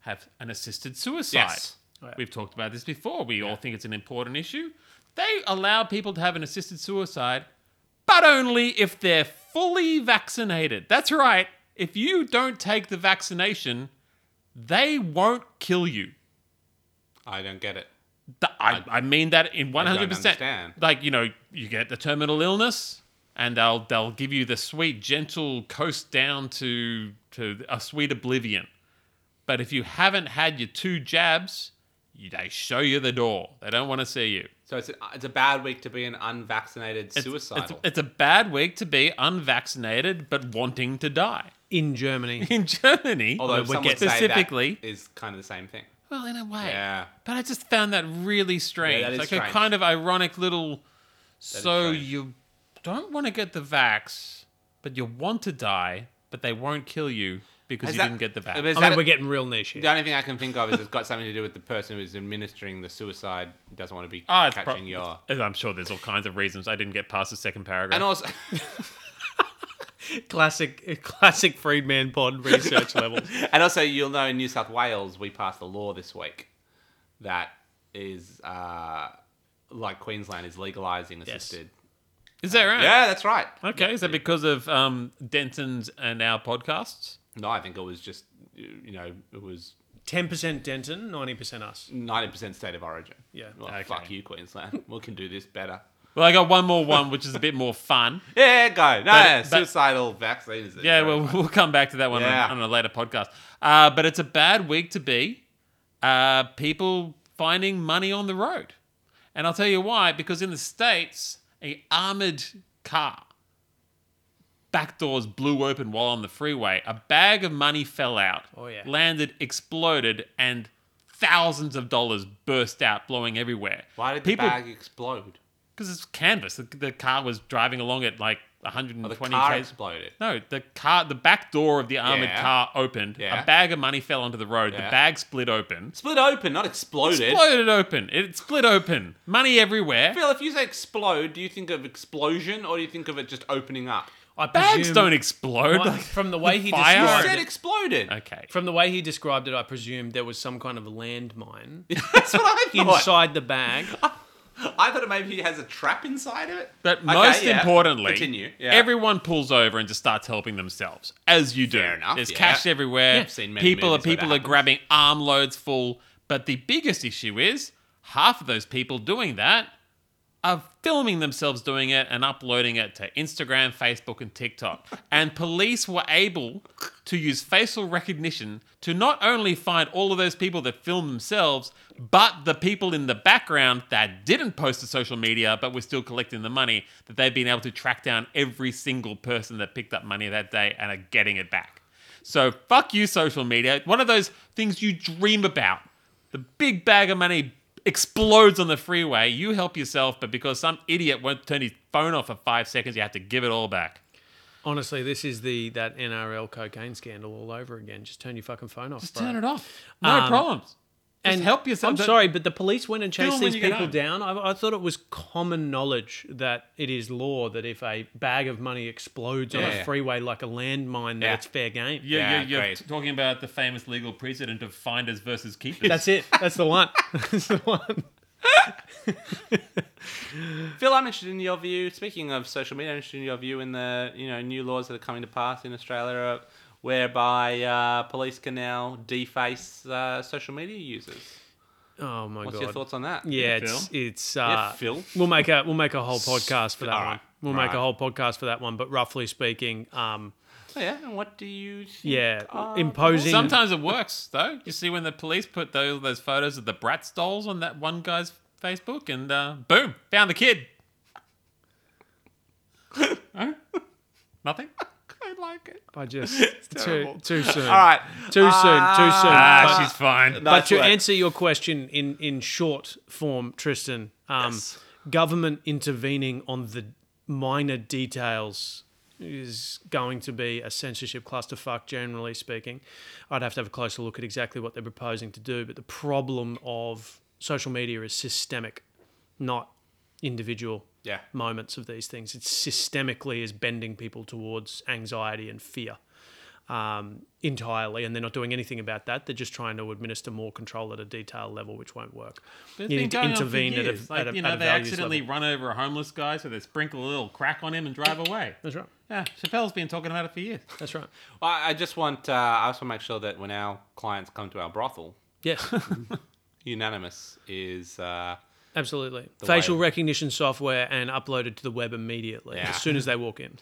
Speaker 3: have an assisted suicide.
Speaker 1: Yes.
Speaker 3: We've talked about this before. We all think it's an important issue. They allow people to have an assisted suicide but only if they're fully vaccinated. That's right. If you don't take the vaccination, they won't kill you.
Speaker 1: I don't get it.
Speaker 3: Th- I, I mean that in one hundred
Speaker 1: understand.
Speaker 3: percent. Like you know, you get the terminal illness, and they'll they'll give you the sweet gentle coast down to to a sweet oblivion. But if you haven't had your two jabs, you, they show you the door. They don't want to see you.
Speaker 1: So it's a, it's a bad week to be an unvaccinated
Speaker 3: It's-
Speaker 1: suicidal.
Speaker 3: It's, it's a bad week to be unvaccinated but wanting to die.
Speaker 2: In Germany.
Speaker 3: in Germany. uh,
Speaker 1: Although
Speaker 2: Although
Speaker 1: some
Speaker 2: we
Speaker 1: would
Speaker 2: get-
Speaker 1: say that
Speaker 3: specifically-
Speaker 1: is kind of the same thing.
Speaker 3: well, in a way.
Speaker 1: Yeah.
Speaker 3: But I just found that really strange.
Speaker 1: Yeah, that is
Speaker 3: like
Speaker 1: strange.
Speaker 3: a kind of ironic little. So
Speaker 1: strange.
Speaker 3: you don't want to get the vax, but you want to die, but they won't kill you because
Speaker 1: Is
Speaker 3: you
Speaker 1: that-
Speaker 3: didn't get the
Speaker 1: I
Speaker 3: vax.
Speaker 1: mean, is
Speaker 2: I mean,
Speaker 1: that-
Speaker 2: we're getting real niche here.
Speaker 1: the only thing I can think of is it's got something to do with the person who's administering the suicide doesn't want to be
Speaker 3: Ah, it's
Speaker 1: catching
Speaker 3: pro-
Speaker 1: your.
Speaker 3: and I'm sure there's all kinds of reasons I didn't get past the second paragraph.
Speaker 1: And also,
Speaker 2: Classic, classic Freedman Pod research level.
Speaker 1: and also, you'll know in New South Wales we passed a law this week that is uh, like Queensland is legalizing assisted.
Speaker 3: Is that right?
Speaker 1: Yeah, that's right.
Speaker 3: Okay. Is that because of um, Denton's and our podcasts?
Speaker 1: No, I think it was just you know it was
Speaker 2: Ten percent Denton, ninety percent us.
Speaker 1: ninety percent state of origin.
Speaker 2: Yeah.
Speaker 1: Well,
Speaker 3: Okay.
Speaker 1: fuck you, Queensland. we can do this better.
Speaker 3: Well, I got one more one, which is a bit more fun.
Speaker 1: Yeah, go. No, yeah,
Speaker 3: but-
Speaker 1: suicidal vaccines.
Speaker 3: Yeah, well, we'll come back to that one on-
Speaker 1: Yeah.
Speaker 3: on, a later podcast. Uh, but it's a bad week to be uh, people finding money on the road. And I'll tell you why, because in the States, a armored car backdoors blew open while on the freeway. A bag of money fell out,
Speaker 2: Oh, yeah.
Speaker 3: landed, exploded, and thousands of dollars burst out, blowing everywhere.
Speaker 1: why did
Speaker 3: people?
Speaker 1: the bag explode?
Speaker 3: Because it's canvas. The, the car was driving along at like
Speaker 1: Or Oh, the
Speaker 3: 120
Speaker 1: car
Speaker 3: k's.
Speaker 1: exploded.
Speaker 3: No, the car, the back door of the armored
Speaker 1: Yeah.
Speaker 3: car opened.
Speaker 1: Yeah.
Speaker 3: A bag of money fell onto the road.
Speaker 1: Yeah.
Speaker 3: The bag split open.
Speaker 1: Split open, not exploded.
Speaker 3: Exploded open. It split open. Money everywhere.
Speaker 1: Phil, if you say explode, do you think of explosion or do you think of it just opening up?
Speaker 2: I
Speaker 3: Bags
Speaker 2: presume-
Speaker 3: don't e- explode.
Speaker 2: Well,
Speaker 3: Like,
Speaker 2: from the way he
Speaker 3: fire-
Speaker 1: You
Speaker 3: No.
Speaker 1: said
Speaker 2: described it,
Speaker 1: exploded.
Speaker 3: okay.
Speaker 2: from the way he described it, I presumed there was some kind of landmine
Speaker 1: That's what I thought.
Speaker 2: inside the bag.
Speaker 1: I thought it maybe has a trap inside of it.
Speaker 3: But
Speaker 1: Okay,
Speaker 3: most
Speaker 1: yeah.
Speaker 3: importantly,
Speaker 1: continue. Yeah.
Speaker 3: everyone pulls over and just starts helping themselves, as you do.
Speaker 1: Fair enough,
Speaker 3: There's
Speaker 1: yeah.
Speaker 3: cash everywhere.
Speaker 1: I've seen many
Speaker 3: people are
Speaker 1: movies where that
Speaker 3: people are
Speaker 1: happens.
Speaker 3: grabbing armloads full. But the biggest issue is half of those people doing that are filming themselves doing it and uploading it to Instagram, Facebook, and TikTok. and police were able to use facial recognition to not only find all of those people that filmed themselves, but the people in the background that didn't post to social media but were still collecting the money, that they've been able to track down every single person that picked up money that day and are getting it back. So fuck you, social media. One of those things you dream about. The big bag of money explodes on the freeway. You help yourself, but because some idiot won't turn his phone off for five seconds, you have to give it all back.
Speaker 2: Honestly, this is the that NRL cocaine scandal all over again. Just turn your fucking phone off.
Speaker 3: Just
Speaker 2: bro.
Speaker 3: turn it off. No
Speaker 2: Um,
Speaker 3: problems. Just
Speaker 2: and
Speaker 3: help yourself.
Speaker 2: I'm
Speaker 3: Don't-
Speaker 2: sorry, but the police went and chased
Speaker 3: Film when
Speaker 2: these
Speaker 3: you get
Speaker 2: people
Speaker 3: home.
Speaker 2: down. I, I thought it was common knowledge that it is law that if a bag of money explodes on
Speaker 1: Yeah.
Speaker 2: a freeway like a landmine, that
Speaker 1: Yeah.
Speaker 2: it's fair game.
Speaker 3: Yeah,
Speaker 1: Yeah,
Speaker 3: you're, you're
Speaker 1: great.
Speaker 3: t- talking about the famous legal precedent of finders versus keepers.
Speaker 2: That's it. That's the one. That's the one.
Speaker 1: Phil, I'm interested in your view. Speaking of social media, I'm interested in your view in the you know new laws that are coming to pass in Australia, uh, whereby uh, police can now deface uh, social media users.
Speaker 2: Oh my
Speaker 1: What's
Speaker 2: god.
Speaker 1: your thoughts on that?
Speaker 2: Yeah,
Speaker 3: Phil?
Speaker 2: it's it's uh,
Speaker 1: Phil.
Speaker 2: We'll make a we'll make a whole podcast for that
Speaker 1: Alright,
Speaker 2: one. We'll make a
Speaker 1: alright.
Speaker 2: whole podcast for that one. But roughly speaking, um,
Speaker 1: Oh, yeah. And what do you? Think?
Speaker 2: yeah, imposing.
Speaker 3: Sometimes it works, though. You see, when the police put those, those photos of the Bratz dolls on that one guy's Facebook, and uh, boom, found the kid. No? Nothing?
Speaker 1: I like it.
Speaker 2: I just too
Speaker 1: terrible.
Speaker 2: too soon.
Speaker 1: All right.
Speaker 2: Too soon. Too soon.
Speaker 3: Ah,
Speaker 2: But-
Speaker 3: she's fine.
Speaker 2: but
Speaker 1: Nice
Speaker 2: to
Speaker 1: work.
Speaker 2: answer your question in in short form, Tristan, um,
Speaker 1: Yes.
Speaker 2: government intervening on the minor details is going to be a censorship clusterfuck. Generally speaking, I'd have to have a closer look at exactly what they're proposing to do. But the problem of social media is systemic, not individual
Speaker 1: Yeah.
Speaker 2: moments of these things. It systemically is bending people towards anxiety and fear um, entirely, and they're not doing anything about that. They're just trying to administer more control at a detail level, which won't work.
Speaker 3: But it's
Speaker 2: you
Speaker 3: been
Speaker 2: need to
Speaker 3: going on for
Speaker 2: intervene at a,
Speaker 3: years. like,
Speaker 2: at a,
Speaker 3: you know,
Speaker 2: at a
Speaker 3: they
Speaker 2: values
Speaker 3: accidentally
Speaker 2: level.
Speaker 3: run over a homeless guy, so they sprinkle a little crack on him and drive away.
Speaker 2: That's right.
Speaker 3: Yeah, Chappelle's been talking about it for years.
Speaker 2: That's right.
Speaker 1: Well, I I just want. Uh, I also make sure that when our clients come to our brothel,
Speaker 2: Yes,
Speaker 1: unanimous is. Uh,
Speaker 2: absolutely. Facial
Speaker 1: way-
Speaker 2: recognition software and uploaded to the web immediately
Speaker 1: Yeah.
Speaker 2: as soon as they walk in.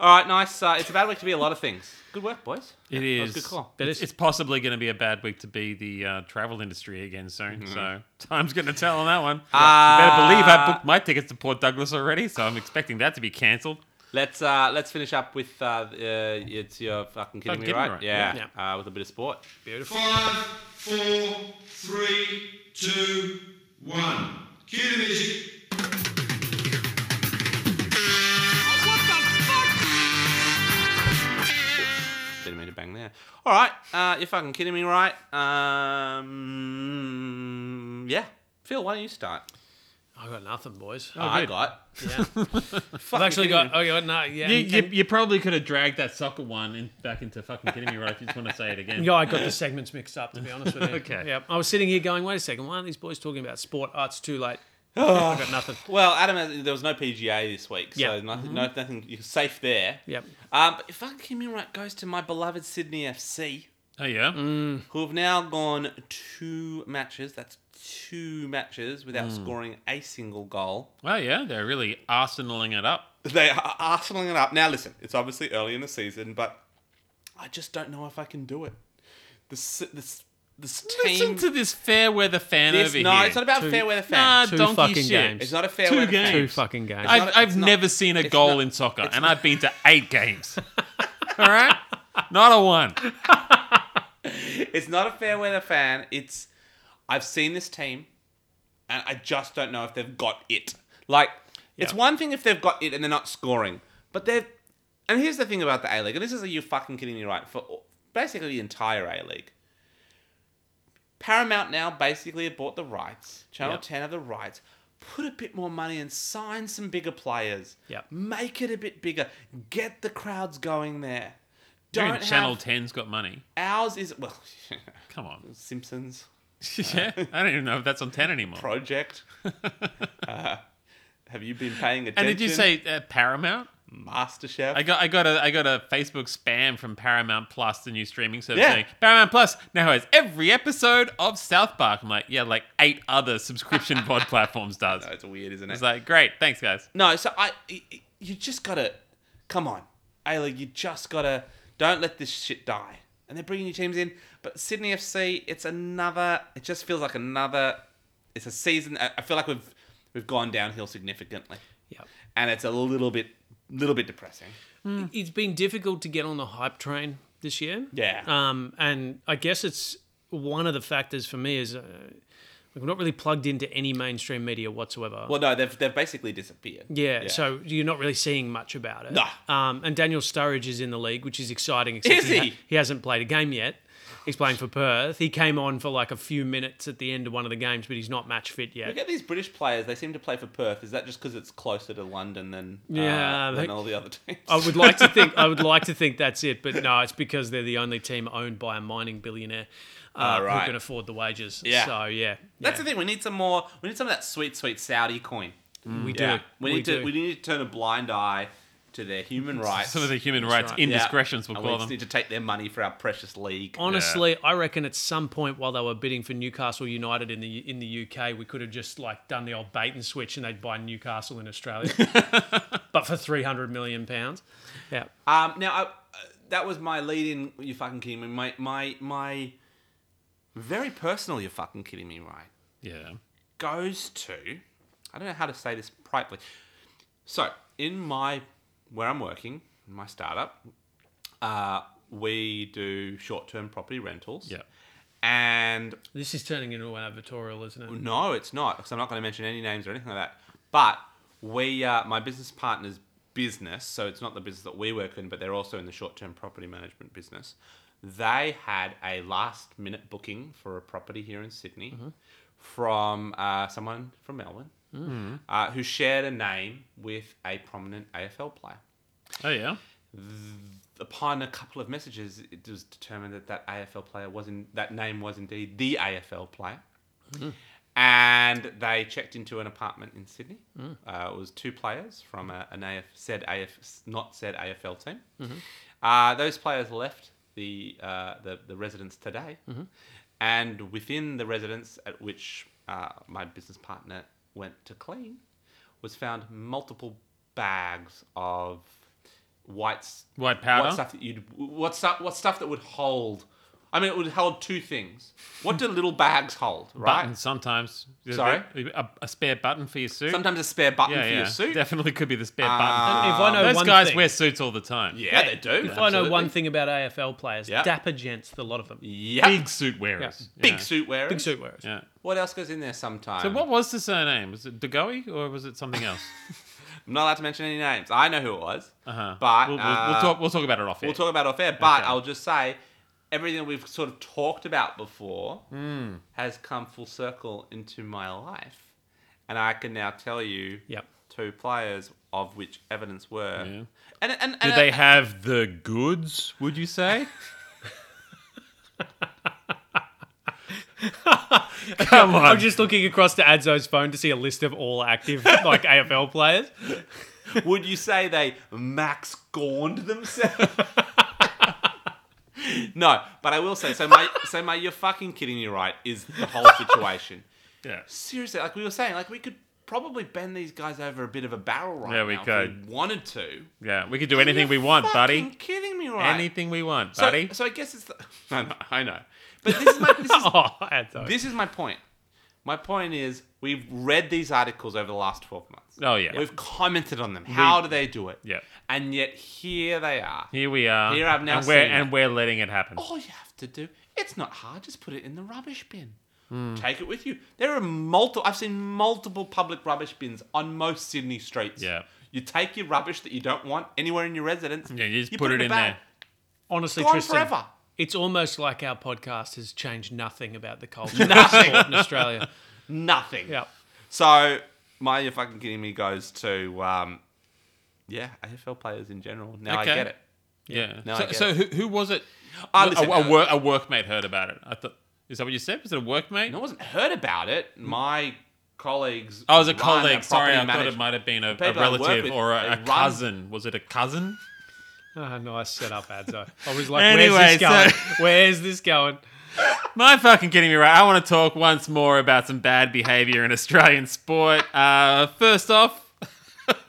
Speaker 1: all right, nice. Uh, it's a bad week to be a lot of things. Good work, boys.
Speaker 3: It
Speaker 1: That was
Speaker 3: is.
Speaker 1: a good call.
Speaker 2: That
Speaker 3: It's,
Speaker 2: is-
Speaker 3: it's possibly going to be a bad week to be the uh, travel industry again soon. So time's going to tell on that one. you better believe I booked my tickets to Port Douglas already, so I'm expecting that to be cancelled.
Speaker 1: Let's uh, let's finish up with uh, uh, it's your fucking kidding
Speaker 3: Fucking
Speaker 1: me,
Speaker 3: kidding
Speaker 1: right?
Speaker 3: me, right?
Speaker 1: Yeah, Uh, with a bit of sport.
Speaker 5: Five, four, three, two, one. Cue the music.
Speaker 1: Didn't mean to bang there. All right, uh, you're fucking kidding me, right? Um, yeah, Phil, why don't you start?
Speaker 2: I got nothing, boys.
Speaker 3: Oh,
Speaker 1: I got.
Speaker 2: Yeah. I've
Speaker 1: Fucking
Speaker 2: actually
Speaker 1: kidding
Speaker 2: got. I got no. Yeah,
Speaker 3: You,
Speaker 2: and-
Speaker 3: you,
Speaker 2: and-
Speaker 3: you probably could have dragged that soccer one in, back into fucking kidding me, right? If you just want to say it again.
Speaker 2: Yeah, I got the segments mixed up, to be honest with you.
Speaker 3: Okay.
Speaker 2: Yep. I was sitting here going, wait a second, why aren't these boys talking about sport? Oh, it's too late. I've got nothing.
Speaker 1: Well, Adam, uh, there was no PGA this week, so
Speaker 2: Yeah.
Speaker 3: Mm-hmm.
Speaker 1: nothing, no, nothing. You're safe there.
Speaker 2: Yep.
Speaker 1: Um, but if I can remember right, goes to my beloved Sydney FC,
Speaker 3: Oh yeah.
Speaker 1: who have now gone two matches. That's two matches without
Speaker 3: Mm.
Speaker 1: scoring a single goal.
Speaker 3: Well, yeah, they're really arsenaling it up.
Speaker 1: They are arsenaling it up. Now, listen, it's obviously early in the season, but I just don't know if I can do it. This, this, this
Speaker 3: Listen
Speaker 1: team.
Speaker 3: to this fair weather fan
Speaker 1: this,
Speaker 3: over
Speaker 1: no,
Speaker 3: here.
Speaker 1: it's not about fair weather
Speaker 3: Nah,
Speaker 1: fans.
Speaker 2: Two
Speaker 3: donkey
Speaker 2: fucking
Speaker 3: shit.
Speaker 2: games.
Speaker 1: it's not a fair
Speaker 3: two
Speaker 1: weather
Speaker 3: games.
Speaker 1: fan.
Speaker 2: Two fucking games.
Speaker 3: I've,
Speaker 1: not-
Speaker 3: I've
Speaker 1: it's not-
Speaker 3: never seen a
Speaker 1: it's
Speaker 3: goal
Speaker 1: not-
Speaker 3: in soccer, and I've been to eight games. All right, not a one.
Speaker 1: It's not a fair weather fan. It's I've seen this team, and I just don't know if they've got it. Like it's
Speaker 3: Yeah.
Speaker 1: one thing if they've got it and they're not scoring, but they've. And here's the thing about the A League, and this is a you fucking kidding me right for basically the entire A League. Paramount now basically have bought the rights. Channel
Speaker 3: Yep.
Speaker 1: Ten have the rights. Put a bit more money and sign some bigger players.
Speaker 2: Yep.
Speaker 1: Make it a bit bigger. Get the crowds going there.
Speaker 3: Even
Speaker 1: Don't
Speaker 3: Channel
Speaker 1: have,
Speaker 3: Ten's got money.
Speaker 1: ours is well
Speaker 3: Come on.
Speaker 1: Simpsons.
Speaker 3: yeah, I don't even know if that's on Ten anymore.
Speaker 1: project. uh, have you been paying attention?
Speaker 3: and did you say uh, Paramount?
Speaker 1: MasterChef?
Speaker 3: I got I got a I got a Facebook spam from Paramount Plus, the new streaming service,
Speaker 1: Yeah.
Speaker 3: saying Paramount Plus now has every episode of South Park. I'm like, yeah, like eight other subscription pod platforms does.
Speaker 1: no, it's weird, isn't it?
Speaker 3: It's like, great, thanks guys.
Speaker 1: no, so I, y- y- you just gotta, come on, Ayla, you just gotta, don't let this shit die. And they're bringing new teams in, but Sydney FC, it's another. It just feels like another. It's a season. I I feel like we've we've gone downhill significantly,
Speaker 2: Yep.
Speaker 1: and it's a little bit little bit depressing.
Speaker 2: It's been difficult to get on the hype train this year.
Speaker 1: Yeah.
Speaker 2: Um, and I guess it's one of the factors for me is uh, we're not really plugged into any mainstream media whatsoever.
Speaker 1: well, no, they've they've basically disappeared.
Speaker 2: yeah, so you're not really seeing much about it.
Speaker 1: No.
Speaker 2: Um, and Daniel Sturridge is in the league, which is exciting. except
Speaker 1: Is he?
Speaker 2: he hasn't played a game yet. He's playing for Perth. He came on for like a few minutes at the end of one of the games, but he's not match fit yet.
Speaker 1: Look at these British players. They seem to play for Perth. Is that just because it's closer to London than uh,
Speaker 2: Yeah,
Speaker 1: than
Speaker 2: they- Oh,
Speaker 1: all the other teams?
Speaker 2: I would like to think I would like to think that's it, but no, it's because they're the only team owned by a mining billionaire uh,
Speaker 1: Oh, right.
Speaker 2: who can afford the wages.
Speaker 1: Yeah.
Speaker 2: So yeah,
Speaker 1: That's
Speaker 2: yeah,
Speaker 1: the thing. We need some more. We need some of that sweet, sweet Saudi coin.
Speaker 2: we do.
Speaker 1: Yeah, we need to.
Speaker 2: do.
Speaker 1: We need to turn a blind eye to their human rights.
Speaker 3: Some of the human rights
Speaker 2: right.
Speaker 3: indiscretions,
Speaker 1: Yeah.
Speaker 3: we'll
Speaker 1: And we
Speaker 3: call
Speaker 1: just
Speaker 3: them.
Speaker 1: need to take their money for our precious league.
Speaker 2: Honestly, I reckon at some point while they were bidding for Newcastle United in the in the UK, we could have just like done the old bait and switch, and they'd buy Newcastle in Australia, but for three hundred million pounds. Yeah,
Speaker 1: Um, now, I, uh, that was my lead-in. You fucking kidding me? My my my. Very personal. You're fucking kidding me, right?
Speaker 3: Yeah.
Speaker 1: goes to I don't know how to say this properly. So in my where I'm working, in my startup, uh, we do short term property rentals.
Speaker 3: Yeah.
Speaker 1: And
Speaker 2: this is turning into an advertorial, isn't it?
Speaker 1: no, it's not because I'm not going to mention any names or anything like that. But we, uh, my business partner's business, so it's not the business that we work in, but they're also in the short term property management business. They had a last minute booking for a property here in Sydney from uh, someone from Melbourne uh, who shared a name with a prominent AFL player
Speaker 3: Oh yeah.
Speaker 1: upon a couple of messages, it was determined that that AFL player was in that name was indeed the AFL player, and they checked into an apartment in Sydney.
Speaker 3: Hmm.
Speaker 1: Uh, it was two players from a, an AF said AF not said AFL team.
Speaker 3: Mm-hmm.
Speaker 1: Uh, those players left the uh, the, the residence today,
Speaker 3: Mm-hmm.
Speaker 1: and within the residence at which uh, my business partner went to clean, was found multiple bags of white s-
Speaker 3: White powder?
Speaker 1: What stuff that you'd what stuff what stuff that would hold? I mean, it would hold two things. What do little bags hold? Right.
Speaker 3: Buttons sometimes.
Speaker 1: Sorry?
Speaker 3: A, a spare button for your suit.
Speaker 1: Sometimes a spare button
Speaker 3: yeah,
Speaker 1: for
Speaker 3: yeah.
Speaker 1: your suit.
Speaker 3: Definitely could be the spare
Speaker 1: Ah.
Speaker 3: button.
Speaker 2: If I know
Speaker 3: Those
Speaker 2: one
Speaker 3: guys
Speaker 2: thing-
Speaker 3: wear suits all the time.
Speaker 1: Yeah, they do.
Speaker 2: If I know
Speaker 1: absolutely.
Speaker 2: one thing about AFL players,
Speaker 1: Yeah.
Speaker 2: dapper gents, the lot of them,
Speaker 1: Yep.
Speaker 3: Big suit wearers.
Speaker 1: big
Speaker 3: Yeah.
Speaker 1: suit wearer.
Speaker 2: big suit wearers.
Speaker 3: Yeah.
Speaker 1: What else goes in there? Sometimes.
Speaker 3: So what was the surname? Was it Degoe or was it something else?
Speaker 1: I'm not allowed to mention any names. I know who it was.
Speaker 3: Uh-huh.
Speaker 1: But
Speaker 3: we'll, we'll,
Speaker 1: uh,
Speaker 3: we'll talk. We'll talk about it off. air.
Speaker 1: We'll talk about it off air, but
Speaker 3: Okay.
Speaker 1: I'll just say everything we've sort of talked about before
Speaker 3: Hmm.
Speaker 1: has come full circle into my life. And I can now tell you
Speaker 2: Yep.
Speaker 1: two players of which evidence were.
Speaker 3: Yeah.
Speaker 1: And, and, and
Speaker 3: Do they have the goods? Would you say? Come on.
Speaker 2: I'm just looking across to Adzo's phone to see a list of all active like AFL players.
Speaker 1: Would you say they max gorned themselves? no, but I will say so. My so my, you're fucking kidding me, right? Is the whole situation
Speaker 3: yeah.
Speaker 1: seriously like we were saying? Like we could probably bend these guys over a bit of a barrel right
Speaker 3: Yeah, we
Speaker 1: now if
Speaker 3: could.
Speaker 1: we wanted to.
Speaker 3: Yeah. We could do anything we want,
Speaker 1: Fucking
Speaker 3: buddy.
Speaker 1: kidding me, right?
Speaker 3: Anything we want,
Speaker 1: so,
Speaker 3: buddy.
Speaker 1: So I guess it's the. I know, I know. but this is my this is,
Speaker 2: Oh, Adzo.
Speaker 1: this is my point. My point is we've read these articles over the last twelve months.
Speaker 3: oh yeah.
Speaker 1: We've commented on them. How do they do it?
Speaker 3: Yeah.
Speaker 1: And yet here they are.
Speaker 3: Here we are.
Speaker 1: Here I've now
Speaker 3: and we're
Speaker 1: seen
Speaker 3: and
Speaker 1: it. Oh,
Speaker 3: we're letting it happen.
Speaker 1: All you have to do, it's not hard, just put it in the rubbish bin.
Speaker 3: Hmm.
Speaker 1: Take it with you. There are multiple, I've seen multiple public rubbish bins on most Sydney streets.
Speaker 3: Yeah.
Speaker 1: You take your rubbish that you don't want anywhere in your residence.
Speaker 3: Yeah, you just put, it
Speaker 1: a
Speaker 3: in
Speaker 1: bag.
Speaker 3: there.
Speaker 2: Honestly,
Speaker 1: Gone
Speaker 2: Tristan,
Speaker 1: forever.
Speaker 2: it's almost like our podcast has changed nothing about the culture of sport in Australia.
Speaker 1: Nothing.
Speaker 2: Yeah.
Speaker 1: So, my You're Fucking Kidding Me goes to, um, yeah, AFL players in general. Now
Speaker 3: Okay.
Speaker 1: I get it.
Speaker 3: Yeah.
Speaker 1: No, I
Speaker 3: so
Speaker 1: get
Speaker 3: so who, who was it?
Speaker 1: Ah,
Speaker 3: a,
Speaker 1: listen,
Speaker 3: a,
Speaker 1: uh,
Speaker 3: wor- a workmate heard about it. I thought. Is that what you said? Was it a workmate?
Speaker 1: And I wasn't heard about it. My colleagues.
Speaker 3: Oh, it was a
Speaker 1: run
Speaker 3: colleague.
Speaker 1: property
Speaker 3: Sorry, I thought
Speaker 1: manage-
Speaker 3: it might have been a,
Speaker 1: people
Speaker 3: a
Speaker 1: I work
Speaker 3: relative
Speaker 1: with,
Speaker 3: or
Speaker 1: they
Speaker 3: a, a
Speaker 1: run-
Speaker 3: cousin. Was it a cousin?
Speaker 2: Ah, nice setup, Adzo. I was like,
Speaker 3: Anyway,
Speaker 2: where's this going?
Speaker 3: so-
Speaker 2: Where's this going?
Speaker 3: My fucking kidding me right. I want to talk once more about some bad behaviour in Australian sport. Uh, first off,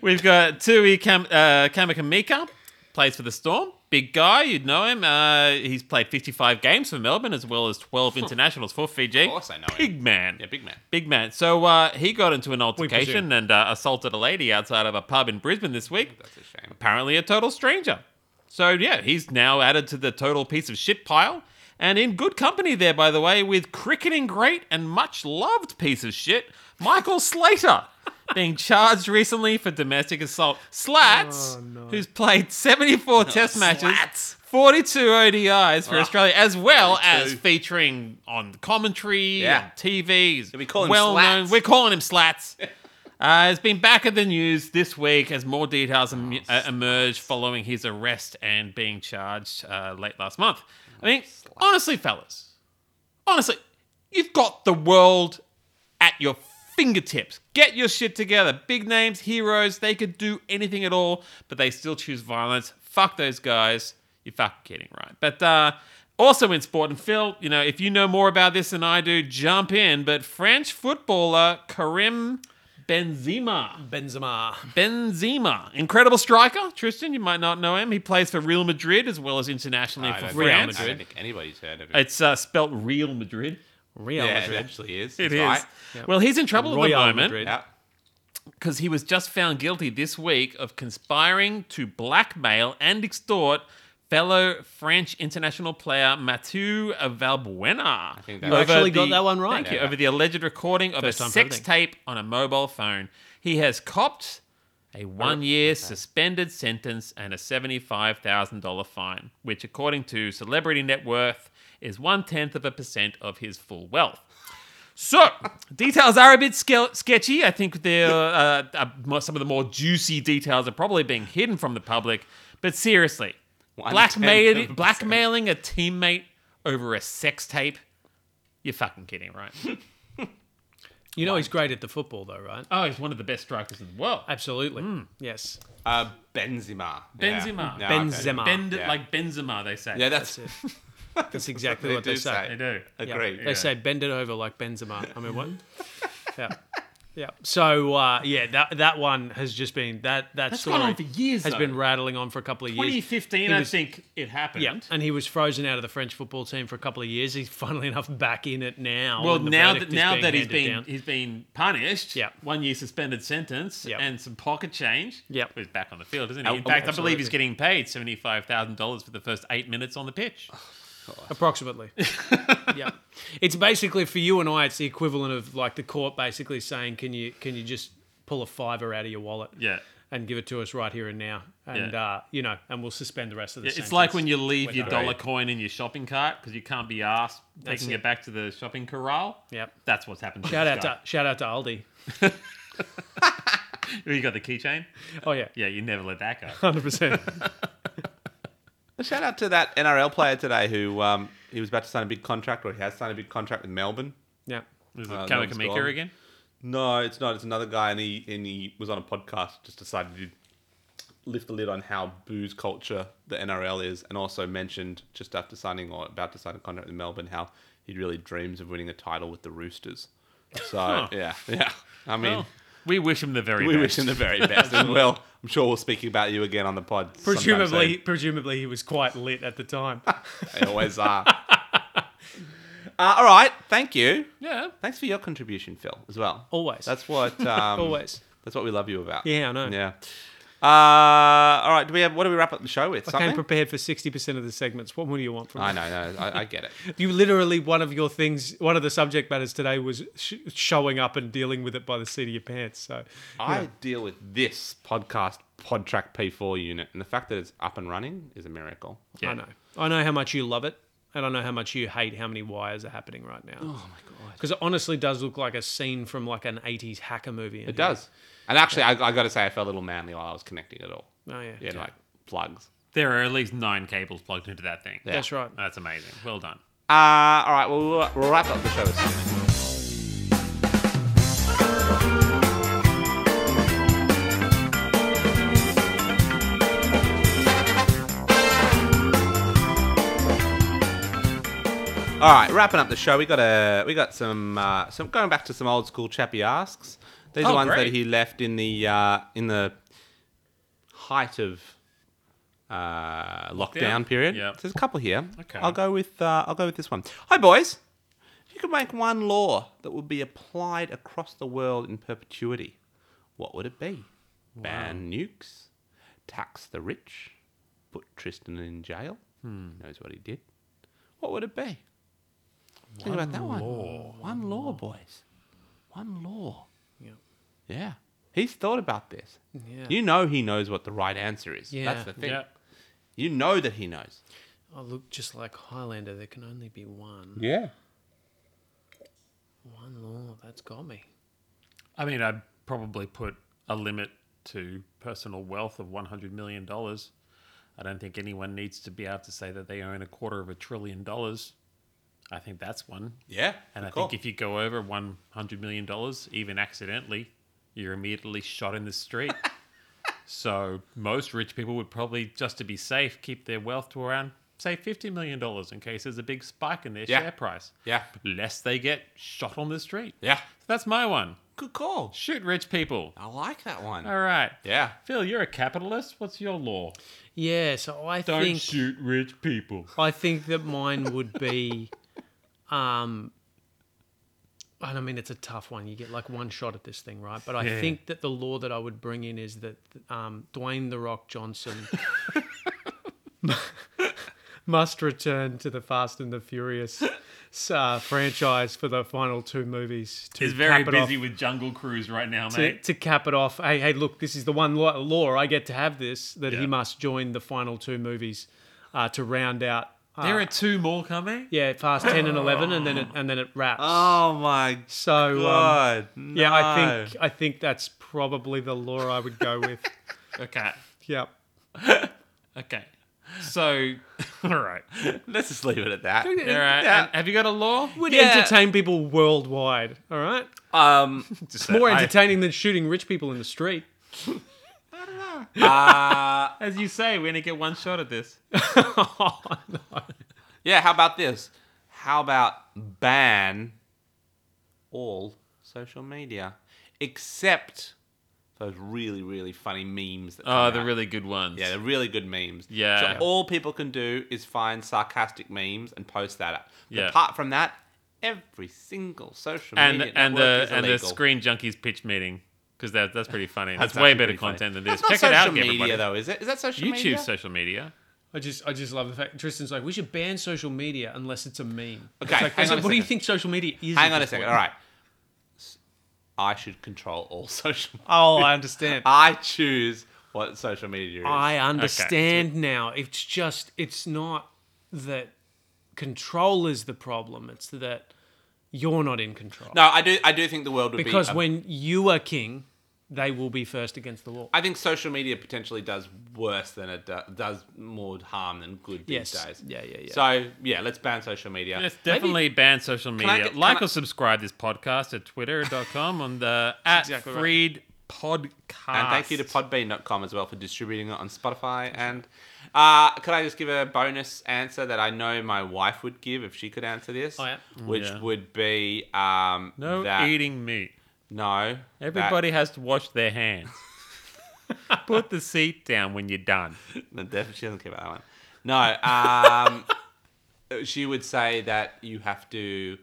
Speaker 3: we've got Tui Kam- uh, Kamakamika, plays for the Storm. Big guy, you'd know him. Uh, he's played 55 games for Melbourne as well as 12 internationals for Fiji. Of
Speaker 1: course I know him.
Speaker 3: Big man.
Speaker 1: Yeah, big man.
Speaker 3: Big man. So uh, he got into an
Speaker 2: presume.
Speaker 3: altercation and uh, assaulted a lady outside of a pub in Brisbane this week.
Speaker 1: That's a shame.
Speaker 3: Apparently, a total stranger. So yeah, he's now added to the total piece of shit pile, and in good company there, by the way, with cricketing great and much loved piece of shit, Michael Slater, being charged recently for domestic assault. Slats, who's played 74 Test matches, 42 ODIs for Australia, as well as
Speaker 1: 42.
Speaker 3: featuring on commentary,
Speaker 1: Yeah.
Speaker 3: on TVs.
Speaker 1: we call him
Speaker 3: well-known-
Speaker 1: Slats.
Speaker 3: We're calling him Slats. Uh, has been back in the news this week as more details em- uh, emerge following his arrest and being charged uh, late last month. I mean, honestly, fellas, honestly, you've got the world at your fingertips. Get your shit together. Big names, heroes, they could do anything at all, but they still choose violence. Fuck those guys. You're fucking kidding, right? But uh, also in sport, and Phil, you know, if you know more about this than I do, jump in. But French footballer Karim Benzema.
Speaker 2: Benzema.
Speaker 3: Benzema, incredible striker. Tristan, you might not know him. He plays for Real Madrid as well as internationally
Speaker 1: I
Speaker 3: for
Speaker 1: don't
Speaker 2: Real
Speaker 3: France.
Speaker 1: I don't
Speaker 2: Madrid.
Speaker 1: think anybody's heard of it.
Speaker 3: It's uh, spelt Real Madrid.
Speaker 2: Real
Speaker 1: yeah, it
Speaker 2: Madrid.
Speaker 1: actually is.
Speaker 3: It
Speaker 1: It's
Speaker 3: is.
Speaker 1: right.
Speaker 3: Well, he's in trouble at the
Speaker 2: Royal
Speaker 3: moment
Speaker 2: Madrid.
Speaker 1: Yeah.
Speaker 3: because he was just found guilty this week of conspiring to blackmail and extort fellow French international player Mathieu Valbuena.
Speaker 1: think that-
Speaker 2: You
Speaker 3: over
Speaker 2: actually got
Speaker 3: the-
Speaker 2: that one right.
Speaker 3: Thank you.
Speaker 1: Yeah.
Speaker 3: Over the alleged recording of
Speaker 2: First
Speaker 3: a
Speaker 2: time for
Speaker 3: sex
Speaker 2: everything.
Speaker 3: tape on a mobile phone. He has copped a one year suspended sentence and a $75,000 fine, which, according to Celebrity Net Worth, is one tenth of a percent of his full wealth. So, details are a bit ske- sketchy. I think they're, uh, are mo- some of the more juicy details are probably being hidden from the public. But seriously,
Speaker 1: One tenth of
Speaker 3: blackmail-
Speaker 1: a
Speaker 3: blackmailing a teammate over a sex tape. You're fucking kidding, right?
Speaker 2: You know he's great at the football though, right?
Speaker 3: Oh, he's one of the best strikers in the world.
Speaker 2: Absolutely.
Speaker 3: Hmm.
Speaker 2: Yes.
Speaker 1: Uh, Benzema. Yeah.
Speaker 3: Benzema.
Speaker 1: No, okay.
Speaker 2: Benzema.
Speaker 3: Bend
Speaker 1: Yeah.
Speaker 3: like Benzema, they say.
Speaker 1: Yeah, that's,
Speaker 2: That's it. That's exactly
Speaker 1: They
Speaker 2: what they
Speaker 1: do
Speaker 2: say.
Speaker 3: they
Speaker 1: say.
Speaker 3: do.
Speaker 2: Yeah.
Speaker 1: Agree.
Speaker 2: They say bend it over like Benzema. I mean, what? yeah. Yeah. So uh, yeah, that that one has just been that that
Speaker 3: That's
Speaker 2: story
Speaker 3: gone on for years.
Speaker 2: has
Speaker 3: though.
Speaker 2: been rattling on for a couple of years.
Speaker 3: 2015,
Speaker 2: He
Speaker 3: I
Speaker 2: was-
Speaker 3: think it happened.
Speaker 2: Yeah, and he was frozen out of the French football team for a couple of years. He's funnily enough back in it now.
Speaker 3: Well,
Speaker 2: and the
Speaker 3: now that
Speaker 2: verdict is
Speaker 3: now
Speaker 2: being
Speaker 3: that he's
Speaker 2: handed
Speaker 3: been
Speaker 2: down.
Speaker 3: he's been punished,
Speaker 2: Yeah.
Speaker 3: one year suspended sentence
Speaker 2: Yeah.
Speaker 3: and some pocket change.
Speaker 2: Yeah.
Speaker 3: he's back on the field, isn't he? In
Speaker 1: Oh,
Speaker 3: fact, I believe he's
Speaker 2: absolutely.
Speaker 3: getting paid seventy five thousand dollars for the first eight minutes on the pitch.
Speaker 1: Oh.
Speaker 2: approximately, yeah, it's basically for you and I. It's the equivalent of like the court basically saying, "Can you can you just pull a fiver out of your wallet
Speaker 3: Yeah,
Speaker 2: and give it to us right here and now?" And
Speaker 3: Yeah.
Speaker 2: uh, you know, and we'll suspend the rest of the.
Speaker 3: it's like when
Speaker 2: sentence.
Speaker 3: you leave your
Speaker 2: Right.
Speaker 3: dollar coin in your shopping cart because you can't be asked
Speaker 2: That's
Speaker 3: taking
Speaker 2: it.
Speaker 3: it. back to the shopping corral.
Speaker 2: Yep.
Speaker 3: that's what's happened.
Speaker 2: Shout
Speaker 3: this
Speaker 2: out to shout out to Aldi.
Speaker 3: guy. you got the keychain.
Speaker 2: Oh yeah,
Speaker 3: Yeah, you never let that go.
Speaker 2: hundred percent.
Speaker 1: Shout out to that NRL player today who um, he was about to sign a big contract, or he has signed a big contract with Melbourne.
Speaker 2: Yeah.
Speaker 3: Is it
Speaker 1: Uh,
Speaker 3: Kama
Speaker 1: Melbourne's
Speaker 3: Kamika
Speaker 1: gone.
Speaker 3: again?
Speaker 1: No, it's not. It's another guy, and he and he was on a podcast. Just decided to lift the lid on how booze culture the NRL is, and also mentioned just after signing or about to sign a contract with Melbourne how he really dreams of winning a title with the Roosters. So yeah, yeah.
Speaker 2: Oh.
Speaker 1: I mean,
Speaker 3: Well, Oh. we wish him the very
Speaker 1: we
Speaker 3: best.
Speaker 1: wish him the very best, and well, I'm sure we'll speak about you again on the pod. sometime
Speaker 2: Presumably,
Speaker 1: soon.
Speaker 2: presumably he was quite lit at the time.
Speaker 1: They always are. uh, all right. Thank you.
Speaker 3: yeah.
Speaker 1: Thanks for your contribution, Phil, as well.
Speaker 2: Always.
Speaker 1: That's what. Um,
Speaker 2: Always.
Speaker 1: That's what we love you about.
Speaker 2: Yeah, I know.
Speaker 1: Yeah. Uh, all right. Do we have? What do we wrap up the show with?
Speaker 2: I came
Speaker 1: Something.
Speaker 2: prepared for sixty percent of the segments. What more do you want from me?
Speaker 1: I know. No, I, I get it.
Speaker 2: You literally one of your things, one of the subject matters today was sh- showing up and dealing with it by the seat of your pants. So
Speaker 1: I deal with this podcast PodTrack P4 unit, and the fact that it's up and running is a miracle.
Speaker 3: yeah.
Speaker 2: I know, I know how much you love it, and I know how much you hate how many wires are happening right now. Oh my god! Because it honestly does look like a scene from like an '80s hacker movie.
Speaker 1: It does. And actually, I, I got to say, I felt a little manly while I was connecting it all.
Speaker 2: Oh yeah.
Speaker 1: Yeah, like plugs.
Speaker 3: There are at least nine cables plugged into that thing.
Speaker 2: That's right.
Speaker 3: That's amazing. Well done.
Speaker 1: Uh, all right. Well, we'll, we'll wrap up the show with something. All right, wrapping up the show, we got a we got some uh, some going back to some old school chappy asks. These are
Speaker 3: Oh,
Speaker 1: ones
Speaker 3: great.
Speaker 1: that he left in the uh, in the height of uh, lockdown
Speaker 3: Lockdown.
Speaker 1: period.
Speaker 3: Yep.
Speaker 1: There's a couple here.
Speaker 3: Okay.
Speaker 1: I'll go with uh, I'll go with this one. Hi boys, if you could make one law that would be applied across the world in perpetuity, what would it be? Ban nukes, tax the rich, put Tristan in jail. Knows what he did. What would it be? Think about that one. One law, boys. One law.
Speaker 2: Yep.
Speaker 1: Yeah. He's thought about this.
Speaker 2: Yeah.
Speaker 1: You know he knows what the right answer is.
Speaker 2: Yeah.
Speaker 1: That's the thing.
Speaker 3: Yeah.
Speaker 1: You know that he knows.
Speaker 2: I look just like Highlander. There can only be one.
Speaker 1: Yeah.
Speaker 2: One law. That's got me.
Speaker 3: I mean, I'd probably put a limit to personal wealth of $100 million. I don't think anyone needs to be able to say that they own a quarter of a trillion dollars. I think that's one.
Speaker 1: Yeah.
Speaker 3: And I
Speaker 1: cool.
Speaker 3: think if you go over $100 million, even accidentally, you're immediately shot in the street. so most rich people would probably, just to be safe, keep their wealth to around, say, $50 million in case there's a big spike in their
Speaker 1: Yeah.
Speaker 3: share price,
Speaker 1: Yeah.
Speaker 3: lest they get shot on the street.
Speaker 1: Yeah.
Speaker 3: That's my one.
Speaker 1: Good call.
Speaker 3: Shoot rich people.
Speaker 1: I like that one.
Speaker 3: All right.
Speaker 1: Yeah.
Speaker 3: Phil, you're a capitalist. What's your law?
Speaker 2: Yeah. So I
Speaker 3: Don't
Speaker 2: think
Speaker 3: shoot rich people.
Speaker 2: I think that mine would be, um, and I mean it's a tough one. You get like one shot at this thing, right? But I
Speaker 3: Yeah.
Speaker 2: think that the law that I would bring in is that um, Dwayne the Rock Johnson must return to the Fast and the Furious uh, franchise for the final two movies. To
Speaker 3: He's very
Speaker 2: cap it off-
Speaker 3: busy with Jungle Cruise right now,
Speaker 2: to,
Speaker 3: mate.
Speaker 2: to cap it off, hey, hey, look, this is the one law, law I get to have this that
Speaker 3: Yeah.
Speaker 2: he must join the final two movies uh, to round out.
Speaker 1: Ah.
Speaker 2: Uh,
Speaker 3: There are two more coming.
Speaker 2: yeah, fast ten and eleven, and then it, and then it wraps.
Speaker 1: Oh my
Speaker 2: so um,
Speaker 1: god.
Speaker 2: yeah, I think I think that's probably the law I would go with.
Speaker 3: Okay.
Speaker 2: yeah,
Speaker 3: Okay. So, all right.
Speaker 1: Let's just leave it at that.
Speaker 3: All right.
Speaker 1: Yeah.
Speaker 3: And have you got a law?
Speaker 2: would
Speaker 1: Yeah.
Speaker 2: entertain people worldwide. All right,
Speaker 1: Um,
Speaker 3: Just
Speaker 2: more
Speaker 3: that I-
Speaker 2: entertaining than shooting rich people in the street.
Speaker 3: As you say, we only get one shot at this.
Speaker 1: yeah. How about this? How about ban all social media except those really really funny memes? That
Speaker 3: Oh,
Speaker 1: come
Speaker 3: the
Speaker 1: out.
Speaker 3: really good ones.
Speaker 1: Yeah, they're really good memes.
Speaker 3: Yeah.
Speaker 1: So all people can do is find sarcastic memes and post that up. But
Speaker 3: Yeah.
Speaker 1: Apart from that, every single social
Speaker 3: And
Speaker 1: media
Speaker 3: and
Speaker 1: network
Speaker 3: the
Speaker 1: is
Speaker 3: and the
Speaker 1: illegal.
Speaker 3: screen junkies pitch meeting because that that's pretty funny. That's,
Speaker 1: That's
Speaker 3: way
Speaker 1: actually
Speaker 3: better
Speaker 1: pretty funny.
Speaker 3: content than this.
Speaker 1: That's not
Speaker 3: Check it out,
Speaker 1: social media
Speaker 3: everybody.
Speaker 1: though, is it? Is that social
Speaker 3: YouTube
Speaker 1: media?
Speaker 3: social media.
Speaker 2: I just I just love the fact Tristan's like we should ban social media unless it's a meme.
Speaker 1: Okay,
Speaker 2: It's like,
Speaker 1: hang
Speaker 2: it's
Speaker 1: on a
Speaker 2: like, what do you
Speaker 1: second.
Speaker 2: think social media is?
Speaker 1: Hang
Speaker 2: at
Speaker 1: on a
Speaker 2: this
Speaker 1: second.
Speaker 2: point?
Speaker 1: All right. S- I should control all social.
Speaker 2: Oh, I understand.
Speaker 1: I choose what social media is.
Speaker 2: I understand now. It's just it's not that control is the problem. It's that you're not in control.
Speaker 1: no, I do. I do think the world would
Speaker 2: because
Speaker 1: be a-
Speaker 2: when you are king, they will be first against the wall.
Speaker 1: I think social media potentially does worse than it do- does more harm than good these
Speaker 2: Yes.
Speaker 1: days.
Speaker 2: Yeah, yeah, yeah.
Speaker 1: So yeah, let's ban social media.
Speaker 3: Yes, definitely ban social
Speaker 1: I-
Speaker 3: media.
Speaker 1: can
Speaker 3: like
Speaker 1: I-
Speaker 3: or subscribe this podcast at twitter.com on the at
Speaker 2: exactly right.
Speaker 3: Freed Podcast.
Speaker 1: And thank you to podbean.com as well for distributing it on Spotify. And uh, could I just give a bonus answer that I know my wife would give if she could answer this?
Speaker 2: Oh, yeah.
Speaker 1: Which
Speaker 3: Mm, Yeah.
Speaker 1: would be um,
Speaker 3: No
Speaker 1: that-
Speaker 3: eating meat.
Speaker 1: No. that-
Speaker 3: Everybody has to wash their hands. Put the seat down when you're done.
Speaker 1: No, definitely, she doesn't care about that one. No. Um, she would say that you have to.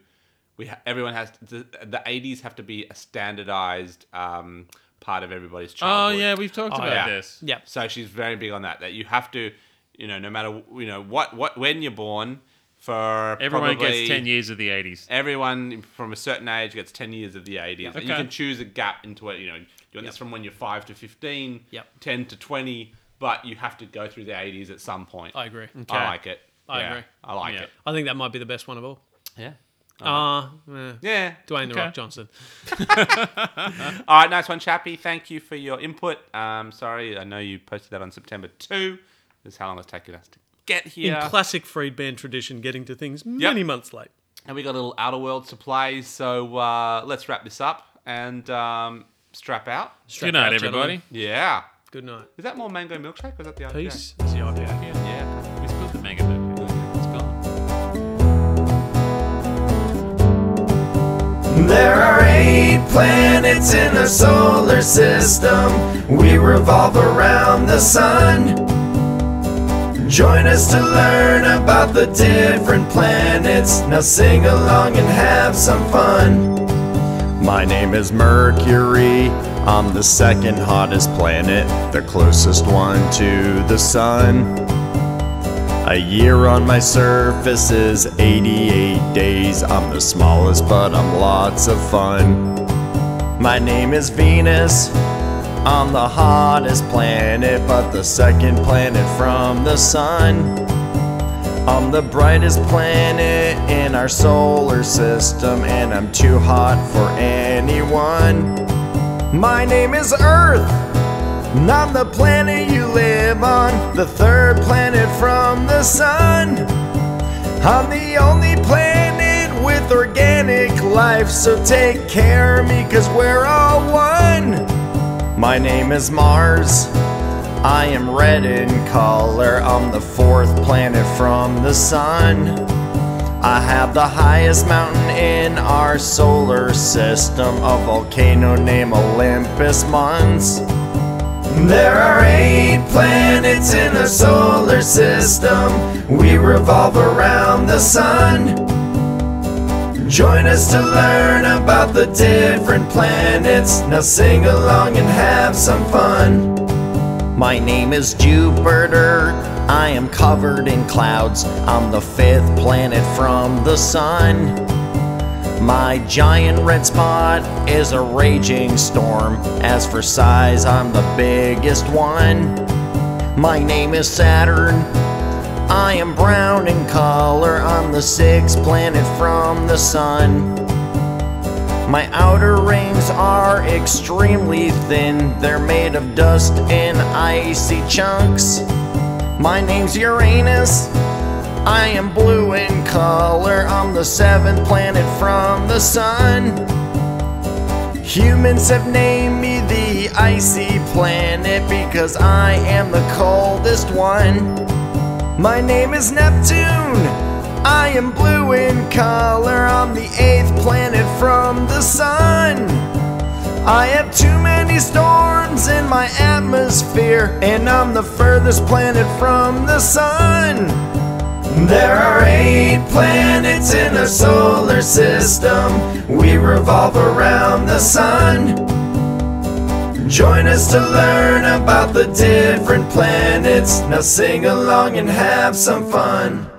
Speaker 1: We ha- everyone has to, the eighties have to be a standardized um, part of everybody's
Speaker 3: Oh
Speaker 1: childhood.
Speaker 3: yeah, we've talked about
Speaker 1: yeah.
Speaker 3: this.
Speaker 2: Yep.
Speaker 1: So she's very big on that. That you have to, you know, no matter you know what what when you're born, for
Speaker 3: Everyone
Speaker 1: probably-
Speaker 3: gets ten years of the eighties.
Speaker 1: Everyone from a certain age gets ten years of the eighties. And You
Speaker 3: Okay.
Speaker 1: can choose a gap into it. You know, you want this from when you're five to fifteen,
Speaker 2: Yep.
Speaker 1: ten to twenty, but you have to go through the eighties at some point.
Speaker 2: I agree.
Speaker 1: I like it.
Speaker 2: I
Speaker 1: Yeah,
Speaker 2: agree.
Speaker 1: I like
Speaker 3: Yeah.
Speaker 1: it.
Speaker 2: I think that might be the best one of all.
Speaker 1: Yeah.
Speaker 2: Ah, eh,
Speaker 1: Yeah.
Speaker 2: Dwayne the
Speaker 3: Okay.
Speaker 2: Rock Johnson.
Speaker 1: All right, nice one, Chappie. Thank you for your input. Um, sorry, I know you posted that on September two. This is how long it's taken us to get here.
Speaker 2: In classic Freed band tradition, getting to things many months late.
Speaker 1: And we got a little Outer Worlds to play, so uh, let's wrap this up and um, strap out.
Speaker 2: Strap
Speaker 3: Good night,
Speaker 2: out, gentlemen.
Speaker 3: everybody.
Speaker 1: Yeah.
Speaker 2: Good night.
Speaker 1: Is that more mango milkshake or is that the IPA?
Speaker 2: Peace. It's the IPA.
Speaker 3: We spilled the mega milk. It's gone.
Speaker 4: There are eight planets in our solar system. We revolve around the sun. Join us to learn about the different planets. Now sing along and have some fun. My name is Mercury. I'm the second hottest planet, the closest one to the sun. A year on my surface is 88 days. I'm the smallest, but I'm lots of fun. My name is Venus. I'm the hottest planet, but the second planet from the sun. I'm the brightest planet in our solar system, and I'm too hot for anyone. My name is Earth. And I'm the planet you live on, the third planet from the sun. I'm the only planet with organic life, so take care of me, cause we're all one. My name is Mars. I am red in color. I'm the fourth planet from the sun. I have the highest mountain in our solar system, a volcano named Olympus Mons. There are eight planets in our solar system. We revolve around the sun. Join us to learn about the different planets. Now sing along and have some fun. My name is Jupiter. I am covered in clouds. I'm the fifth planet from the sun. My giant red spot is a raging storm. As for size, I'm the biggest one. My name is Saturn. I am brown in color. I'm the sixth planet from the sun. My outer rings are extremely thin. They're made of dust and icy chunks. My name's Uranus. I am blue in color. I'm the seventh planet from the sun. Humans have named me the icy planet because I am the coldest one. My name is Neptune. I am blue in color. I'm the eighth planet from the sun. I have too many storms in my atmosphere, and I'm the furthest planet from the sun. There are eight planets in our solar system. We revolve around the sun. Join us to learn about the different planets. Now sing along and have some fun.